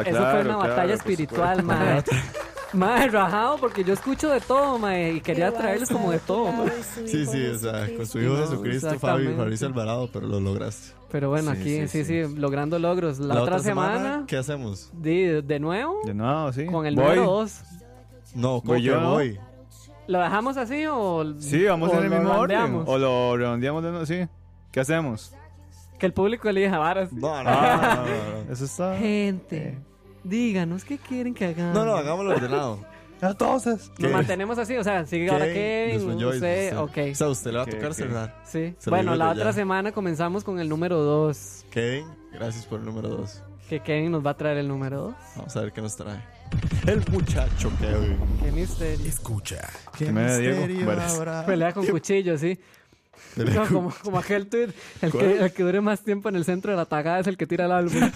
Speaker 3: eso, eso
Speaker 4: claro,
Speaker 3: fue una
Speaker 4: claro,
Speaker 3: batalla
Speaker 4: por
Speaker 3: espiritual, ma. *laughs* Ma, rajado, porque yo escucho de todo, ma, y quería traerles como um de todo, ma.
Speaker 2: Sí, sí, o sea, con su hijo
Speaker 3: No,
Speaker 2: Jesucristo, Fabio
Speaker 3: exactamente.
Speaker 2: Fabricio Alvarado, pero lo lograste.
Speaker 3: Pero bueno,
Speaker 4: Sí,
Speaker 3: aquí, sí
Speaker 4: sí,
Speaker 3: sí,
Speaker 4: sí.
Speaker 3: logrando logros. La, otra, semana,
Speaker 2: ¿qué hacemos?
Speaker 3: de, de nuevo,
Speaker 4: De nuevo, sí.
Speaker 3: con el
Speaker 4: Voy.
Speaker 3: número 2.
Speaker 2: No, ¿cómo
Speaker 4: Voy
Speaker 2: que
Speaker 4: yo, ¿no?
Speaker 2: voy?
Speaker 3: ¿Lo dejamos así o.?
Speaker 4: Sí, vamos
Speaker 3: o
Speaker 4: en el
Speaker 3: lo
Speaker 4: mismo orden.
Speaker 3: randeamos?
Speaker 4: O lo redondeamos de nuevo, sí. ¿Qué hacemos?
Speaker 3: Que el público elija varas.
Speaker 2: No, no, no,
Speaker 4: Ah.
Speaker 2: no, no.
Speaker 4: Eso está.
Speaker 3: Eh, Gente, díganos qué quieren que hagamos.
Speaker 2: No, no, hagámoslo ordenado. Entonces,
Speaker 3: Nos mantenemos así, o sea, sigue ahora Kevin, usted,
Speaker 2: O
Speaker 3: ok.
Speaker 2: sea, usted le va a
Speaker 4: Ok,
Speaker 2: tocar
Speaker 4: ok.
Speaker 2: cerrar.
Speaker 3: Sí.
Speaker 2: Se lo
Speaker 3: bueno,
Speaker 2: digo
Speaker 3: la
Speaker 2: yo
Speaker 3: otra
Speaker 2: ya.
Speaker 3: semana comenzamos con el número 2.
Speaker 2: Kevin, gracias por el número 2.
Speaker 3: Que Kevin nos va a traer el número 2.
Speaker 2: Vamos a ver qué nos trae. El muchacho Kevin.
Speaker 3: Qué misterio.
Speaker 1: Escucha.
Speaker 2: ¿Qué
Speaker 4: Primero Diego, varias.
Speaker 2: habrá?
Speaker 3: Pelea con cuchillo, sí. No, como, como aquel tweet, el
Speaker 2: ¿Cuál?
Speaker 3: que, el que dure más tiempo en el centro de la tagada es el que tira el álbum.
Speaker 2: *laughs*
Speaker 3: *laughs*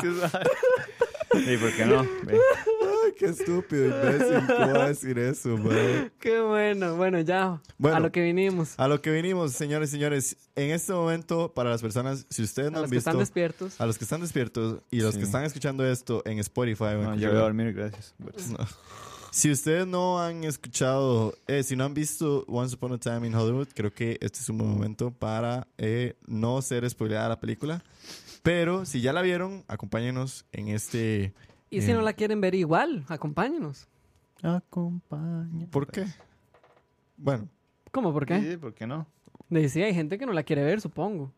Speaker 4: ¿Qué sabe? *laughs* ¿Y por qué no? Ve.
Speaker 2: Ay, qué estúpido, imbécil. ¿Cómo va a decir eso, man?
Speaker 3: qué bueno, bueno, ya.
Speaker 2: Bueno.
Speaker 3: a lo que vinimos.
Speaker 2: A lo que vinimos, señores y señores. En este momento, para las personas, si ustedes
Speaker 3: A
Speaker 2: no
Speaker 3: los
Speaker 2: han
Speaker 3: que
Speaker 2: visto,
Speaker 3: están despiertos.
Speaker 2: a los que están despiertos y los
Speaker 4: Sí.
Speaker 2: que están escuchando esto en Spotify, o en
Speaker 4: No, yo
Speaker 2: cualquier-
Speaker 4: voy a dormir, gracias.
Speaker 2: No. si ustedes no han escuchado, eh, si no han visto Once Upon a Time in Hollywood, creo que este es un buen momento para eh, no ser spoileada la película. Pero si ya la vieron, acompáñenos en este.
Speaker 3: Y si
Speaker 2: Bien.
Speaker 3: no la quieren ver igual, acompáñenos.
Speaker 4: Acompaña.
Speaker 2: ¿Por qué? Bueno,
Speaker 3: ¿Cómo? ¿Por qué?
Speaker 4: Sí, ¿por qué no?
Speaker 3: Decía, hay gente que no la quiere ver, supongo.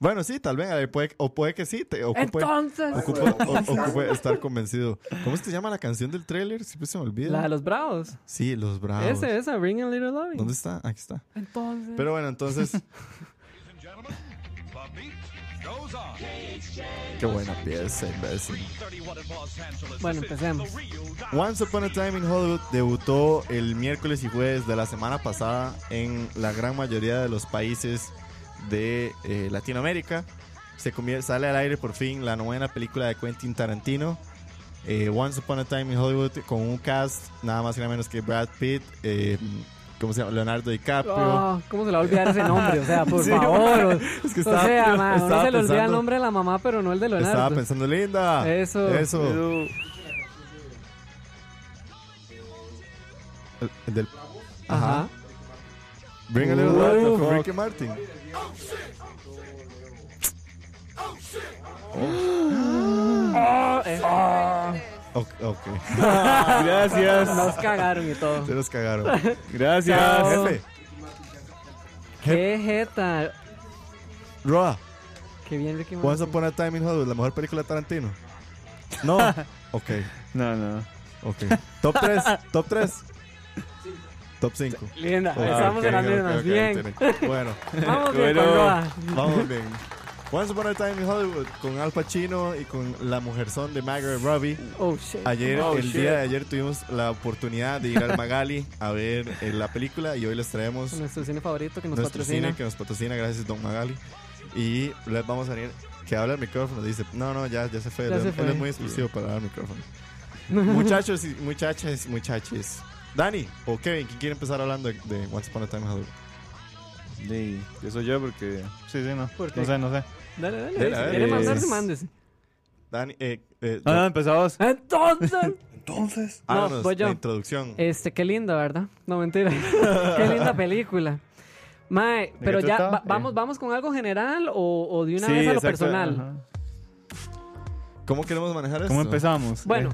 Speaker 2: bueno, sí, tal vez, eh, puede- o puede que sí, te ocupe-
Speaker 3: Entonces,
Speaker 2: Ocupo, o- ocupo estar convencido. ¿Cómo se llama la canción del tráiler? Siempre se me olvida.
Speaker 3: la de los bravos.
Speaker 2: Sí, Los Bravos.
Speaker 3: Ese, esa, Ring a Little Loving.
Speaker 2: Ah, pues. ¿Dónde está? Aquí está.
Speaker 3: Entonces.
Speaker 2: Pero bueno,
Speaker 3: *laughs*
Speaker 2: entonces... Qué buena pieza, imbécil.
Speaker 3: Bueno, empecemos.
Speaker 2: Once Upon a Time in Hollywood debutó el miércoles y jueves de la semana pasada en la gran mayoría de los países de eh, Latinoamérica. Se convier- sale al aire por fin la novena película de Quentin Tarantino, eh, Once Upon a Time in Hollywood, con un cast nada más y nada menos que Brad Pitt, eh, ¿cómo se llama? Leonardo DiCaprio.
Speaker 3: Ah, ¿Cómo se le va a olvidar ese nombre? O sea, por favor.
Speaker 2: *laughs* Es que
Speaker 3: o sea, ma, uno
Speaker 2: *laughs* estaba
Speaker 3: se le olvida el
Speaker 2: pensando-
Speaker 3: nombre de la mamá, pero no el de
Speaker 2: Estaba
Speaker 3: Leonardo.
Speaker 2: pensando, linda.
Speaker 3: pues. Eso.
Speaker 2: Eso. El, el del.
Speaker 3: Ajá.
Speaker 2: Ajá. Bring a little
Speaker 3: What
Speaker 2: light
Speaker 3: the
Speaker 2: con
Speaker 4: fuck?
Speaker 2: Ricky Martin.
Speaker 3: Eh,
Speaker 2: Ok. *laughs* okay.
Speaker 4: Gracias.
Speaker 3: Nos cagaron y todo.
Speaker 2: Se los
Speaker 3: *laughs*
Speaker 2: cagaron.
Speaker 4: Gracias.
Speaker 3: Chao.
Speaker 2: Jefe.
Speaker 3: Qué jeta.
Speaker 2: Roa,
Speaker 3: Qué bien, Ricky Martin.
Speaker 2: Once Upon a Time in Hollywood, la mejor película de Tarantino.
Speaker 3: *laughs*
Speaker 2: No. Ok,
Speaker 4: *laughs* No, no.
Speaker 2: ok. Top 3, top 3. Top 5.
Speaker 3: Linda, estamos en las mismas. bien.
Speaker 2: Bueno,
Speaker 3: Vamos bien con
Speaker 4: Bueno.
Speaker 3: Roa.
Speaker 2: vamos bien. Once Upon a Time in Hollywood con Al Pacino y con la mujerzón de Margaret Robbie.
Speaker 3: Oh, shit.
Speaker 2: Ayer,
Speaker 4: Oh,
Speaker 2: el
Speaker 4: shit.
Speaker 2: día de ayer tuvimos la oportunidad de ir al Magali a ver eh, la película y hoy les traemos
Speaker 3: Nuestro cine favorito que nos
Speaker 2: nuestro
Speaker 3: patrocina.
Speaker 2: cine que nos patrocina, gracias Don Magali. Y les vamos a venir, que habla el micrófono, dice, no, no, ya, ya se fue,
Speaker 3: Ya
Speaker 2: él,
Speaker 3: se
Speaker 2: él
Speaker 3: fue.
Speaker 2: es muy exclusivo para hablar al
Speaker 3: *laughs*
Speaker 2: micrófono. Muchachos y muchachas, muchaches. Dani o Kevin, ¿quién quiere empezar hablando de, de Once Upon a Time in Hollywood?
Speaker 4: Sí, yo soy yo porque. Sí, sí, no.
Speaker 3: ¿Por qué?
Speaker 4: No sé, no sé.
Speaker 3: Dale, dale.
Speaker 2: Dale,
Speaker 3: si
Speaker 2: dale.
Speaker 3: quiere mandarse,
Speaker 4: Es-
Speaker 3: mándese.
Speaker 2: Dani, eh, eh,
Speaker 4: No, no, empezamos.
Speaker 3: Entonces,
Speaker 5: Entonces,
Speaker 3: no,
Speaker 2: háganos
Speaker 3: voy yo.
Speaker 2: la introducción.
Speaker 3: este, qué linda, ¿verdad? No, mentira.
Speaker 4: *laughs*
Speaker 3: qué linda película. Mae, pero
Speaker 4: qué
Speaker 3: ya,
Speaker 4: trata?
Speaker 3: va-
Speaker 4: Eh.
Speaker 3: ¿vamos, ¿vamos con algo general o, o de una
Speaker 4: Sí,
Speaker 3: vez a lo
Speaker 4: exacto,
Speaker 3: personal?
Speaker 4: ajá.
Speaker 2: ¿Cómo queremos manejar esto?
Speaker 4: ¿Cómo empezamos?
Speaker 3: Bueno,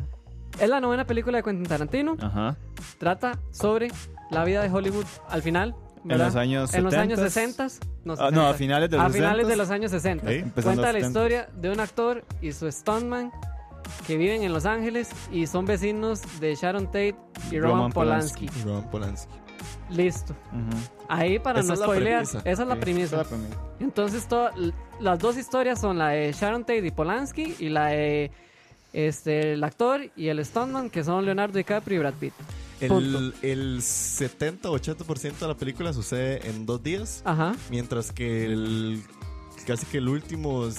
Speaker 4: Eh,
Speaker 3: es la novena película de Quentin Tarantino.
Speaker 4: Ajá.
Speaker 3: Trata sobre la vida de Hollywood al final.
Speaker 4: En
Speaker 3: ¿verdad?
Speaker 4: los años 70.
Speaker 3: En los años 60. No,
Speaker 4: Ah, no, a
Speaker 3: 70s.
Speaker 4: finales de los
Speaker 3: a finales de
Speaker 4: 60s.
Speaker 3: los años 60.
Speaker 2: Ok.
Speaker 3: Cuenta
Speaker 4: Empezando
Speaker 3: la
Speaker 4: 70s.
Speaker 3: historia de un actor y su stuntman que viven en Los Ángeles y son vecinos de Sharon Tate y Roman,
Speaker 4: Roman
Speaker 3: Polanski.
Speaker 4: Polanski.
Speaker 2: Roman Polanski.
Speaker 3: Listo.
Speaker 4: Ujú.
Speaker 3: Ahí para
Speaker 2: Esa
Speaker 3: no
Speaker 2: es la
Speaker 3: spoilear,
Speaker 2: premisa.
Speaker 3: esa es la
Speaker 4: Sí,
Speaker 3: premisa.
Speaker 4: esa es la premisa.
Speaker 3: Entonces, to- l- las dos historias son la de Sharon Tate y Polanski y la de este, el actor y el stuntman que son Leonardo DiCaprio y Brad Pitt.
Speaker 2: El,
Speaker 3: Punto.
Speaker 2: el 70-80% de la película sucede en dos días.
Speaker 3: Ajá.
Speaker 2: Mientras que el, casi que los últimos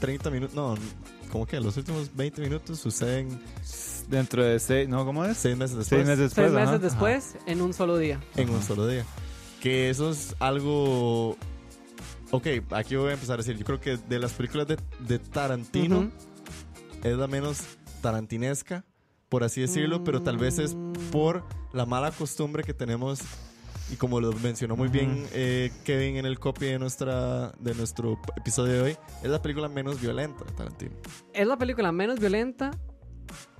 Speaker 2: 30 minutos, no, como que los últimos 20 minutos suceden
Speaker 4: Dentro de seis. ¿No? ¿Cómo es?
Speaker 2: 6 meses después.
Speaker 4: Seis meses después.
Speaker 3: Seis
Speaker 4: ajá.
Speaker 3: meses después, en un solo día.
Speaker 2: En un solo día. Que eso es algo... Ok, aquí voy a empezar a decir, yo creo que de las películas de, de Tarantino
Speaker 3: Ujú.
Speaker 2: es la menos tarantinesca, por así decirlo, pero tal vez es por la mala costumbre que tenemos y como lo mencionó muy bien eh, Kevin en el copy de, nuestra, de nuestro episodio de hoy, es la película menos violenta de Tarantino.
Speaker 3: Es la película menos violenta,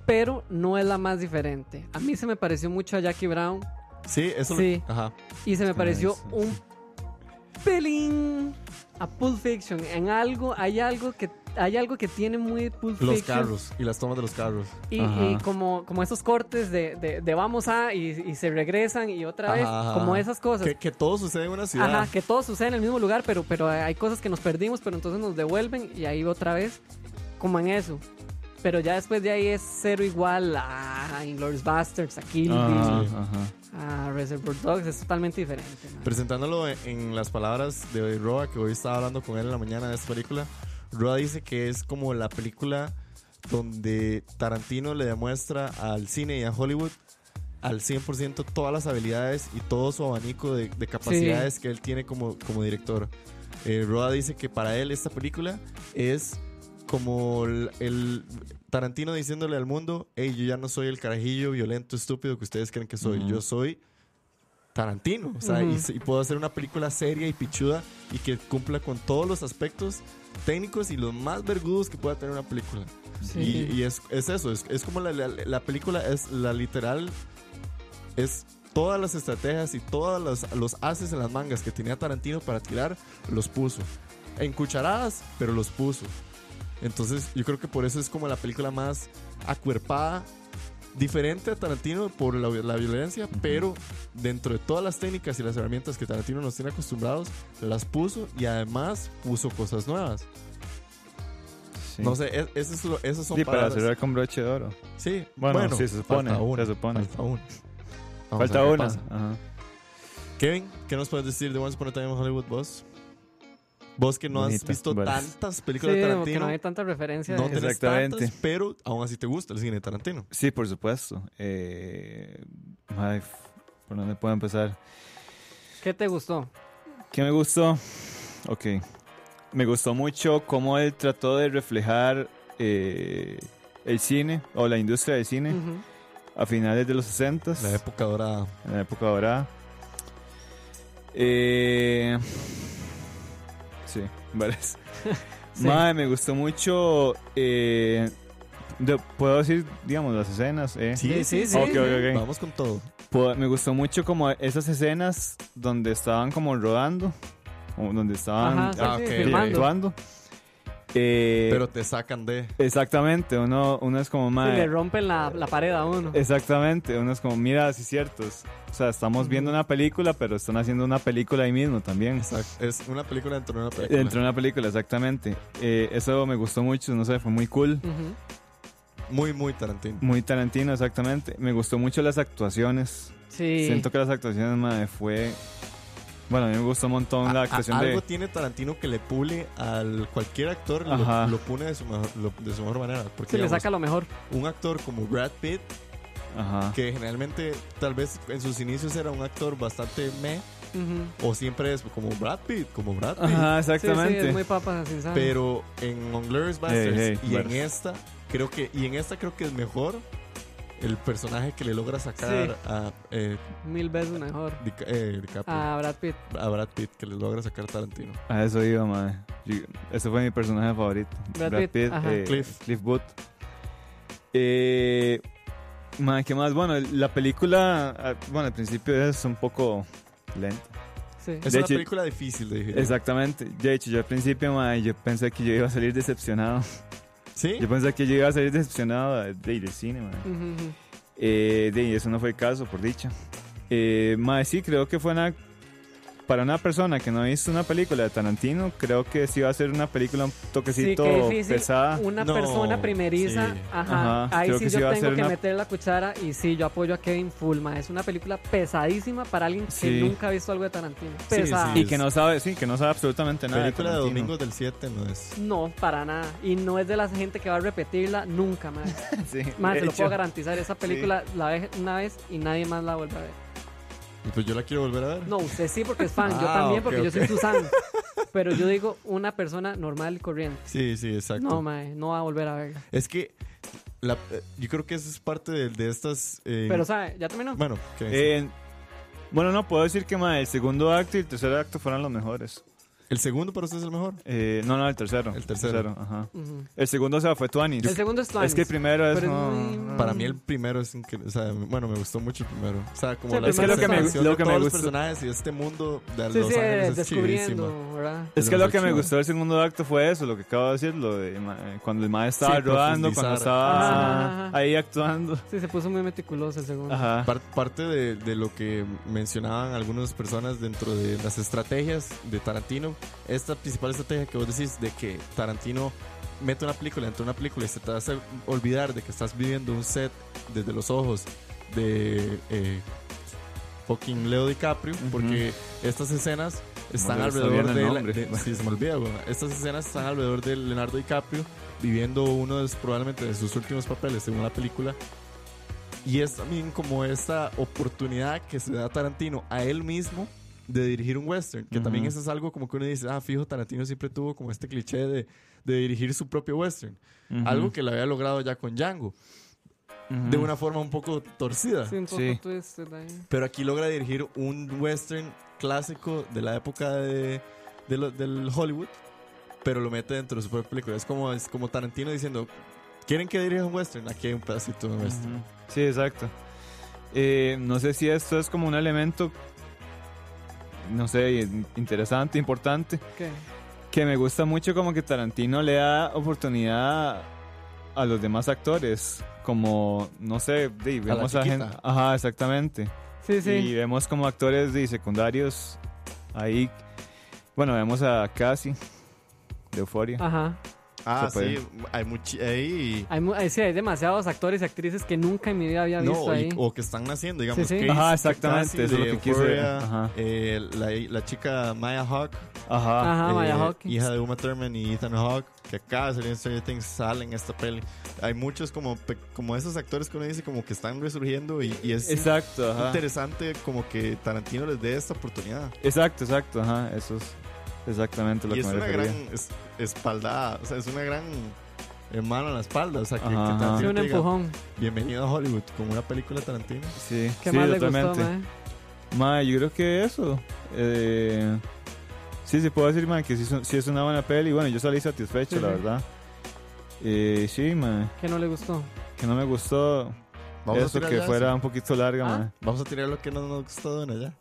Speaker 3: pero no es la más diferente. A mí se me pareció mucho a Jackie Brown
Speaker 2: Sí, eso
Speaker 3: Sí.
Speaker 2: Lo, ajá.
Speaker 3: y se me pareció
Speaker 4: sí,
Speaker 3: un pelín a Pulp Fiction. En algo, hay algo que hay algo que tiene muy Pulp
Speaker 2: Los
Speaker 3: Fiction.
Speaker 2: carros y las tomas de los carros.
Speaker 3: Y,
Speaker 4: Ajá.
Speaker 3: y como, como esos cortes de, de- de vamos a y, y se regresan y otra vez,
Speaker 2: Ajá, ajá,
Speaker 3: como
Speaker 2: ajá.
Speaker 3: esas cosas.
Speaker 2: Que, que todo sucede en una ciudad.
Speaker 3: Ajá, que todo sucede en el mismo lugar, pero, pero hay cosas que nos perdimos, pero entonces nos devuelven y ahí otra vez, como en eso. Pero ya después de ahí es cero igual a Inglourious Basterds, a Kill
Speaker 4: Ajá,
Speaker 3: Bill,
Speaker 4: ajá.
Speaker 3: a Reservoir Dogs, es totalmente diferente. ¿no?
Speaker 2: Presentándolo en, en las palabras de Roa, que hoy estaba hablando con él en la mañana de esta película, Roa dice que es como la película donde Tarantino le demuestra al cine y a Hollywood al 100% todas las habilidades y todo su abanico de, de capacidades que él tiene como, como director. Eh, Roa dice que para él esta película es como el, el Tarantino diciéndole al mundo, hey, yo ya no soy el carajillo violento, estúpido que ustedes creen que soy,
Speaker 4: Ujú.
Speaker 2: yo soy Tarantino, o sea, y
Speaker 3: Ujú.
Speaker 2: s- y, puedo hacer una película seria y pichuda y que cumpla con todos los aspectos técnicos y los más vergudos que pueda tener una película.
Speaker 3: Sí.
Speaker 2: Y, y es, es eso, es, es como la, la- la película es la literal, es todas las estrategias y todos los, los haces en las mangas que tenía Tarantino para tirar, los puso. En cucharadas, pero los puso. Entonces yo creo que por eso es como la película más acuerpada, diferente a Tarantino por la, la violencia, pero dentro de todas las técnicas y las herramientas que Tarantino nos tiene acostumbrados, las puso y además puso cosas nuevas.
Speaker 4: Sí.
Speaker 2: No sé, es- eso es lo- esas son
Speaker 4: Sí, para
Speaker 2: palabras.
Speaker 4: cerrar con broche de oro.
Speaker 2: Sí,
Speaker 4: Bueno,
Speaker 2: bueno,
Speaker 4: sí, se supone,
Speaker 2: Falta una.
Speaker 4: se supone.
Speaker 2: Falta una. Vamos a
Speaker 4: Falta
Speaker 2: ver qué
Speaker 4: una.
Speaker 2: pasa.
Speaker 4: Ajá.
Speaker 2: Kevin, ¿qué nos puedes decir de Once Upon a Time in Hollywood, vos? Vos que no has
Speaker 4: Bonita,
Speaker 2: visto
Speaker 4: varias.
Speaker 2: tantas películas de
Speaker 3: Sí, como que
Speaker 2: Tarantino,
Speaker 3: no hay tanta referencia.
Speaker 2: no
Speaker 3: de-
Speaker 2: tenés
Speaker 4: Exactamente.
Speaker 2: tantas, pero aún así te gusta el cine de Tarantino.
Speaker 4: Sí, por supuesto. Eh, ay, f- ¿Por dónde puedo empezar?
Speaker 3: ¿Qué te gustó?
Speaker 4: ¿Qué me gustó? Ok. Me gustó mucho cómo él trató de reflejar eh, el cine o la industria del cine
Speaker 3: Ujú.
Speaker 4: a finales de los 60
Speaker 2: La época dorada.
Speaker 4: en la época dorada. Eh, sí, varias.
Speaker 3: *laughs* Sí.
Speaker 4: Mae, me gustó mucho. eh, de- Puedo decir, digamos, las escenas. Eh?
Speaker 3: Sí, sí, sí.
Speaker 4: Ok, ok, ok. Eh,
Speaker 2: Vamos con todo.
Speaker 4: Pu- Pues, Me gustó mucho como esas escenas donde estaban como rodando, o donde estaban
Speaker 3: Ajá, sí,
Speaker 2: Ah,
Speaker 3: sí,
Speaker 2: ok.
Speaker 3: filmando.
Speaker 4: actuando. Eh,
Speaker 2: Pero te sacan de.
Speaker 4: exactamente, uno, uno es como
Speaker 3: Y le
Speaker 4: mae.
Speaker 3: rompen la, la pared a uno.
Speaker 4: Exactamente, uno es como, mira, sí, ciertos. O sea, estamos viendo una película, pero están haciendo una película ahí mismo también.
Speaker 2: Exacto. Es una película dentro de una película.
Speaker 4: Dentro de una película, exactamente. Eh, eso me gustó mucho, no sé, fue muy cool.
Speaker 3: Ujú.
Speaker 2: Muy, muy Tarantino.
Speaker 4: Muy Tarantino, exactamente. Me gustó mucho las actuaciones.
Speaker 3: Sí.
Speaker 4: Siento que las actuaciones, mae, fue. Bueno, a mí me gustó un montón
Speaker 2: A-
Speaker 4: la
Speaker 2: a-
Speaker 4: actuación de.
Speaker 2: algo tiene Tarantino que le pule al cualquier actor lo,
Speaker 4: Ajá.
Speaker 2: lo pone de su mejor, lo- de su mejor manera porque
Speaker 3: Se le
Speaker 2: digamos,
Speaker 3: saca lo mejor.
Speaker 2: un actor como Brad Pitt
Speaker 4: Ajá.
Speaker 2: que generalmente tal vez en sus inicios era un actor bastante meh
Speaker 3: Ujú.
Speaker 2: o siempre es como Brad Pitt como Brad Pitt
Speaker 4: Ajá,
Speaker 3: Sí, sí,
Speaker 4: exactamente.
Speaker 3: es muy papa sin sal.
Speaker 2: pero en On Glorious Bastards
Speaker 4: hey,
Speaker 2: y
Speaker 4: bueno.
Speaker 2: en esta creo que y en esta creo que es mejor el personaje que le logra sacar
Speaker 3: Sí.
Speaker 2: a eh,
Speaker 3: Mil veces mejor.
Speaker 2: Dica- eh, DiCaprio,
Speaker 3: A Brad Pitt.
Speaker 2: a Brad Pitt que le logra sacar Tarantino
Speaker 4: A eso iba, madre. Yo- ese fue mi personaje favorito.
Speaker 3: Brad Pitt, ajá.
Speaker 4: eh,
Speaker 2: Cliff.
Speaker 4: Cliff. Booth. Eh, madre, ¿qué más? Bueno, la película, ah, bueno, al principio es un poco lenta.
Speaker 3: Sí.
Speaker 2: es
Speaker 4: De
Speaker 2: una
Speaker 4: hecho-
Speaker 2: película difícil de digerir
Speaker 4: Exactamente. De hecho, yo al principio, madre, yo pensé que yo iba a salir decepcionado.
Speaker 2: sí
Speaker 4: Yo pensé que yo iba a salir decepcionado de, de cine, madre.
Speaker 3: Ujú, ujú.
Speaker 4: Eh, de, eso no fue el caso, por dicha. Eh, madre, sí, creo que fue una... Para una persona que no ha visto una película de Tarantino, creo que sí va a ser una película un toquecito
Speaker 3: qué difícil.
Speaker 4: pesada.
Speaker 3: Una
Speaker 2: No,
Speaker 3: persona primeriza,
Speaker 2: sí.
Speaker 3: ajá,
Speaker 4: Ajá,
Speaker 3: ahí
Speaker 4: creo
Speaker 3: sí
Speaker 4: que sí
Speaker 3: yo
Speaker 4: va a
Speaker 3: tengo
Speaker 4: ser
Speaker 3: que
Speaker 4: una-
Speaker 3: meter la cuchara y sí, yo apoyo a Kevin Fulma. Es una película pesadísima para alguien
Speaker 4: Sí.
Speaker 3: que nunca ha visto algo de Tarantino.
Speaker 2: Sí,
Speaker 3: Pesada.
Speaker 2: sí.
Speaker 4: Y que no sabe, sí, que no sabe absolutamente nada.
Speaker 2: película de
Speaker 4: Tarantino.
Speaker 2: Domingos del 7 no es
Speaker 3: No, para nada. Y no es de la gente que va a repetirla nunca más.
Speaker 4: *laughs*
Speaker 3: *laughs*
Speaker 4: Sí,
Speaker 3: Más,
Speaker 4: de
Speaker 3: te lo puedo
Speaker 4: hecho.
Speaker 3: garantizar. Esa película la ve una vez y nadie más la vuelve a ver.
Speaker 2: Y Pues yo la quiero volver a ver.
Speaker 3: No, usted sí porque es fan, yo
Speaker 2: Ah,
Speaker 3: también
Speaker 2: ok,
Speaker 3: porque yo
Speaker 2: ok.
Speaker 3: soy
Speaker 4: *laughs*
Speaker 3: Susan. Pero yo digo una persona normal y corriente.
Speaker 2: Sí, sí, exacto.
Speaker 3: No, mae, no va a volver a verla.
Speaker 2: es que la- eh, yo creo que eso es parte de, de estas. eh,
Speaker 3: Pero, ¿sabe? ¿Ya terminó?
Speaker 2: bueno, que-
Speaker 4: Eh, bueno, no, puedo decir que más el segundo acto y el tercer acto fueron los mejores.
Speaker 2: el segundo para usted es el mejor.
Speaker 4: Eh, no, no, el tercero.
Speaker 2: El tercero.
Speaker 4: ajá.
Speaker 3: Ujú.
Speaker 4: El segundo, o sea, fue Tuanis.
Speaker 3: El segundo es Twanis.
Speaker 4: Es que el primero es...
Speaker 3: pero es
Speaker 4: no,
Speaker 3: muy-
Speaker 4: no.
Speaker 2: Para mí el primero es increíble. O sea, bueno, me gustó mucho el primero. O sea, como
Speaker 3: Sí,
Speaker 2: la
Speaker 3: es que lo que me-
Speaker 2: presentación
Speaker 4: lo
Speaker 2: de
Speaker 4: que me
Speaker 2: todos los
Speaker 4: gustó-
Speaker 2: personajes y este mundo de
Speaker 3: Sí,
Speaker 2: Los
Speaker 3: sí,
Speaker 2: Ángeles es chidísimo.
Speaker 3: descubriendo, ¿verdad?
Speaker 4: Es que lo que me
Speaker 2: Chivo.
Speaker 4: gustó del segundo acto fue eso, lo que acabo de decir, lo de ma- eh, cuando el maestro estaba
Speaker 2: Sí,
Speaker 4: rodando,
Speaker 2: profundizar.
Speaker 4: cuando estaba
Speaker 3: Ajá, ajá, ajá.
Speaker 4: ahí actuando.
Speaker 3: Sí, se puso muy meticuloso el segundo.
Speaker 4: Ajá.
Speaker 2: Par- parte de, de lo que mencionaban algunas personas dentro de las estrategias de Tarantino, esta principal estrategia que vos decís de que Tarantino mete una película dentro de una película y se te hace olvidar de que estás viviendo un set desde los ojos de eh, fucking Leo DiCaprio,
Speaker 4: Ujú.
Speaker 2: porque estas escenas están
Speaker 4: me olvidó
Speaker 2: alrededor
Speaker 4: bien el
Speaker 2: de, la-
Speaker 4: nombre.
Speaker 2: de- sí, se me olvida, güey. Estas escenas están alrededor de Leonardo DiCaprio viviendo uno de, sus- probablemente de sus últimos papeles según la película. Y es también como esta oportunidad que se da a Tarantino a él mismo de dirigir un western, que también
Speaker 4: Ujú.
Speaker 2: eso es algo como que uno dice, ah, fijo, Tarantino siempre tuvo como este cliché de, de dirigir su propio western,
Speaker 4: Ujú.
Speaker 2: algo que lo había logrado ya con Django,
Speaker 4: Ujú.
Speaker 2: de una forma un poco torcida.
Speaker 3: Sí, un poco
Speaker 4: Sí.
Speaker 3: twisted ahí.
Speaker 2: Pero aquí logra dirigir un western clásico de la época de, de lo- del Hollywood, pero lo mete dentro de su propia película. Es como, es como Tarantino diciendo, ¿quieren que dirija un western? Aquí hay un pedacito de un western.
Speaker 4: Ujú. Sí, exacto. Eh, no sé si esto es como un elemento, no sé, in- interesante, importante,
Speaker 3: ¿Qué?
Speaker 4: que me gusta mucho como que Tarantino le da oportunidad a los demás actores, como, no sé, di,
Speaker 2: la
Speaker 4: vemos a, gente...
Speaker 2: chiquita.
Speaker 4: Ajá, exactamente.
Speaker 3: Sí,
Speaker 4: Y eh,
Speaker 3: sí.
Speaker 4: vemos como actores di, secundarios ahí, bueno, vemos a Cassie de Euforia.
Speaker 3: Ajá.
Speaker 2: Ah,
Speaker 4: Se puede.
Speaker 2: sí, hay muchi ahí.
Speaker 3: Hay, mu- eh, sí, hay demasiados actores y actrices que nunca en mi vida había visto
Speaker 2: No, y-
Speaker 3: ahí.
Speaker 2: o que están naciendo, digamos.
Speaker 3: Sí, sí.
Speaker 2: Casey
Speaker 4: Ajá, exactamente,
Speaker 2: Kasem
Speaker 4: eso es lo
Speaker 2: de
Speaker 4: que quise-
Speaker 2: Euphoria,
Speaker 4: ajá.
Speaker 2: eh, la, la chica Maya Hawk,
Speaker 4: Ajá.
Speaker 3: Ajá,
Speaker 2: eh,
Speaker 3: Ah, Maya Hawkins.
Speaker 2: hija de Uma Thurman y Ethan Hawke, que acaba de salir en Stranger Things, sale en esta peli. Hay muchos como, pe- como esos actores que uno dice como que están resurgiendo y, y es
Speaker 4: Exacto, ajá.
Speaker 2: interesante como que Tarantino les dé esta oportunidad.
Speaker 4: Exacto, exacto, ajá. Eso es exactamente lo
Speaker 2: Y
Speaker 4: que
Speaker 2: es
Speaker 4: me
Speaker 2: una
Speaker 4: refería.
Speaker 2: gran es- espaldada, o sea, es una gran hermana en la espalda, o sea, que, que
Speaker 4: Ajá, ajá.
Speaker 2: Tarantino
Speaker 3: Sí, un
Speaker 2: te diga,
Speaker 3: empujón.
Speaker 2: Bienvenido a Hollywood, como una película de Tarantino.
Speaker 4: Sí,
Speaker 3: ¿Qué
Speaker 4: sí,
Speaker 3: más le
Speaker 4: totalmente.
Speaker 3: gustó, mae?
Speaker 4: Ma, yo creo que eso. Eh, sí, se puede decir, man, que sí, son- sí es una buena peli. Bueno, yo salí satisfecho,
Speaker 3: Sí,
Speaker 4: la
Speaker 3: sí.
Speaker 4: verdad. Eh, sí, man,
Speaker 3: ¿Qué no le gustó?
Speaker 4: que no me gustó
Speaker 2: Vamos
Speaker 4: eso
Speaker 2: a tirar
Speaker 4: que
Speaker 2: ya
Speaker 4: fuera
Speaker 2: eso.
Speaker 4: un poquito larga,
Speaker 3: Ah.
Speaker 4: man.
Speaker 2: Vamos a tirar lo que no nos gustó de una ya.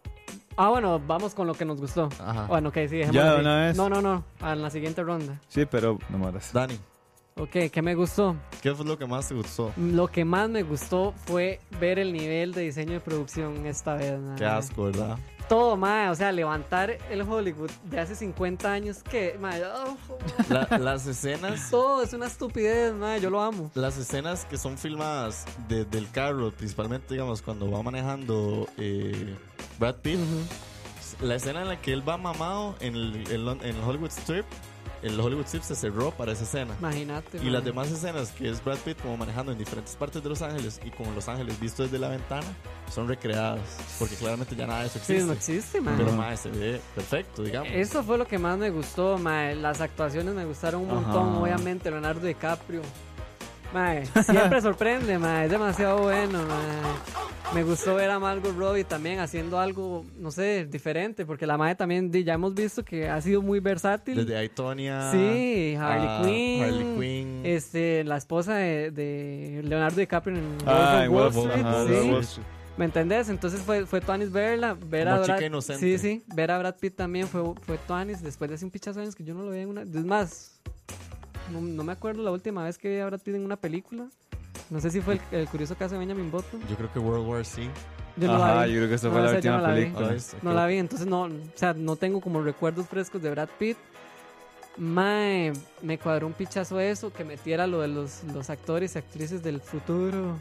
Speaker 3: Ah, bueno, vamos con lo que nos gustó.
Speaker 2: Ajá.
Speaker 3: Bueno, ok, sí, dejémoslo
Speaker 4: Ah. Ya, de
Speaker 3: así.
Speaker 4: una vez.
Speaker 3: No, no, no, a la siguiente ronda.
Speaker 4: Sí, pero no malas.
Speaker 2: Dani,
Speaker 3: Ok, ¿qué me gustó?
Speaker 2: ¿qué fue lo que más te gustó?
Speaker 3: Lo que más me gustó fue ver el nivel de diseño de producción esta vez. mae.
Speaker 2: Qué asco, ¿verdad?
Speaker 3: Todo, mae, o sea, levantar el Hollywood de hace 50 años, que, mae, oh,
Speaker 2: La- las escenas
Speaker 3: todo es una estupidez, mae, yo lo amo.
Speaker 2: las escenas que son filmadas de- del carro, principalmente, digamos, cuando va manejando eh, Brad Pitt, la escena en la que él va mamado en el, en Lon- en el Hollywood Strip, el Hollywood Strip se cerró para esa escena.
Speaker 3: Imagínate.
Speaker 2: Y las
Speaker 3: mae.
Speaker 2: demás escenas que es Brad Pitt como manejando en diferentes partes de Los Ángeles y con Los Ángeles visto desde la ventana son recreadas porque claramente ya nada de eso
Speaker 3: Sí,
Speaker 2: existe.
Speaker 3: no existe, mae.
Speaker 2: Pero
Speaker 4: Ajá.
Speaker 2: más se ve perfecto, digamos.
Speaker 3: Eso fue lo que más me gustó, mae. Las actuaciones me gustaron un
Speaker 4: Ajá.
Speaker 3: montón, obviamente, Leonardo DiCaprio. Mae,
Speaker 4: *laughs*
Speaker 3: siempre sorprende, mae. Es demasiado bueno, mae. Me gustó ver a Margot Robbie también haciendo algo, no sé, diferente, porque la mae también, di, ya hemos visto que ha sido muy versátil.
Speaker 2: Desde Aitonia.
Speaker 4: Ah.
Speaker 3: sí, Harley
Speaker 2: a
Speaker 3: Quinn.
Speaker 2: Harley Quinn.
Speaker 3: Este, la esposa de, de Leonardo DiCaprio en Wolf
Speaker 4: Ah,
Speaker 3: of
Speaker 4: en
Speaker 3: Wall
Speaker 4: Wolf of-
Speaker 3: Street,
Speaker 4: ajá,
Speaker 3: sí.
Speaker 4: Wolf of Wall Street.
Speaker 3: ¿Me entendés? Entonces fue, fue Tuanis verla, ver
Speaker 2: Como
Speaker 3: a
Speaker 2: chica
Speaker 3: Brad
Speaker 2: inocente.
Speaker 3: Sí, sí, ver a Brad Pitt también fue, fue Tuanis después de hace un pichazo de años que yo no lo veía en una... Es más, no, no me acuerdo la última vez que vi a Brad Pitt en una película. No sé si fue el, el curioso caso de Benjamin Button.
Speaker 2: Yo creo que World War C.
Speaker 3: Yo no
Speaker 4: Ajá,
Speaker 3: la vi.
Speaker 4: yo creo que esa
Speaker 3: No,
Speaker 4: fue la
Speaker 3: esa yo
Speaker 4: última
Speaker 3: no la vi.
Speaker 4: película.
Speaker 2: Ah, es-
Speaker 3: No la vi, entonces no, o sea, no tengo como recuerdos frescos de Brad Pitt. Mae, me cuadró un pichazo eso, que metiera lo de los, los actores y actrices del futuro.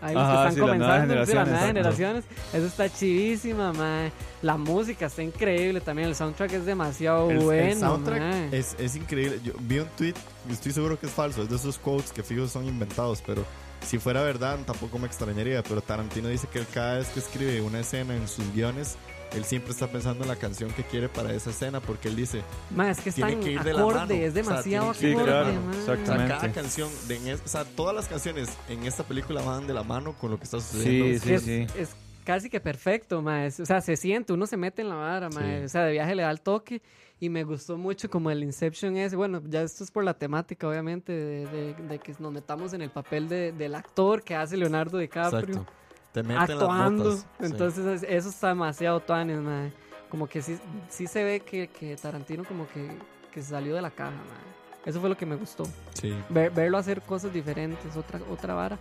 Speaker 3: Ahí los
Speaker 4: Ajá,
Speaker 3: que están
Speaker 4: sí, la nueva
Speaker 3: comenzando, sí, las
Speaker 4: generación,
Speaker 3: nuevas
Speaker 4: exacto.
Speaker 3: generaciones. Eso está chivísima, mae. La música está increíble también, el soundtrack es demasiado
Speaker 2: El, el
Speaker 3: bueno.
Speaker 2: soundtrack
Speaker 3: mae.
Speaker 2: es, es increíble. Yo vi un tweet, y estoy seguro que es falso, es de esos quotes que fijo son inventados, pero si fuera verdad tampoco me extrañaría. Pero Tarantino dice que él cada vez que escribe una escena en sus guiones, él siempre está pensando en la canción que quiere para esa escena, porque él dice,
Speaker 3: Mae, es que es
Speaker 2: tiene
Speaker 3: tan
Speaker 2: que ir de la mano,
Speaker 3: acorde,
Speaker 2: o
Speaker 3: es
Speaker 2: sea,
Speaker 3: demasiado
Speaker 2: tiene
Speaker 4: que ir de la
Speaker 3: acorde,
Speaker 4: mano,
Speaker 3: mae.
Speaker 2: o sea, cada
Speaker 4: Exactamente.
Speaker 2: canción, de en es- o sea, todas las canciones en esta película van de la mano con lo que está
Speaker 4: Sí,
Speaker 2: sucediendo.
Speaker 4: sí,
Speaker 3: es,
Speaker 4: sí.
Speaker 3: es Casi que perfecto, mae. Es- O sea, se siente, uno se mete en la vara, mae.
Speaker 2: Sí.
Speaker 3: O sea, de viaje le da el toque. Y me gustó mucho como el Inception es. Bueno, ya esto es por la temática, obviamente, de, de- de que nos metamos en el papel de- del actor que hace Leonardo DiCaprio.
Speaker 2: Exacto. Te meten las
Speaker 3: Actuando.
Speaker 2: notas, sí.
Speaker 3: Entonces, es- eso está demasiado tuanes, mae. Como que sí, sí se ve que, que Tarantino como que, que se salió de la caja, mae. Eso fue lo que me gustó.
Speaker 2: Sí.
Speaker 3: Ver- verlo hacer cosas diferentes, otra, otra vara.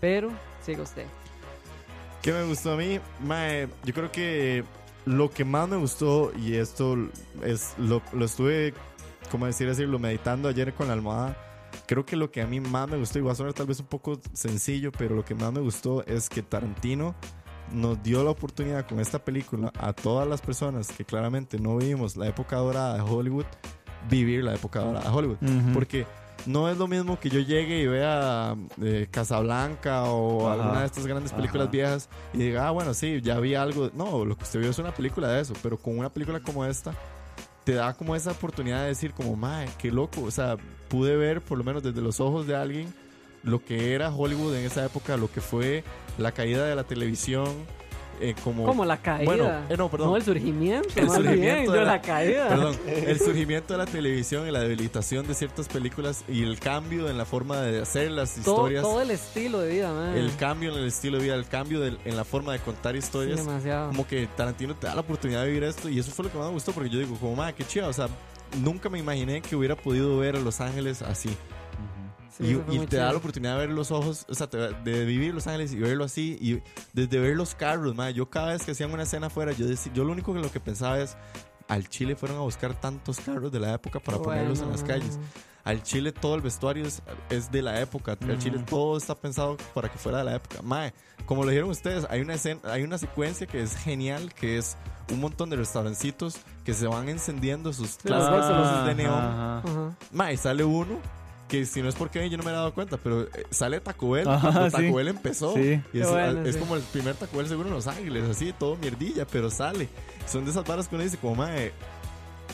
Speaker 3: Pero, sigue usted.
Speaker 2: ¿Qué me gustó a mí? Mae, yo creo que lo que más me gustó, y esto es lo, lo estuve, ¿cómo decir decirlo? Meditando ayer con la almohada. Creo que lo que a mí más me gustó, y va a sonar tal vez un poco sencillo, pero lo que más me gustó es que Tarantino nos dio la oportunidad con esta película a todas las personas que claramente no vivimos la época dorada de Hollywood, vivir la época dorada de Hollywood.
Speaker 4: Ujú.
Speaker 2: Porque no es lo mismo que yo llegue y vea eh, Casablanca o
Speaker 4: Ajá.
Speaker 2: alguna de estas grandes películas
Speaker 4: Ajá.
Speaker 2: viejas y diga, ah, bueno, sí, ya vi algo. No, lo que usted vio es una película de eso, pero con una película como esta te da como esa oportunidad de decir como, mae, qué loco, o sea, pude ver por lo menos desde los ojos de alguien lo que era Hollywood en esa época, lo que fue la caída de la televisión, eh, como...
Speaker 3: Como la caída.
Speaker 2: Bueno, eh, no, perdón.
Speaker 3: el surgimiento.
Speaker 2: El
Speaker 3: más
Speaker 2: surgimiento
Speaker 3: bien,
Speaker 2: de la-
Speaker 3: yo la, caída.
Speaker 2: Perdón, el surgimiento de la televisión y la debilitación de ciertas películas y el cambio en la forma de hacer las
Speaker 3: Todo,
Speaker 2: historias,
Speaker 3: todo el estilo de vida, man.
Speaker 2: el cambio en el estilo de vida, el cambio del- en la forma de contar
Speaker 3: Sí,
Speaker 2: historias.
Speaker 3: demasiado.
Speaker 2: como que Tarantino te da la oportunidad de vivir esto y eso fue lo que más me gustó porque yo digo, como, madre, qué chido, o sea, nunca me imaginé que hubiera podido ver a Los Ángeles así.
Speaker 4: Ujú.
Speaker 3: Sí,
Speaker 2: y
Speaker 3: eso fue
Speaker 2: y
Speaker 3: muy
Speaker 2: te da
Speaker 3: chido.
Speaker 2: la oportunidad de ver los ojos, o sea, te- de vivir Los Ángeles y verlo así. Y desde ver los carros, madre, yo cada vez que hacían una escena afuera, yo, decí- yo lo único que lo que pensaba es, al Chile fueron a buscar tantos carros de la época para ponerlos en las
Speaker 3: Bueno.
Speaker 2: calles. Al Chile todo el vestuario es, es de la época. Al Chile
Speaker 4: Ujú.
Speaker 2: todo está pensado para que fuera de la época. Mae, como lo dijeron ustedes, hay una, escena, hay una secuencia que es genial, que es un montón de restaurancitos que se van encendiendo sus las
Speaker 3: las
Speaker 2: luces
Speaker 3: bolsas,
Speaker 2: de neón.
Speaker 4: Ah, Ajá.
Speaker 3: Ajá.
Speaker 2: Mae, sale uno que si no es porque yo no me he dado cuenta, pero eh, sale Taco Bell.
Speaker 4: Ajá,
Speaker 2: cuando
Speaker 4: sí.
Speaker 2: Taco Bell empezó.
Speaker 4: Sí.
Speaker 2: Y es,
Speaker 3: Qué bueno,
Speaker 2: es
Speaker 3: sí.
Speaker 2: como el primer Taco Bell seguro en Los Ángeles, así, todo mierdilla, pero sale. Son de esas varas que uno dice, como, mae,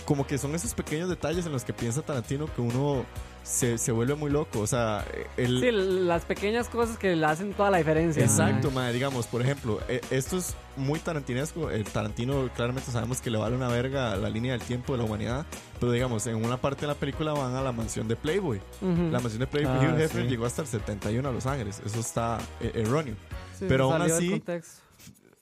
Speaker 2: como que son esos pequeños detalles en los que piensa Tarantino que uno se, se vuelve muy loco. O sea, eh, el,
Speaker 3: Sí, las pequeñas cosas que le hacen toda la diferencia.
Speaker 2: Exacto, mae, digamos, por ejemplo, eh, esto es muy tarantinesco. El Tarantino claramente sabemos que le vale una verga la línea del tiempo de la humanidad, pero digamos, en una parte de la película van a la mansión de Playboy.
Speaker 3: Ujú.
Speaker 2: La mansión de Playboy
Speaker 4: Ah,
Speaker 2: Hugh Hefner
Speaker 4: sí.
Speaker 2: llegó hasta el 71 a Los Ángeles, eso está eh, erróneo.
Speaker 3: Sí,
Speaker 2: pero
Speaker 3: se
Speaker 2: aún
Speaker 3: salió del
Speaker 2: así-
Speaker 3: contexto.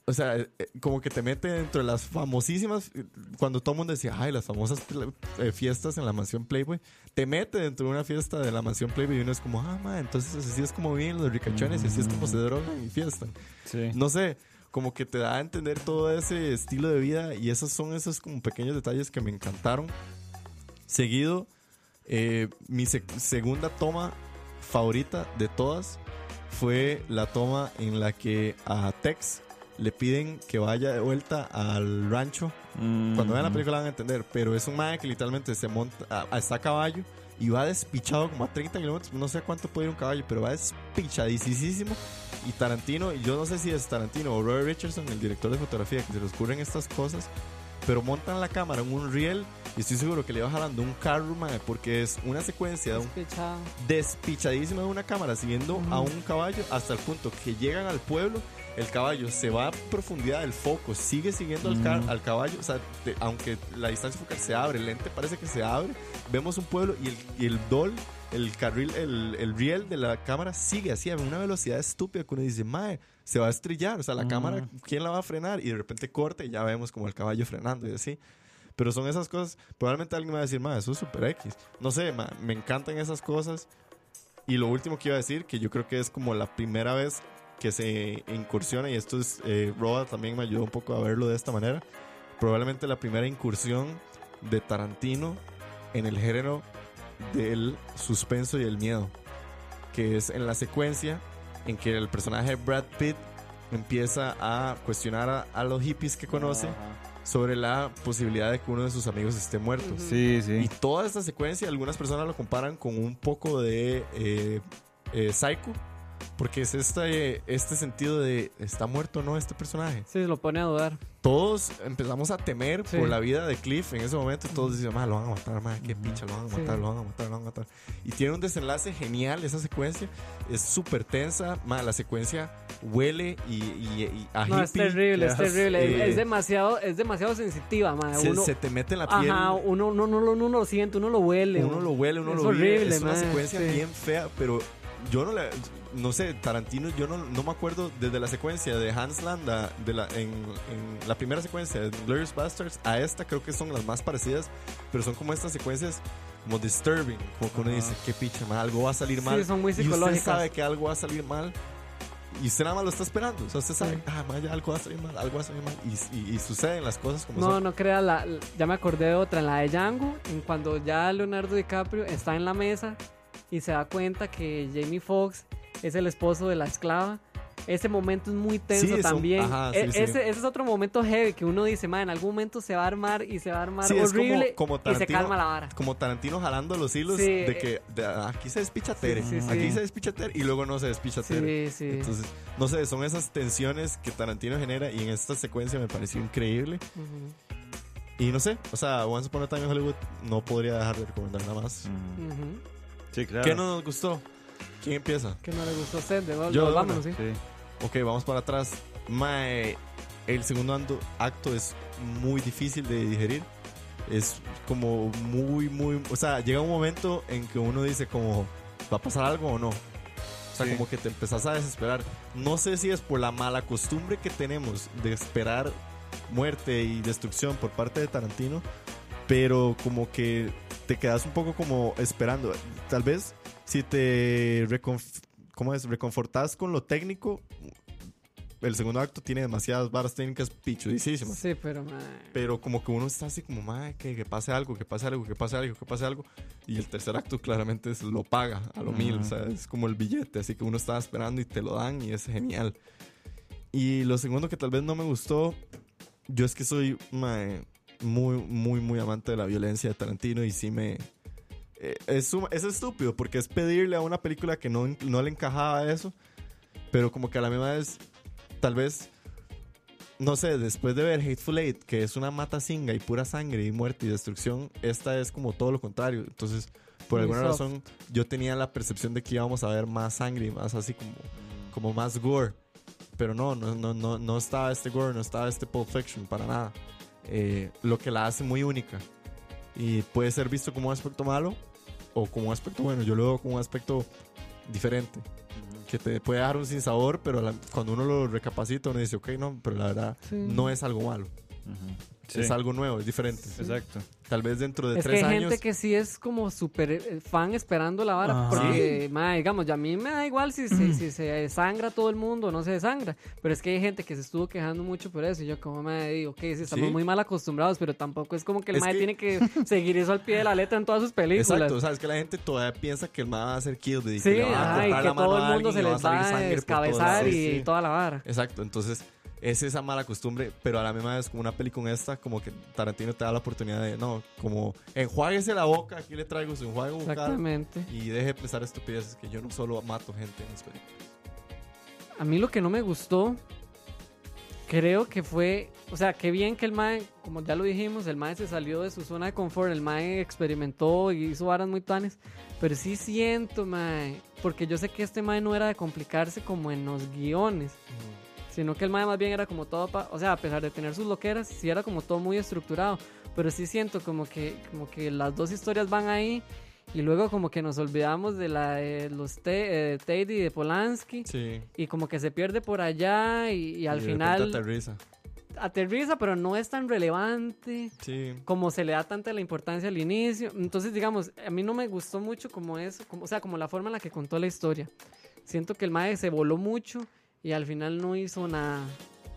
Speaker 2: O sea, eh, eh, como que te mete dentro de las famosísimas, eh, cuando todo el mundo decía, ay, las famosas pl- eh, fiestas en la mansión Playboy, te mete dentro de una fiesta de la mansión Playboy y uno es como, ah, mae, entonces así es como viven los ricachones y así es como se drogan y fiestan.
Speaker 4: Sí.
Speaker 2: no sé, como que te da a entender todo ese estilo de vida y esos son esos como pequeños detalles que me encantaron. Seguido, eh, mi sec- segunda toma favorita de todas fue la toma en la que a Tex le piden que vaya de vuelta al rancho. Mm. Cuando vean la película van a entender, pero es un mae que literalmente se monta, a- a- está a caballo y va despichado como a 30 kilómetros, no sé cuánto puede ir un caballo, pero va despichadísimo. Y Tarantino, y yo no sé si es Tarantino o Robert Richardson, el director de fotografía, que se les ocurren estas cosas, pero montan la cámara en un riel y estoy seguro que le va jalando un carro, mae, porque es una secuencia de un
Speaker 3: Despechado.
Speaker 2: despichadísimo de una cámara siguiendo a un caballo hasta el punto que llegan al pueblo. El caballo se va a profundidad del foco, sigue siguiendo al, ca-
Speaker 4: Mm.
Speaker 2: al caballo, o sea, te- aunque la distancia focal se abre, el lente parece que se abre, vemos un pueblo y el, y el dol, el carril, el, el riel de la cámara sigue así a una velocidad estúpida que uno dice, mae, se va a estrellar, o sea, la
Speaker 4: Mm.
Speaker 2: cámara, ¿quién la va a frenar? Y de repente corta y ya vemos como el caballo frenando y así. Pero son esas cosas. Probablemente alguien me va a decir, ma, eso es super X. No sé, ma, me encantan esas cosas. Y lo último que iba a decir, que yo creo que es como la primera vez que se incursiona, y esto es, eh, Roa también me ayudó un poco a verlo de esta manera, probablemente la primera incursión de Tarantino en el género del suspenso y el miedo, que es en la secuencia en que el personaje Brad Pitt empieza a cuestionar a, a los hippies que conoce
Speaker 4: Ah.
Speaker 2: sobre la posibilidad de que uno de sus amigos esté muerto.
Speaker 3: Ujú.
Speaker 4: Sí,
Speaker 2: Y
Speaker 4: sí.
Speaker 2: toda esta secuencia, algunas personas lo comparan con un poco de eh, eh, Psycho, porque es este, este sentido de está muerto o no este personaje.
Speaker 3: Sí, lo pone a dudar.
Speaker 2: Todos empezamos a temer
Speaker 3: Sí.
Speaker 2: por la vida de Cliff en ese momento. Todos dicen, "Ma, lo van a matar, ma, qué picha, lo van a
Speaker 3: Sí.
Speaker 2: matar, lo van a matar, lo van a matar. Y tiene un desenlace genial esa secuencia. Es súper tensa, ma, la secuencia huele y, y- y a
Speaker 3: No, es
Speaker 2: hippie.
Speaker 3: terrible, es
Speaker 4: quedas,
Speaker 3: terrible. Es-
Speaker 2: eh,
Speaker 3: Es demasiado, es demasiado sensitiva, madre.
Speaker 2: Se,
Speaker 3: uno,
Speaker 2: se te mete en la piel.
Speaker 3: ajá, uno, uno, uno, lo- uno lo siente, uno lo huele.
Speaker 2: Uno lo huele, uno
Speaker 3: Es
Speaker 2: lo vive.
Speaker 3: horrible,
Speaker 2: Es una
Speaker 3: man,
Speaker 2: secuencia
Speaker 3: sí.
Speaker 2: bien fea, pero yo no la. No sé, Tarantino, yo no, no me acuerdo desde la secuencia de Hans Landa, de la, en, en la primera secuencia de Glorious Bastards, a esta creo que son las más parecidas, pero son como estas secuencias como disturbing, como que uno
Speaker 4: Ajá.
Speaker 2: dice, qué picha, man, algo va a salir
Speaker 3: Sí,
Speaker 2: mal.
Speaker 3: son muy
Speaker 2: Y usted
Speaker 3: psicológicas.
Speaker 2: sabe que algo va a salir mal. Y usted nada más lo está esperando. O sea, usted sabe,
Speaker 3: Sí.
Speaker 2: ah, man, ya algo va a salir mal, algo va a salir mal. Y, y- y suceden las cosas como
Speaker 3: No,
Speaker 2: son.
Speaker 3: no crea la, la- ya me acordé de otra, en la de Django, en cuando ya Leonardo DiCaprio está en la mesa y se da cuenta que Jamie Foxx es el esposo de la esclava. Ese momento es muy tenso
Speaker 2: Sí, es un-
Speaker 3: también.
Speaker 2: ajá,
Speaker 3: E-
Speaker 2: sí, sí.
Speaker 3: Ese, ese es otro momento heavy que uno dice, man, en algún momento se va a armar y se va a armar
Speaker 2: Sí, es como-
Speaker 3: horrible
Speaker 2: como
Speaker 3: y se
Speaker 2: Tarantino-
Speaker 3: calma la vara.
Speaker 2: como Tarantino jalando los hilos
Speaker 3: Sí,
Speaker 2: de
Speaker 3: eh.
Speaker 2: que de, ah, aquí se despicha Tere,
Speaker 3: sí, sí.
Speaker 2: aquí se despicha Tere y luego no se despicha Tere.
Speaker 3: Sí, sí.
Speaker 2: Entonces, no sé, son esas tensiones que Tarantino genera y en esta secuencia me pareció increíble.
Speaker 3: Ujú,
Speaker 2: Y no sé, o sea, Once Upon a Time in Hollywood no podría dejar de recomendar nada más.
Speaker 4: Mm.
Speaker 3: ujú.
Speaker 4: Sí, claro.
Speaker 2: ¿Qué no nos gustó? ¿Quién empieza?
Speaker 3: Que no le gustó a usted, de gol,
Speaker 2: Yo,
Speaker 3: gol,
Speaker 2: de una.
Speaker 3: vámonos, ¿sí?
Speaker 4: Sí.
Speaker 2: Ok, vamos para atrás. Mae, el segundo ando- acto es muy difícil de digerir. Es como muy, muy... O sea, llega un momento en que uno dice como, ¿va a pasar algo o no? O sea,
Speaker 4: Sí.
Speaker 2: como que te empezás a desesperar. No sé si es por la mala costumbre que tenemos de esperar muerte y destrucción por parte de Tarantino, pero como que te quedas un poco como esperando. Tal vez si te reconf- ¿cómo es? reconfortás con lo técnico, el segundo acto tiene demasiadas barras técnicas pichudísimas.
Speaker 3: Sí, pero. mae.
Speaker 2: Pero como que uno está así como, madre, que, que pase algo, que pase algo, que pase algo, que pase algo. Y el tercer acto claramente es, lo paga a lo mil.
Speaker 4: Ajá.
Speaker 2: O sea, es como el billete. Así que uno estaba esperando y te lo dan y es genial. Y lo segundo que tal vez no me gustó, yo es que soy mae, muy, muy, muy amante de la violencia de Tarantino y sí me... eh, Es, suma- es estúpido porque es pedirle a una película que no, en- no le encajaba eso, pero como que a la misma vez, tal vez, no sé, después de ver Hateful Eight, que es una matacinga y pura sangre y muerte y destrucción, esta es como todo lo contrario. Entonces, por
Speaker 3: Muy
Speaker 2: alguna
Speaker 3: soft.
Speaker 2: razón, yo tenía la percepción de que íbamos a ver más sangre y más así como, como más gore. Pero no, no, no, no, no estaba este gore, no estaba este Pulp Fiction para nada. Eh, lo que la hace muy única. Y puede ser visto como un aspecto malo o como un aspecto bueno. Yo lo veo como un aspecto diferente. Que te puede dar un sinsabor, pero la- cuando uno lo recapacita, uno dice, ok, no, pero la verdad
Speaker 3: Sí.
Speaker 2: no es algo malo.
Speaker 4: Sí,
Speaker 2: Es algo nuevo, es diferente.
Speaker 4: Exacto.
Speaker 2: Tal vez dentro de
Speaker 3: Es que
Speaker 2: tres
Speaker 3: hay
Speaker 2: años.
Speaker 3: gente que sí es como súper eh, fan esperando la vara.
Speaker 4: Ajá.
Speaker 3: Porque, mae, digamos, ya a mí me da igual si se, si se desangra todo el mundo o no se desangra. Pero es que hay gente que se estuvo quejando mucho por eso. Y yo, como me digo, ok, sí, estamos
Speaker 2: Sí.
Speaker 3: muy mal acostumbrados, pero tampoco es como que el
Speaker 2: Es
Speaker 3: mae
Speaker 2: que-
Speaker 3: tiene que seguir eso al pie de la letra en todas sus películas.
Speaker 2: Exacto, sabes que la gente todavía piensa que el man va a hacer kill y
Speaker 3: Sí,
Speaker 2: que le van a
Speaker 3: ajá,
Speaker 2: cortar
Speaker 3: y que
Speaker 2: la mano
Speaker 3: todo
Speaker 2: a
Speaker 3: el mundo
Speaker 2: alguien
Speaker 3: se
Speaker 2: y va a
Speaker 3: les
Speaker 2: salir
Speaker 3: va a
Speaker 2: sangre por todos
Speaker 3: descabezar
Speaker 2: lados.
Speaker 3: y
Speaker 2: Sí, sí.
Speaker 3: toda la vara.
Speaker 2: Exacto, entonces es esa mala costumbre, pero a la misma vez como una peli con esta, como que Tarantino te da la oportunidad de, no, como enjuáguese la boca, aquí le traigo su enjuague bucal
Speaker 3: Exactamente.
Speaker 2: y deje de pensar estupideces que yo no solo mato gente en las películas.
Speaker 3: A mí lo que no me gustó, creo que fue, o sea, qué bien que el Mae, como ya lo dijimos, el Mae se salió de su zona de confort, el Mae experimentó y hizo varas muy tanes, pero sí siento, Mae, porque yo sé que este Mae no era de complicarse como en los guiones, sino que el Mae más bien era como todo, pa- o sea, a pesar de tener sus loqueras, sí era como todo muy estructurado, pero sí siento como que, como que las dos historias van ahí. Y luego como que nos olvidamos de la de los te, eh, Teddy de Polanski
Speaker 2: Sí.
Speaker 3: y como que se pierde por allá y, y al
Speaker 2: de repente
Speaker 3: final
Speaker 2: aterriza.
Speaker 3: aterriza, pero no es tan relevante
Speaker 2: Sí.
Speaker 3: como se le da tanta la importancia al inicio. Entonces, digamos, a mí no me gustó mucho como eso, como, o sea, como la forma en la que contó la historia. Siento que el mae se voló mucho y al final no hizo nada.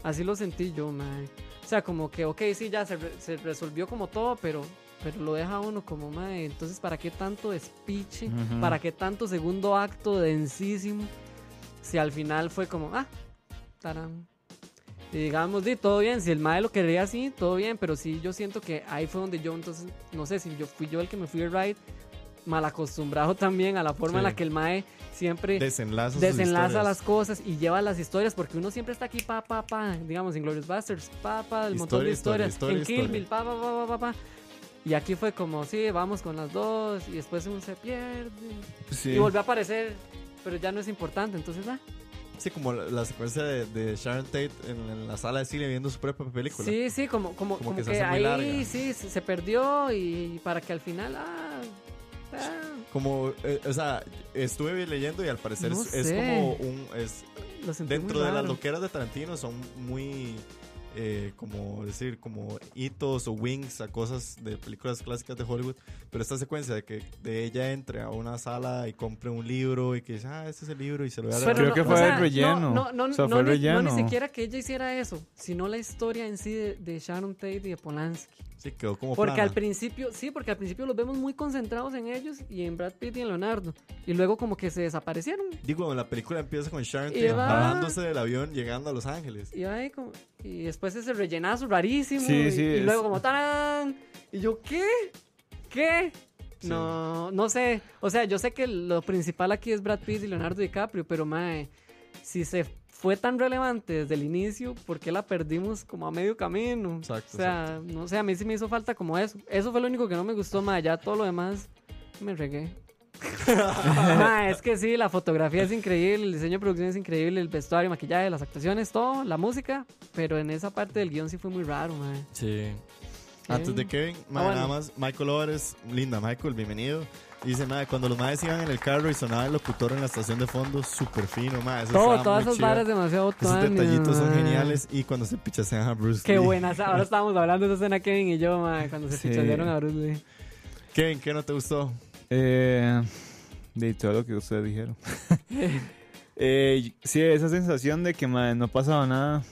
Speaker 3: Así lo sentí yo, mae. O sea, como que, ok, sí, ya se, re- se resolvió como todo, pero, pero lo deja uno como, mae, entonces, ¿para qué tanto despiche?
Speaker 4: Ujú.
Speaker 3: ¿Para qué tanto segundo acto densísimo? Si al final fue como, ah, tarán. Y digamos, di, todo bien, si el mae lo quería así, todo bien, pero sí yo siento que ahí fue donde yo, entonces, no sé, si yo fui yo el que me fui de ride, mal acostumbrado *laughs* también a la forma en
Speaker 2: Sí.
Speaker 3: la que el mae siempre
Speaker 2: Desenlaza sus
Speaker 3: desenlaza
Speaker 2: historias.
Speaker 3: las cosas y lleva las historias, porque uno siempre está aquí, pa, pa, pa, digamos, en Glorious Busters, pa, pa, el montón de
Speaker 2: Historia,
Speaker 3: historias,
Speaker 2: historia,
Speaker 3: en
Speaker 2: historia,
Speaker 3: Kill Bill, pa, pa, pa, pa, pa, pa. Y aquí fue como, sí, vamos con las dos, y después uno se pierde,
Speaker 2: Pues
Speaker 4: Sí.
Speaker 3: y volvió a aparecer, pero ya no es importante, entonces, ah,
Speaker 2: Sí, como la, la secuencia de, de Sharon Tate en, en la sala de cine viendo su propia película.
Speaker 3: Sí, sí, como, como,
Speaker 2: Como
Speaker 3: como
Speaker 2: que
Speaker 3: que,
Speaker 2: se hace
Speaker 3: ahí
Speaker 2: muy larga.
Speaker 3: sí se, se perdió y para que al final, ah, ah,
Speaker 2: Como, eh, o sea, estuve leyendo y al parecer
Speaker 3: No
Speaker 2: es, es
Speaker 3: sé.
Speaker 2: como un... Es,
Speaker 3: lo sentí
Speaker 2: dentro
Speaker 3: muy
Speaker 2: de las
Speaker 3: raro.
Speaker 2: loqueras de Tarantino son muy eh, como decir como hitos o wings a cosas de películas clásicas de Hollywood pero esta secuencia de que de ella entre a una sala y compre un libro y que dice ah este es el libro y se lo voy a
Speaker 3: Pero
Speaker 2: regalar
Speaker 4: Creo que fue
Speaker 3: o sea,
Speaker 4: el relleno.
Speaker 3: No, no, no,
Speaker 4: O sea,
Speaker 3: no
Speaker 4: fue el
Speaker 3: ni, no ni
Speaker 4: relleno.
Speaker 3: siquiera que ella hiciera eso, sino la historia en sí de, de Sharon Tate y de Polanski.
Speaker 2: sí quedó como
Speaker 3: Porque
Speaker 2: plana.
Speaker 3: al principio, sí, porque al principio los vemos muy concentrados en ellos y en Brad Pitt y en Leonardo. Y luego como que se desaparecieron.
Speaker 2: digo la película empieza con Sharon
Speaker 3: Y
Speaker 2: Tate
Speaker 3: va-
Speaker 2: bajándose del avión llegando a Los Ángeles
Speaker 3: Y, ahí como- y después ese rellenazo rarísimo.
Speaker 4: Sí,
Speaker 3: y,
Speaker 4: sí,
Speaker 3: y
Speaker 4: es-
Speaker 3: luego como tarán. Y yo, ¿qué? ¿Qué?
Speaker 2: Sí.
Speaker 3: No, no sé. O sea, yo sé que lo principal aquí es Brad Pitt y Leonardo DiCaprio, pero mae, si se fue tan relevante desde el inicio, ¿por qué la perdimos como a medio camino?
Speaker 2: Exacto,
Speaker 3: O sea, no sé, a mí sí me hizo falta como eso. Eso fue lo único que no me gustó, mae. Ya todo lo demás me
Speaker 2: *laughs*
Speaker 3: regué. Mae, es que sí, la fotografía es increíble, el diseño de producción es increíble, el vestuario, maquillaje, las actuaciones, todo, la música, pero en esa parte del guión sí fue muy raro, mae.
Speaker 2: Sí. Antes de Kevin, ma,
Speaker 3: bueno.
Speaker 2: nada más, Michael Álvarez, linda Michael, bienvenido. Dice, ma, cuando los madres iban en el carro y sonaba el locutor en la estación de fondo, súper fino, ma. eso
Speaker 3: Todo,
Speaker 2: estaba
Speaker 3: todas
Speaker 2: muy
Speaker 3: esas
Speaker 2: chido.
Speaker 3: varas demasiado
Speaker 2: Esos
Speaker 3: tuanis,
Speaker 2: detallitos son
Speaker 3: mae.
Speaker 2: geniales y cuando se pichasean a Bruce
Speaker 3: Qué
Speaker 2: Lee.
Speaker 4: *laughs*
Speaker 3: buenas. Ahora estábamos hablando de esa escena Kevin y yo, mae, cuando se
Speaker 4: Sí.
Speaker 3: pichasearon a Bruce Lee.
Speaker 2: ¿Qué? ¿En qué no te gustó?
Speaker 4: Eh, de todo lo que
Speaker 3: *laughs*
Speaker 4: ustedes dijeron. Eh, sí, esa sensación de que mae, no pasaba nada.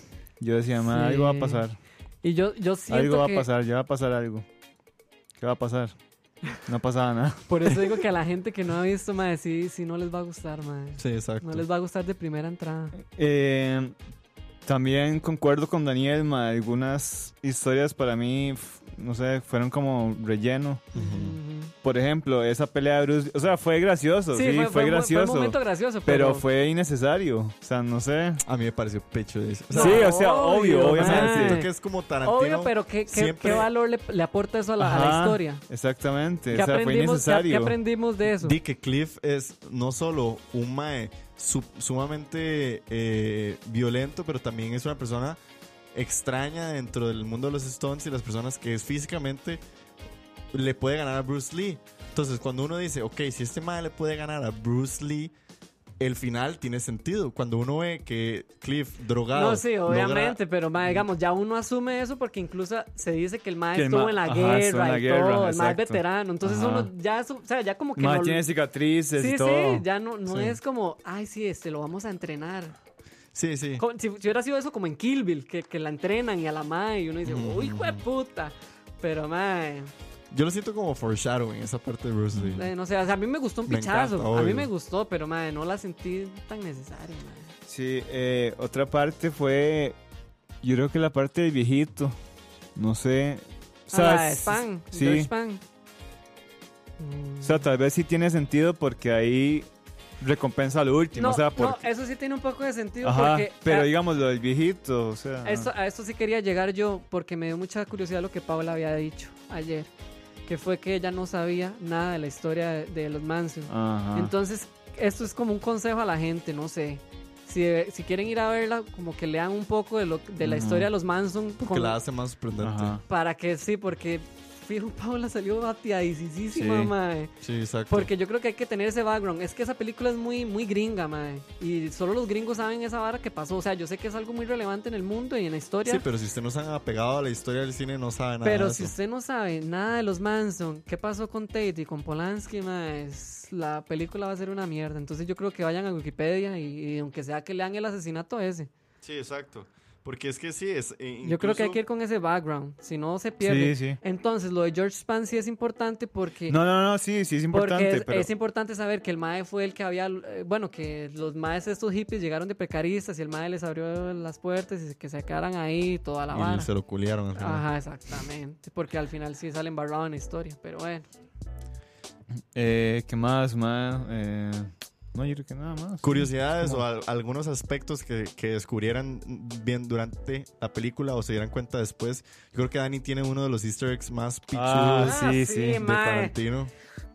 Speaker 4: Yo decía, mae, algo va a
Speaker 3: Sí.
Speaker 4: pasar.
Speaker 3: Y yo, yo siento
Speaker 4: Algo va
Speaker 3: que
Speaker 4: a pasar, ya va a pasar algo. ¿Qué va a pasar? No pasaba nada.
Speaker 3: por eso digo que a
Speaker 4: *laughs*
Speaker 3: la gente que no ha visto, madre, sí, sí no les va a gustar, madre.
Speaker 2: Sí, exacto.
Speaker 3: No les va a gustar de primera entrada.
Speaker 4: Eh, también concuerdo con Daniel, ma, algunas historias para mí, f- no sé, fueron como relleno.
Speaker 2: Ujú.
Speaker 4: Por ejemplo, esa pelea de Bruce, o sea, fue gracioso, sí, fue,
Speaker 3: un-
Speaker 4: gracioso,
Speaker 3: un momento gracioso, pero,
Speaker 4: pero fue innecesario, o sea, no sé.
Speaker 2: A mí me pareció pecho de eso. O sea,
Speaker 4: sí, o sea, obvio,
Speaker 3: obvio,
Speaker 2: o sea,
Speaker 3: mae.
Speaker 4: obviamente.
Speaker 2: siento que es como Tarantino.
Speaker 3: Obvio, pero ¿qué, qué-
Speaker 2: siempre-
Speaker 3: qué valor le, le aporta eso a la, a la
Speaker 4: Ajá,
Speaker 3: historia?
Speaker 4: Exactamente,
Speaker 3: ¿Qué
Speaker 4: o sea, fue
Speaker 3: aprendimos, qué-
Speaker 4: innecesario.
Speaker 3: qué aprendimos de eso?
Speaker 2: Di que Cliff es no solo un mae su- sumamente eh, violento, pero también es una persona extraña dentro del mundo de los Stones y las personas que es físicamente le puede ganar a Bruce Lee. Entonces, cuando uno dice, ok, si este mae le puede ganar a Bruce Lee, el final tiene sentido. Cuando uno ve que Cliff drogado.
Speaker 3: No, sí,
Speaker 2: logra-
Speaker 3: obviamente, pero mae, digamos, ya uno asume eso porque incluso se dice que el mae
Speaker 4: Que el
Speaker 3: estuvo
Speaker 4: ma-
Speaker 3: en la
Speaker 4: ajá,
Speaker 3: guerra
Speaker 4: estuvo en la
Speaker 3: y
Speaker 4: guerra,
Speaker 3: todo, el mae es
Speaker 4: exacto.
Speaker 3: veterano, entonces
Speaker 4: Ajá.
Speaker 3: uno ya, asu- o sea, ya como que
Speaker 4: Ma,
Speaker 3: no-
Speaker 4: tiene cicatrices
Speaker 3: Sí,
Speaker 4: y todo.
Speaker 3: sí, ya no, no
Speaker 2: Sí.
Speaker 3: es como, ay, sí, este, lo vamos a entrenar.
Speaker 2: Sí, sí.
Speaker 3: Como- si, si hubiera sido eso como en Kill Bill, que, que la entrenan y a la mae y uno dice,
Speaker 4: Mm.
Speaker 3: uy, hijo de puta. Pero, mae,
Speaker 2: Yo lo siento como foreshadowing, esa parte de Bruce Lee.
Speaker 3: eh, no sé, o sea, a mí me gustó un
Speaker 2: Me
Speaker 3: pichazo.
Speaker 2: encanta,
Speaker 3: a mí
Speaker 2: obvio.
Speaker 3: me gustó, pero, mae, no la sentí tan necesaria, mae.
Speaker 4: Sí, eh, otra parte fue. Yo creo que la parte del viejito. No sé. O
Speaker 3: Ah,
Speaker 4: sea,
Speaker 3: la de
Speaker 4: s-
Speaker 3: Span, George
Speaker 4: sí.
Speaker 3: Span. Mm.
Speaker 4: O sea, tal vez sí tiene sentido porque ahí recompensa al último.
Speaker 3: No,
Speaker 4: o sea, por.
Speaker 3: no, eso sí tiene un poco de sentido
Speaker 4: Ajá,
Speaker 3: porque...
Speaker 4: pero ah.
Speaker 3: eh,
Speaker 4: digamos lo del viejito. O sea.
Speaker 3: a esto, a esto sí quería llegar yo porque me dio mucha curiosidad lo que Paula había dicho ayer, que fue que ella no sabía nada de la historia de, de los Manson.
Speaker 4: Ajá.
Speaker 3: Entonces, esto es como un consejo a la gente, no sé. Si, si quieren ir a verla, como que lean un poco de, lo, de la
Speaker 4: Ujú.
Speaker 3: historia de los Manson
Speaker 2: Porque
Speaker 3: con-
Speaker 2: la hace más sorprendente.
Speaker 4: Ajá.
Speaker 3: para que sí, porque fijo, Paula salió bateadisísima,
Speaker 4: Sí.
Speaker 3: mae.
Speaker 2: Sí, exacto.
Speaker 3: Porque yo creo que hay que tener ese background. Es que esa película es muy, muy gringa, mae. Y solo los gringos saben esa vara que pasó. O sea, yo sé que es algo muy relevante en el mundo y en la historia.
Speaker 2: Sí,
Speaker 3: pero
Speaker 2: pero si usted no se ha apegado a la historia del cine, no sabe nada. de
Speaker 3: si
Speaker 2: eso.
Speaker 3: usted no sabe nada de los Manson, qué pasó con Tate y con Polanski, mae, es- la película va a ser una mierda. Entonces yo creo que vayan a Wikipedia y, y aunque sea que lean el asesinato ese.
Speaker 2: Sí, exacto. Porque es que sí, es. eh,
Speaker 3: Yo creo que hay
Speaker 2: incluso-
Speaker 3: que ir con ese background. Si no, se pierde.
Speaker 4: Sí, sí.
Speaker 3: Entonces, lo de George Span sí es importante porque...
Speaker 4: No, no, no, sí, sí es importante.
Speaker 3: Porque es,
Speaker 4: pero...
Speaker 3: es importante saber que el MAE fue el que había, eh, bueno, que los MAEs estos hippies llegaron de precaristas y el MAE les abrió las puertas y que se quedaran ahí toda la
Speaker 2: Y
Speaker 3: vara.
Speaker 2: se lo culiaron al final.
Speaker 3: Ajá, exactamente. Porque al final sí sale embarrado en la historia, pero bueno.
Speaker 4: Eh, ¿Qué más, ma? Eh, no, yo creo que nada más.
Speaker 2: Curiosidades o al- algunos aspectos que, que descubrieran bien durante la película o se dieran cuenta después. Yo creo que Dani tiene uno de los easter eggs más
Speaker 4: Ah,
Speaker 2: pichudos
Speaker 4: sí, sí.
Speaker 2: de
Speaker 3: mae.
Speaker 2: Tarantino.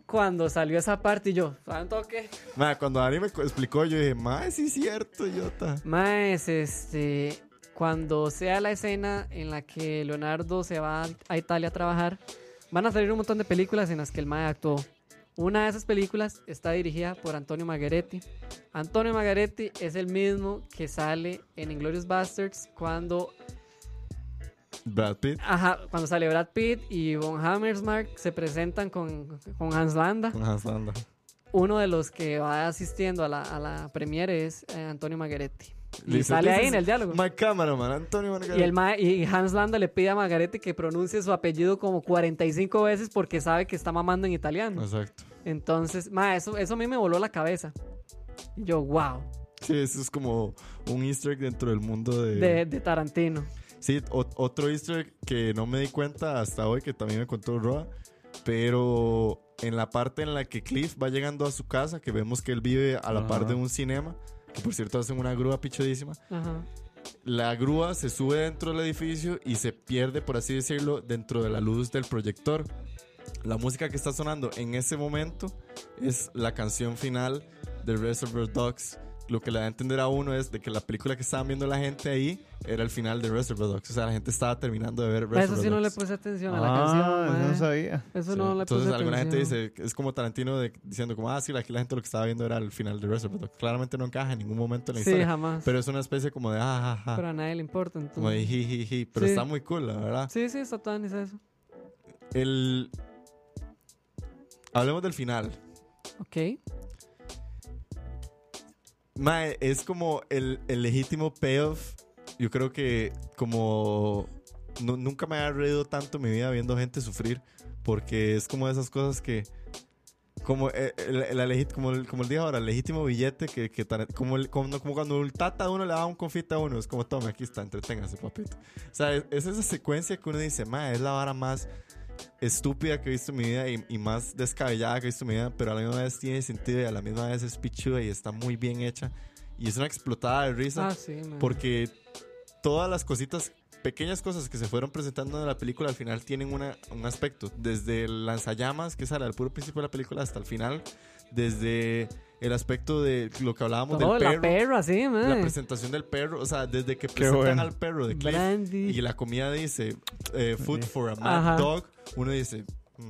Speaker 3: Cuando salió esa parte y yo, ¿saben todo qué?
Speaker 2: Mae, cuando Dani me cu- explicó, yo dije, mae, sí es cierto, Yota.
Speaker 3: Maes, este, cuando sea la escena en la que Leonardo se va a Italia a trabajar, van a salir un montón de películas en las que el Mae actuó. Una de esas películas está dirigida por Antonio Margheretti. Antonio Margheretti es el mismo que sale en Inglorious Bastards cuando,
Speaker 2: Brad Pitt
Speaker 3: ajá, cuando sale Brad Pitt y Von Hammersmark se presentan con, con Hans Landa.
Speaker 2: con Hans Landa.
Speaker 3: Uno de los que va asistiendo a la, a la premiere es eh, Antonio Margheretti. Y
Speaker 2: Listo,
Speaker 3: sale ahí
Speaker 2: entonces,
Speaker 3: en el diálogo.
Speaker 2: My cameraman, Antonio Margarita.
Speaker 3: Y, el ma- y Hans Landa le pide a Margarete que pronuncie su apellido como 45 veces porque sabe que está mamando en italiano.
Speaker 2: Exacto.
Speaker 3: Entonces, ma, eso, eso a mí me voló la cabeza. Y yo, wow,
Speaker 2: Sí, eso es como un easter egg dentro del mundo
Speaker 3: de, de Tarantino.
Speaker 2: Sí, o- otro easter egg que no me di cuenta hasta hoy, que también me contó Roa, pero en la parte en la que Cliff va llegando a su casa, que vemos que él vive a la par
Speaker 4: Ajá.
Speaker 2: de un cinema, que por cierto hacen una grúa pichadísima,
Speaker 3: Ajá.
Speaker 2: la grúa se sube dentro del edificio y se pierde, por así decirlo, dentro de la luz del proyector. La música que está sonando en ese momento es la canción final de Reservoir Dogs. Lo que le da a entender a uno es de que la película que estaban viendo la gente ahí era el final de Reservoir Dogs. O sea, la gente estaba terminando de ver Reservoir
Speaker 3: Eso sí no le
Speaker 2: Dogs.
Speaker 3: puse atención a la
Speaker 4: Ah,
Speaker 3: canción.
Speaker 4: eso
Speaker 3: ma.
Speaker 4: no sabía.
Speaker 3: Eso
Speaker 2: Sí.
Speaker 3: no le
Speaker 2: Entonces
Speaker 3: puse
Speaker 2: alguna gente
Speaker 3: atención.
Speaker 2: dice, es como Tarantino de- diciendo como, ah, sí, aquí la gente lo que estaba viendo era el final de Reservoir Dogs. Claramente no encaja en ningún momento en la
Speaker 3: Sí,
Speaker 2: historia.
Speaker 3: jamás. Pero,
Speaker 2: Pero es una especie como de, ah, ja, ja".
Speaker 3: a nadie le importa. entonces.
Speaker 2: Como ah. de "Ji, ji, ji", pero
Speaker 3: Sí.
Speaker 2: está muy cool, la verdad.
Speaker 3: Sí, sí, está tan es eso.
Speaker 2: El, Hablemos del final.
Speaker 3: Ok.
Speaker 2: Mae, es como el, el legítimo payoff. Yo creo que como nu- nunca me había reído tanto en mi vida viendo gente sufrir. Porque es como de esas cosas que. Como el, el- la legi- como, el, como el día ahora, el legítimo billete que, que Tar- como, el- como, como cuando el tata a uno le da un confite a uno, es como tome, aquí está, entreténgase, papito. O sea, es, es esa secuencia que uno dice, mae, es la vara más estúpida que he visto en mi vida y, y más descabellada que he visto en mi vida, pero a la misma vez tiene sentido y a la misma vez es pichuda y está muy bien hecha. Y es una explotada de risa
Speaker 3: Ah, sí, man.
Speaker 2: porque todas las cositas, pequeñas cosas que se fueron presentando en la película al final tienen una- un aspecto. Desde el lanzallamas, que sale al puro principio de la película, hasta el final. Desde el aspecto de lo que hablábamos
Speaker 3: Todo,
Speaker 2: del
Speaker 3: Oh, la Mm.
Speaker 2: perro.
Speaker 3: perra, sí,
Speaker 2: La
Speaker 3: man.
Speaker 2: presentación del perro, o sea, desde que presentan
Speaker 4: bueno.
Speaker 2: al perro de Cliff
Speaker 3: Brandy.
Speaker 2: y la comida dice eh, food for a mad
Speaker 3: Ajá.
Speaker 2: dog, uno dice "Mm,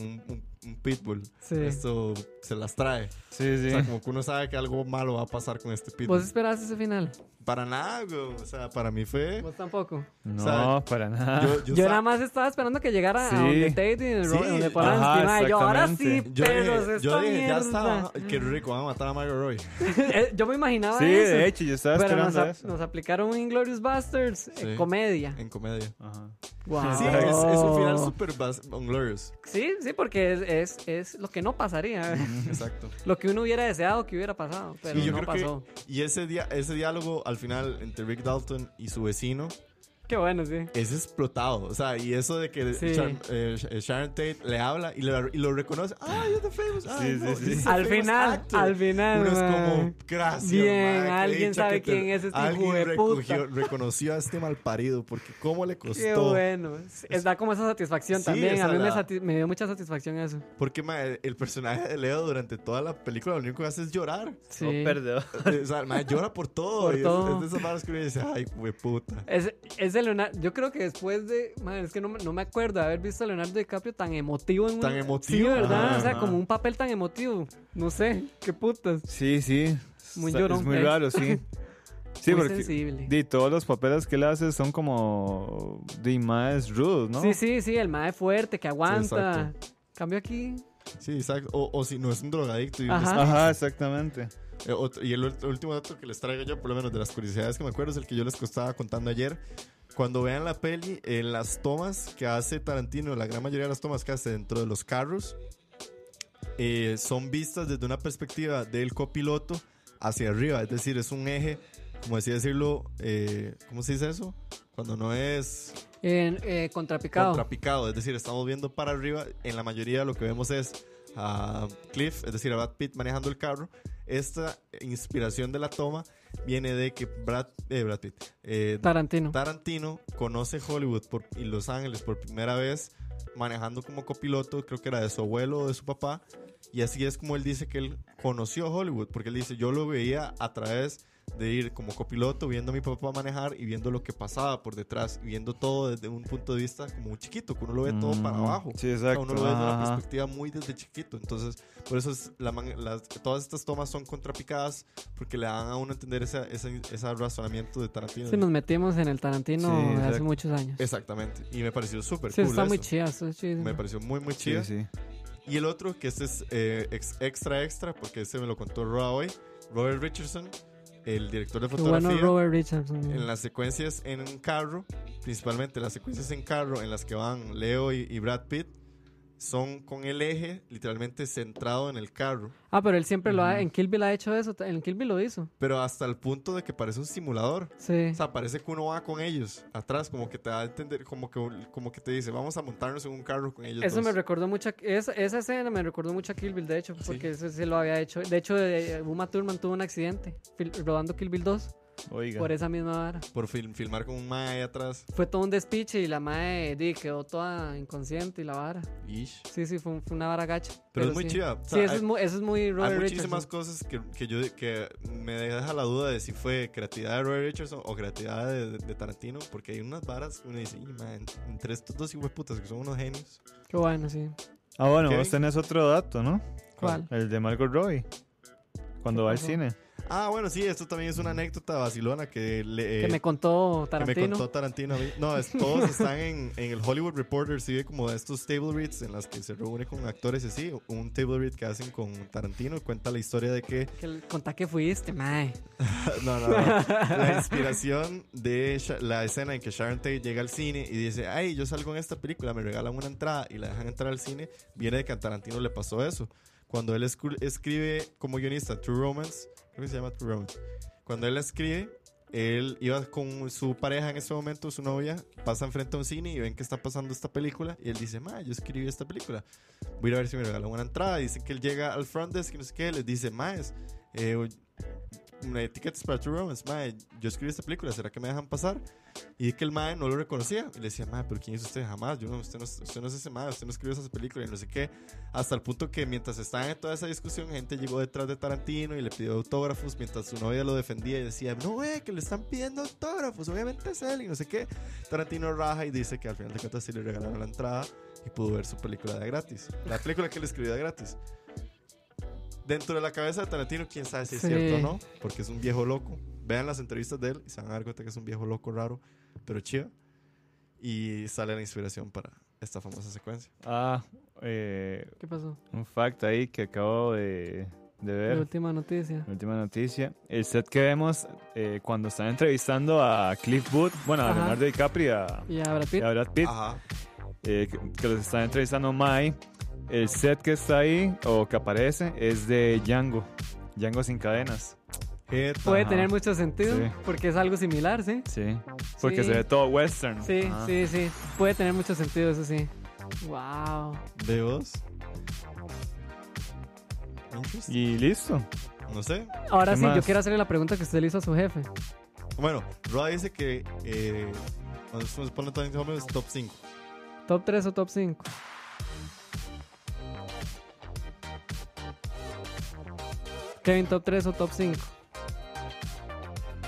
Speaker 2: un, un- un pitbull.
Speaker 3: Sí.
Speaker 2: Esto se las trae.
Speaker 4: Sí, sí.
Speaker 2: O sea, como que uno sabe que algo malo va a pasar con este pitbull.
Speaker 3: ¿Vos esperabas ese final?
Speaker 2: Para nada, güey. O sea, para mí fue.
Speaker 3: Vos tampoco.
Speaker 4: no,
Speaker 2: ¿sabes?
Speaker 4: para nada.
Speaker 2: Yo,
Speaker 3: Pues, ah, Yo,
Speaker 2: sa-
Speaker 3: nada más estaba esperando que llegara
Speaker 4: Sí.
Speaker 3: a donde Tate y
Speaker 2: Sí,
Speaker 3: ro- donde
Speaker 2: ajá,
Speaker 3: Polanski. madre, yo ahora sí,
Speaker 4: exactamente.
Speaker 2: yo
Speaker 3: perros,
Speaker 2: dije,
Speaker 3: esta
Speaker 2: yo dije, ya
Speaker 3: mierda. Mm.
Speaker 2: está. Qué rico, van a matar a Margot Roy.
Speaker 3: *laughs* Eh, yo me imaginaba
Speaker 4: sí,
Speaker 3: eso.
Speaker 4: de hecho, yo estaba
Speaker 3: Pero nos,
Speaker 4: esperando
Speaker 3: ap-
Speaker 4: eso.
Speaker 3: nos aplicaron un Inglorious Bastards, eh,
Speaker 2: Sí.
Speaker 3: comedia.
Speaker 2: En comedia.
Speaker 4: Ajá.
Speaker 3: Wow.
Speaker 2: Sí, es, es un final súper bas- glorious.
Speaker 3: Sí, sí, porque es, es, es lo que no pasaría. eh.
Speaker 2: *laughs* Exacto.
Speaker 3: lo que uno hubiera deseado que hubiera pasado, pero
Speaker 2: Sí, yo
Speaker 3: no
Speaker 2: creo que-
Speaker 3: pasó.
Speaker 2: Y ese, dia- ese diálogo al final entre Rick Dalton y su vecino
Speaker 3: Qué
Speaker 2: *laughs*
Speaker 3: bueno, sí.
Speaker 2: es explotado. O sea, y eso de que
Speaker 3: Sí.
Speaker 2: Sharon, eh, Sh- Sharon Tate le habla y, le- y lo reconoce. ¡Ah, you're the famous! ah,
Speaker 4: Sí, sí,
Speaker 2: no,
Speaker 4: sí.
Speaker 2: this is a
Speaker 3: Al
Speaker 2: famous
Speaker 3: final,
Speaker 2: actor".
Speaker 3: al final,
Speaker 2: Uno es
Speaker 3: man.
Speaker 2: como, gracias.
Speaker 3: Bien,
Speaker 2: man, qué
Speaker 3: alguien
Speaker 2: dicha
Speaker 3: sabe
Speaker 2: que
Speaker 3: quién es este hijo
Speaker 2: alguien
Speaker 3: de
Speaker 2: recogió- reconoció a este malparido porque cómo le costó.
Speaker 3: Qué bueno. Es- es- da como esa satisfacción
Speaker 2: Sí,
Speaker 3: también.
Speaker 2: esa
Speaker 3: A mí me,
Speaker 2: la-
Speaker 3: sati- me dio mucha satisfacción eso.
Speaker 2: Porque ma, el, el personaje de Leo durante toda la película lo único que hace es llorar. Eh,
Speaker 3: Sí.
Speaker 4: No, perdedor.
Speaker 2: o sea, ma, llora por todo.
Speaker 3: Por
Speaker 2: y es-
Speaker 3: todo.
Speaker 2: Es, de esas barras que uno dice, ay, puta.
Speaker 3: Es, es de Leonardo. Yo creo que después de. Man, es que no, me- no me acuerdo de haber visto a Leonardo DiCaprio tan emotivo en un.
Speaker 2: Tan emotivo.
Speaker 3: Sí, ¿verdad?
Speaker 2: Ajá,
Speaker 3: o sea,
Speaker 4: ajá.
Speaker 3: como un papel tan emotivo. No sé. Qué putas.
Speaker 4: Sí, sí.
Speaker 3: Muy
Speaker 4: Está-
Speaker 3: llorón,
Speaker 4: Es muy
Speaker 3: eh. *laughs*
Speaker 4: raro, sí. Sí,
Speaker 3: Muy
Speaker 4: porque
Speaker 3: sensible.
Speaker 4: de todos los papeles que él hace son como de más rudos, ¿no?
Speaker 3: Sí, sí, sí. El mae fuerte que aguanta.
Speaker 2: exacto.
Speaker 3: Cambio aquí.
Speaker 2: Sí, exacto. O, o si no es un drogadicto. Y, un
Speaker 3: Ajá.
Speaker 4: Ajá, exactamente.
Speaker 2: Eh, otro- y el ult- último dato que les traigo yo, por lo menos de las curiosidades que me acuerdo, es el que yo les estaba contando ayer. Cuando vean la peli, eh, las tomas que hace Tarantino, la gran mayoría de las tomas que hace dentro de los carros, eh, son vistas desde una perspectiva del copiloto hacia arriba. Es decir, es un eje, como así decirlo, eh, ¿cómo se dice eso? Cuando no es
Speaker 3: En, eh, contrapicado.
Speaker 2: contrapicado, es decir, estamos viendo para arriba. En la mayoría lo que vemos es a Cliff, es decir, a Brad Pitt manejando el carro. Esta inspiración de la toma viene de que Brad, eh, Brad Pitt, eh,
Speaker 3: Tarantino.
Speaker 2: Tarantino conoce Hollywood por- y Los Ángeles por primera vez manejando como copiloto, creo que era de su abuelo o de su papá. Y así es como él dice que él conoció Hollywood, porque él dice, yo lo veía a través de ir como copiloto, viendo a mi papá manejar y viendo lo que pasaba por detrás, y viendo todo desde un punto de vista como un chiquito, que uno lo ve todo para
Speaker 4: Mm,
Speaker 2: abajo.
Speaker 4: Sí,
Speaker 2: O sea,
Speaker 4: exacto.
Speaker 2: uno lo ve desde una
Speaker 4: Ajá.
Speaker 2: perspectiva muy desde chiquito. Entonces, por eso es la man- las- todas estas tomas son contrapicadas, porque le dan a uno a entender esa- esa- ese, razonamiento de Tarantino.
Speaker 3: Sí, nos metimos en el Tarantino
Speaker 4: Sí,
Speaker 3: de hace
Speaker 4: exacto.
Speaker 3: muchos años.
Speaker 2: Exactamente. Y me pareció súper
Speaker 3: sí,
Speaker 2: cool.
Speaker 3: está muy
Speaker 2: eso.
Speaker 3: chida. Está chida.
Speaker 2: Me pareció muy, muy chido.
Speaker 4: Sí, sí.
Speaker 2: Y el otro, que este es eh, ex- extra, extra, porque ese me lo contó Roa hoy. Robert Richardson, el director de
Speaker 3: Qué bueno
Speaker 2: fotografía.
Speaker 3: Robert Richardson.
Speaker 2: en las secuencias en un carro, principalmente las secuencias en carro en las que van Leo y, y Brad Pitt, son con el eje literalmente centrado en el carro.
Speaker 3: Ah, pero él siempre lo ha... En Kill Bill ha hecho eso. ta- En Kill Bill lo hizo.
Speaker 2: Pero hasta el punto de que parece un simulador.
Speaker 3: Sí.
Speaker 2: O sea, parece que uno va con ellos atrás, como que te da a entender, como que, como que te dice, vamos a montarnos en un carro con ellos.
Speaker 3: Eso me
Speaker 2: dos".
Speaker 3: recordó mucho, a- esa, esa escena me recordó mucho a Kill Bill, de hecho, porque eso sí lo había hecho. De hecho, eh, Uma Thurman tuvo un accidente fil- rodando Kill Bill 2
Speaker 4: Oiga.
Speaker 3: por esa misma vara.
Speaker 2: Por film- filmar con un mae ahí atrás.
Speaker 3: Fue todo un despiche y la madre di, quedó toda inconsciente y la vara.
Speaker 2: Ish.
Speaker 3: Sí, sí, fue, un- fue una vara gacha. Pero,
Speaker 2: es muy
Speaker 3: sí.
Speaker 2: chida, o sea,
Speaker 3: sí, eso,
Speaker 2: hay-
Speaker 3: es muy, eso es muy Robert
Speaker 2: Hay muchísimas
Speaker 3: Richardson.
Speaker 2: cosas que, que yo que me deja la duda de si fue creatividad de Robert Richardson o creatividad de, de Tarantino, porque hay unas varas que uno dice, "Y, man, entre estos dos putas que son unos genios.
Speaker 3: Qué bueno, sí.
Speaker 4: Ah, bueno,
Speaker 2: ¿Qué?
Speaker 4: vos tenés otro dato, ¿no?
Speaker 3: ¿Cuál?
Speaker 4: El de Margot Robbie. Cuando
Speaker 3: ¿Qué
Speaker 4: va al
Speaker 3: pasó?
Speaker 4: cine.
Speaker 2: Ah, bueno, sí, esto también es una anécdota vacilona que, le,
Speaker 3: que me contó
Speaker 2: Eh, que me
Speaker 3: Tarantino.
Speaker 2: contó Tarantino. a mí. No, es- todos están en, en el Hollywood Reporter, sí, como estos table reads en las que se reúne con actores y así. Un table read que hacen con Tarantino cuenta la historia de que
Speaker 3: Que el- contá que fuiste, mae.
Speaker 2: No, no, no. La inspiración de Sha- la escena en que Sharon Tate llega al cine y dice, ay, yo salgo en esta película, me regalan una entrada y la dejan entrar al cine, viene de que a Tarantino le pasó eso. Cuando él escu- escribe como guionista True Romance, creo que se llama True Romance, cuando él escribe, él iba con su pareja en ese momento, su novia, pasan frente a un cine y ven que está pasando esta película y él dice, ma, yo escribí esta película, voy a ir a ver si me regalan una entrada. Dicen que él llega al front desk y no sé qué, les dice, maes, eh, una etiqueta para True Romance, mae, yo escribí esta película, ¿será que me dejan pasar? Y que el mae no lo reconocía. Y le decía, mae, pero ¿quién es usted? Jamás, yo no, usted, no, es- usted no es ese mae, usted no escribió esas películas y no sé qué. Hasta el punto que mientras estaban en toda esa discusión, gente llegó detrás de Tarantino y le pidió autógrafos, mientras su novia lo defendía y decía, no, eh, que le están pidiendo autógrafos, obviamente es él y no sé qué. Tarantino raja y dice que al final de cuentas sí le regalaron la entrada y pudo ver su película de gratis. La película que él escribió de gratis. Dentro de la cabeza de Tarantino, quién sabe si es
Speaker 3: Sí.
Speaker 2: cierto o no, porque es un viejo loco. Vean las entrevistas de él y se van a dar cuenta que es un viejo loco raro, pero chido. Y sale la inspiración para esta famosa secuencia.
Speaker 4: Ah, eh,
Speaker 3: ¿Qué pasó?
Speaker 4: un fact ahí que acabo de, de
Speaker 3: La
Speaker 4: ver.
Speaker 3: última noticia.
Speaker 4: La última noticia. El set que vemos eh, cuando están entrevistando a Cliff Booth, bueno, a
Speaker 3: Ajá.
Speaker 4: Leonardo DiCaprio y a,
Speaker 3: Y a Brad
Speaker 4: y
Speaker 3: Pitt.
Speaker 4: a Brad Pitt,
Speaker 2: Ajá.
Speaker 4: eh, que, que los están entrevistando Mai. El set que está ahí, o que aparece, es de Django. Django sin cadenas.
Speaker 2: Eta.
Speaker 3: Puede
Speaker 4: Ajá.
Speaker 3: tener mucho sentido
Speaker 4: Sí.
Speaker 3: porque es algo similar, ¿sí?
Speaker 4: Sí. Porque
Speaker 3: Sí.
Speaker 4: se ve todo western. Ah.
Speaker 3: Sí,
Speaker 4: Ajá.
Speaker 3: sí, sí. Puede tener mucho sentido, eso sí. Wow.
Speaker 2: ¿De vos? Interesting.
Speaker 4: Y listo.
Speaker 2: No sé.
Speaker 3: Ahora
Speaker 4: ¿Qué
Speaker 3: sí, yo
Speaker 4: más?
Speaker 3: quiero hacerle la pregunta que usted le hizo a su jefe.
Speaker 2: Bueno, Roa dice que eh, cuando se pone Tony Hombre es top 5.
Speaker 3: ¿Top 3 o top 5? Kevin, top 3 o top 5.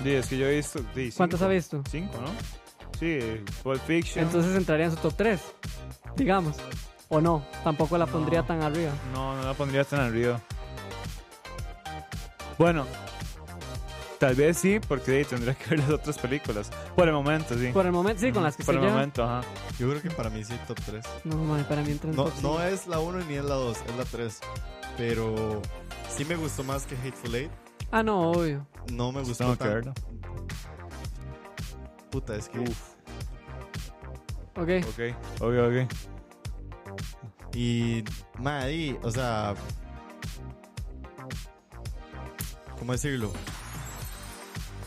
Speaker 4: Di, es que yo he visto. di,
Speaker 3: ¿Cuántos ha
Speaker 4: cinco.
Speaker 3: visto?
Speaker 4: Cinco, ¿no? Sí, Pulp Fiction.
Speaker 3: Entonces entraría en su top 3, digamos. O no, tampoco la pondría
Speaker 4: No.
Speaker 3: tan arriba.
Speaker 4: No, no la pondría tan arriba. Bueno, tal vez sí, porque di, tendría que ver las otras películas. Por el momento, sí.
Speaker 3: Por el momento, sí, con las que
Speaker 4: Por
Speaker 3: usted
Speaker 4: el
Speaker 3: lleva.
Speaker 4: momento, ajá.
Speaker 2: Yo creo que para mí sí top 3.
Speaker 3: No, madre, para mí entra en
Speaker 2: No,
Speaker 3: top
Speaker 2: no
Speaker 3: cinco.
Speaker 2: es la 1 ni es la 2, es la 3. Pero sí me gustó más que Hateful Eight.
Speaker 3: Ah, no, obvio.
Speaker 2: No me gustó
Speaker 4: Pues Tengo que
Speaker 2: tanto.
Speaker 4: verlo.
Speaker 2: Puta, es que...
Speaker 4: Uf,
Speaker 3: Ok.
Speaker 4: ok, ok, ok.
Speaker 2: Y, madre, o sea. ¿Cómo decirlo?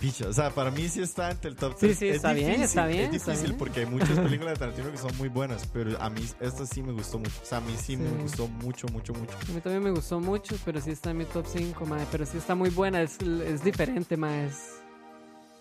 Speaker 2: Picha, o sea, para mí sí está entre el top
Speaker 3: Sí,
Speaker 2: 3.
Speaker 3: sí, está bien, está bien,
Speaker 2: Es
Speaker 3: está
Speaker 2: difícil
Speaker 3: bien.
Speaker 2: porque hay
Speaker 3: *laughs*
Speaker 2: muchas películas de Tarantino que son muy buenas, pero a mí esta sí me gustó mucho. O sea, a mí sí, me
Speaker 3: Sí.
Speaker 2: gustó mucho, mucho, mucho.
Speaker 3: A mí también me gustó mucho, pero sí está en mi top 5, mae. Pero sí está muy buena, es, es diferente, mae. Es,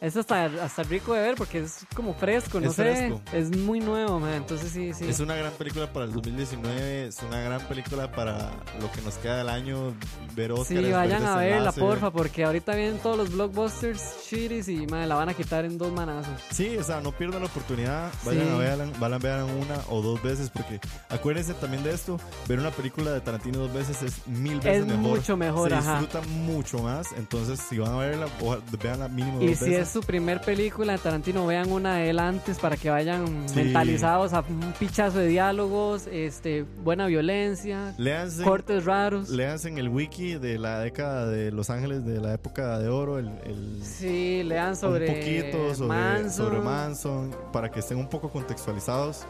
Speaker 3: es hasta, hasta rico de ver porque es como fresco, no
Speaker 2: Es
Speaker 3: sé.
Speaker 2: fresco.
Speaker 3: Es muy nuevo, mae. Entonces sí, sí.
Speaker 2: Es una gran película para el 2019, es una gran película para lo que nos queda del año, ver Oscar.
Speaker 3: sí, vayan a verla, porfa, porque ahorita vienen todos los blockbusters chiris y mae, la van a quitar en dos manazos.
Speaker 2: Sí, o sea, no pierdan la oportunidad. Vayan
Speaker 3: Sí.
Speaker 2: a verla, vayan a verla una o dos veces, porque acuérdense también de esto: ver una película de Tarantino dos veces es mil veces
Speaker 3: Es
Speaker 2: mejor.
Speaker 3: mucho mejor,
Speaker 2: Se
Speaker 3: ajá.
Speaker 2: disfruta mucho más. Entonces, si van a verla, ojalá- veanla mínimo
Speaker 3: Y
Speaker 2: dos
Speaker 3: si es
Speaker 2: veces.
Speaker 3: su primer película de Tarantino, vean una de él antes para que vayan
Speaker 2: Sí.
Speaker 3: mentalizados a un pichazo de diálogos, este, buena violencia,
Speaker 2: Léanse,
Speaker 3: cortes raros.
Speaker 2: léanse en el wiki de la década de Los Ángeles, de la época de oro, el. el-
Speaker 3: Sí, lean sobre
Speaker 2: un poquito sobre Manson.
Speaker 3: Manson.
Speaker 2: sobre Manson para que estén un poco contextualizados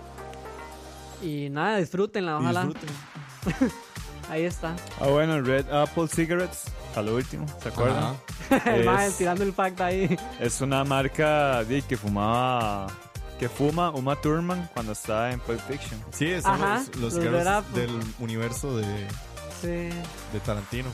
Speaker 3: Y nada, disfrútenla,
Speaker 2: y
Speaker 3: ojalá.
Speaker 2: disfruten.
Speaker 3: Ahí está. *laughs*
Speaker 4: Ah, bueno, Red Apple Cigarettes, a lo último, ¿se acuerdan?
Speaker 2: Ajá.
Speaker 3: *laughs* El mae
Speaker 4: Es-
Speaker 3: tirando el fact ahí.
Speaker 4: Es una marca di, que fumaba. Que fuma Uma Thurman cuando está en Pulp Fiction.
Speaker 2: Sí, son
Speaker 3: Ajá,
Speaker 2: los, los
Speaker 3: los
Speaker 2: que eran
Speaker 3: verá, pues.
Speaker 2: del universo de, de
Speaker 3: Sí,
Speaker 2: Tarantino.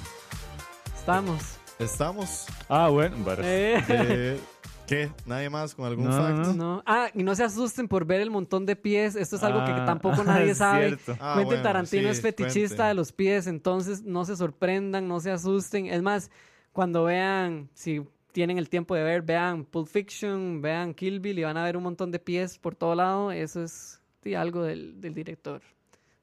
Speaker 3: estamos.
Speaker 2: Estamos
Speaker 3: *laughs*
Speaker 4: Ah, bueno, pero-
Speaker 3: Eh,
Speaker 2: Eh, ¿Qué? ¿Nadie más con algún
Speaker 4: No,
Speaker 2: fact?
Speaker 3: *laughs*
Speaker 4: no,
Speaker 3: no. Ah, y no se asusten por ver el montón de pies. Esto es algo que
Speaker 4: Ah,
Speaker 3: tampoco nadie
Speaker 4: *laughs* es
Speaker 3: sabe.
Speaker 4: cierto.
Speaker 2: Ah,
Speaker 3: Quentin
Speaker 2: bueno,
Speaker 3: Tarantino
Speaker 2: sí,
Speaker 3: es fetichista
Speaker 2: cuente.
Speaker 3: de los pies, entonces no se sorprendan, no se asusten. Es más, cuando vean, si tienen el tiempo de ver, vean Pulp Fiction, vean Kill Bill y van a ver un montón de pies por todo lado. Eso es sí, algo del, del director,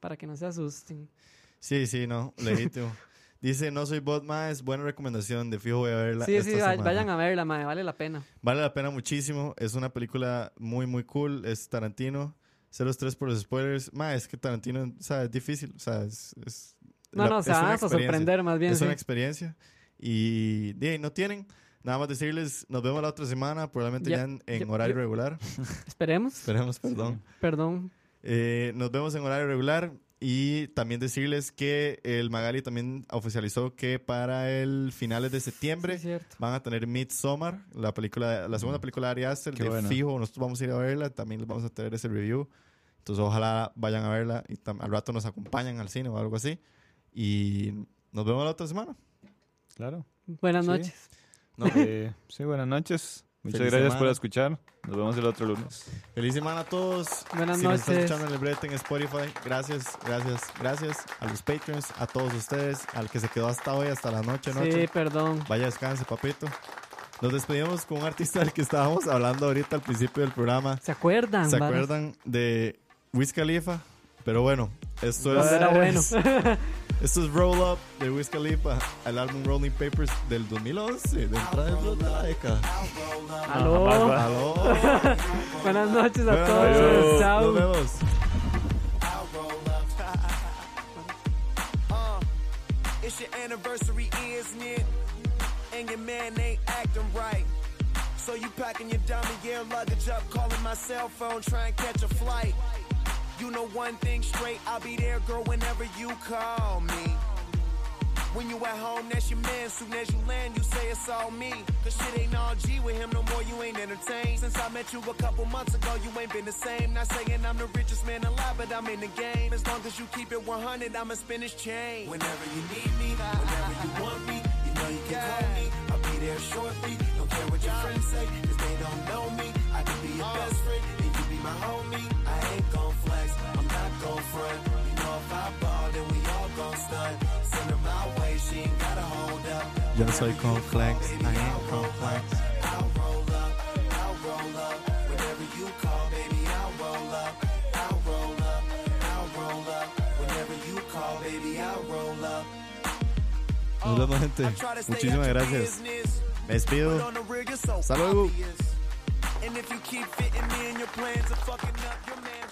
Speaker 3: para que no se asusten. *laughs*
Speaker 2: Sí, sí, no, legítimo. Dice, no soy bot más, buena recomendación, de fijo voy a verla.
Speaker 3: Sí,
Speaker 2: esta
Speaker 3: sí, va-
Speaker 2: semana.
Speaker 3: vayan a verla, mae, vale la pena.
Speaker 2: Vale la pena muchísimo. Es una película muy, muy cool. Es Tarantino. 03 por los spoilers. Ma, es que Tarantino, o sea, es difícil. O sea, es. es-
Speaker 3: No,
Speaker 2: la-
Speaker 3: no,
Speaker 2: es
Speaker 3: se
Speaker 2: una
Speaker 3: van a
Speaker 2: experiencia.
Speaker 3: sorprender más bien.
Speaker 2: Es
Speaker 3: sí.
Speaker 2: una experiencia. Y de ahí no tienen. Nada más decirles, nos vemos la otra semana. Probablemente
Speaker 3: Ya-
Speaker 2: ya en, en
Speaker 3: ya-
Speaker 2: horario
Speaker 3: ya-
Speaker 2: regular.
Speaker 3: Esperemos.
Speaker 2: Esperemos, perdón.
Speaker 3: Perdón.
Speaker 2: Eh, nos vemos en horario regular. Y también decirles que el Magali también oficializó que para el finales de septiembre
Speaker 3: Sí, Mm. cierto.
Speaker 2: Van a tener Midsommar, la película, la segunda película de Ari Aster,
Speaker 4: Qué
Speaker 2: de
Speaker 4: buena.
Speaker 2: fijo. Nosotros vamos a ir a verla, también les vamos a tener ese review. Entonces ojalá vayan a verla y tam- al rato nos acompañan al cine o algo así. Y nos vemos la otra semana.
Speaker 4: Claro.
Speaker 3: Buenas
Speaker 4: Sí.
Speaker 3: noches.
Speaker 4: Eh, sí, buenas noches. Muchas
Speaker 2: Feliz
Speaker 4: gracias por
Speaker 2: semana.
Speaker 4: escuchar. Nos vemos el otro lunes.
Speaker 2: Feliz semana a todos.
Speaker 3: Buenas
Speaker 2: Si nos están
Speaker 3: noches.
Speaker 2: escuchando en el brete en Spotify, gracias, gracias, gracias a los patrons, a todos ustedes, al que se quedó hasta hoy, hasta la noche, noche.
Speaker 3: Sí, perdón.
Speaker 2: Vaya descanse, papito. Nos despedimos con un artista del que estábamos hablando ahorita al principio del programa.
Speaker 3: ¿Se acuerdan?
Speaker 2: ¿Se
Speaker 3: varas?
Speaker 2: acuerdan de Wiz Khalifa? Pero bueno, esto es,
Speaker 3: Cuando era bueno.
Speaker 2: *laughs* esto es Roll Up de Wiz Khalifa, el álbum Rolling Papers del 2011, de entrada de la década.
Speaker 3: Aló.
Speaker 2: Aló.
Speaker 3: Buenas noches a
Speaker 2: Buenas
Speaker 3: todos.
Speaker 2: noches.
Speaker 3: Chao.
Speaker 2: Nos vemos.
Speaker 8: Uh, it's your anniversary, isn't it? And your man ain't acting right. So you packing your dummy air luggage up, calling my cell phone, try and catch a flight. You know one thing straight, I'll be there, girl, whenever you call me. When you at home, that's your man. Soon as you land, you say it's all me. Cause shit ain't all G with him no more, you ain't entertained. Since I met you a couple months ago, you ain't been the same. Not saying I'm the richest man alive, but I'm in the game. As long as you keep it 100, I'ma spin this chain. Whenever you need me, whenever you want me, you know you can call me. I'll be there shortly. Don't care what your friends say, cause they don't know me. I can be your best friend, and you be my homie. I ain't gon' flex, I'm not gon' front. You know if I ball, then we all gon' stunt. Send her my way, she ain't gotta hold up.
Speaker 2: Yo soy Complex, I am Complex.
Speaker 8: I'll roll up, I'll roll up. Whenever you call, baby, I'll roll up. I'll roll up, I'll roll up. Whenever you call, baby, I'll roll up.
Speaker 2: Nos vemos, gente.
Speaker 8: I try to stay
Speaker 2: Muchísimas
Speaker 8: out your
Speaker 2: gracias.
Speaker 8: business.
Speaker 2: Me despido.
Speaker 8: On the rig, you're so
Speaker 2: Hasta luego.
Speaker 8: obvious. And if you keep fitting me in your plans of fucking up your man.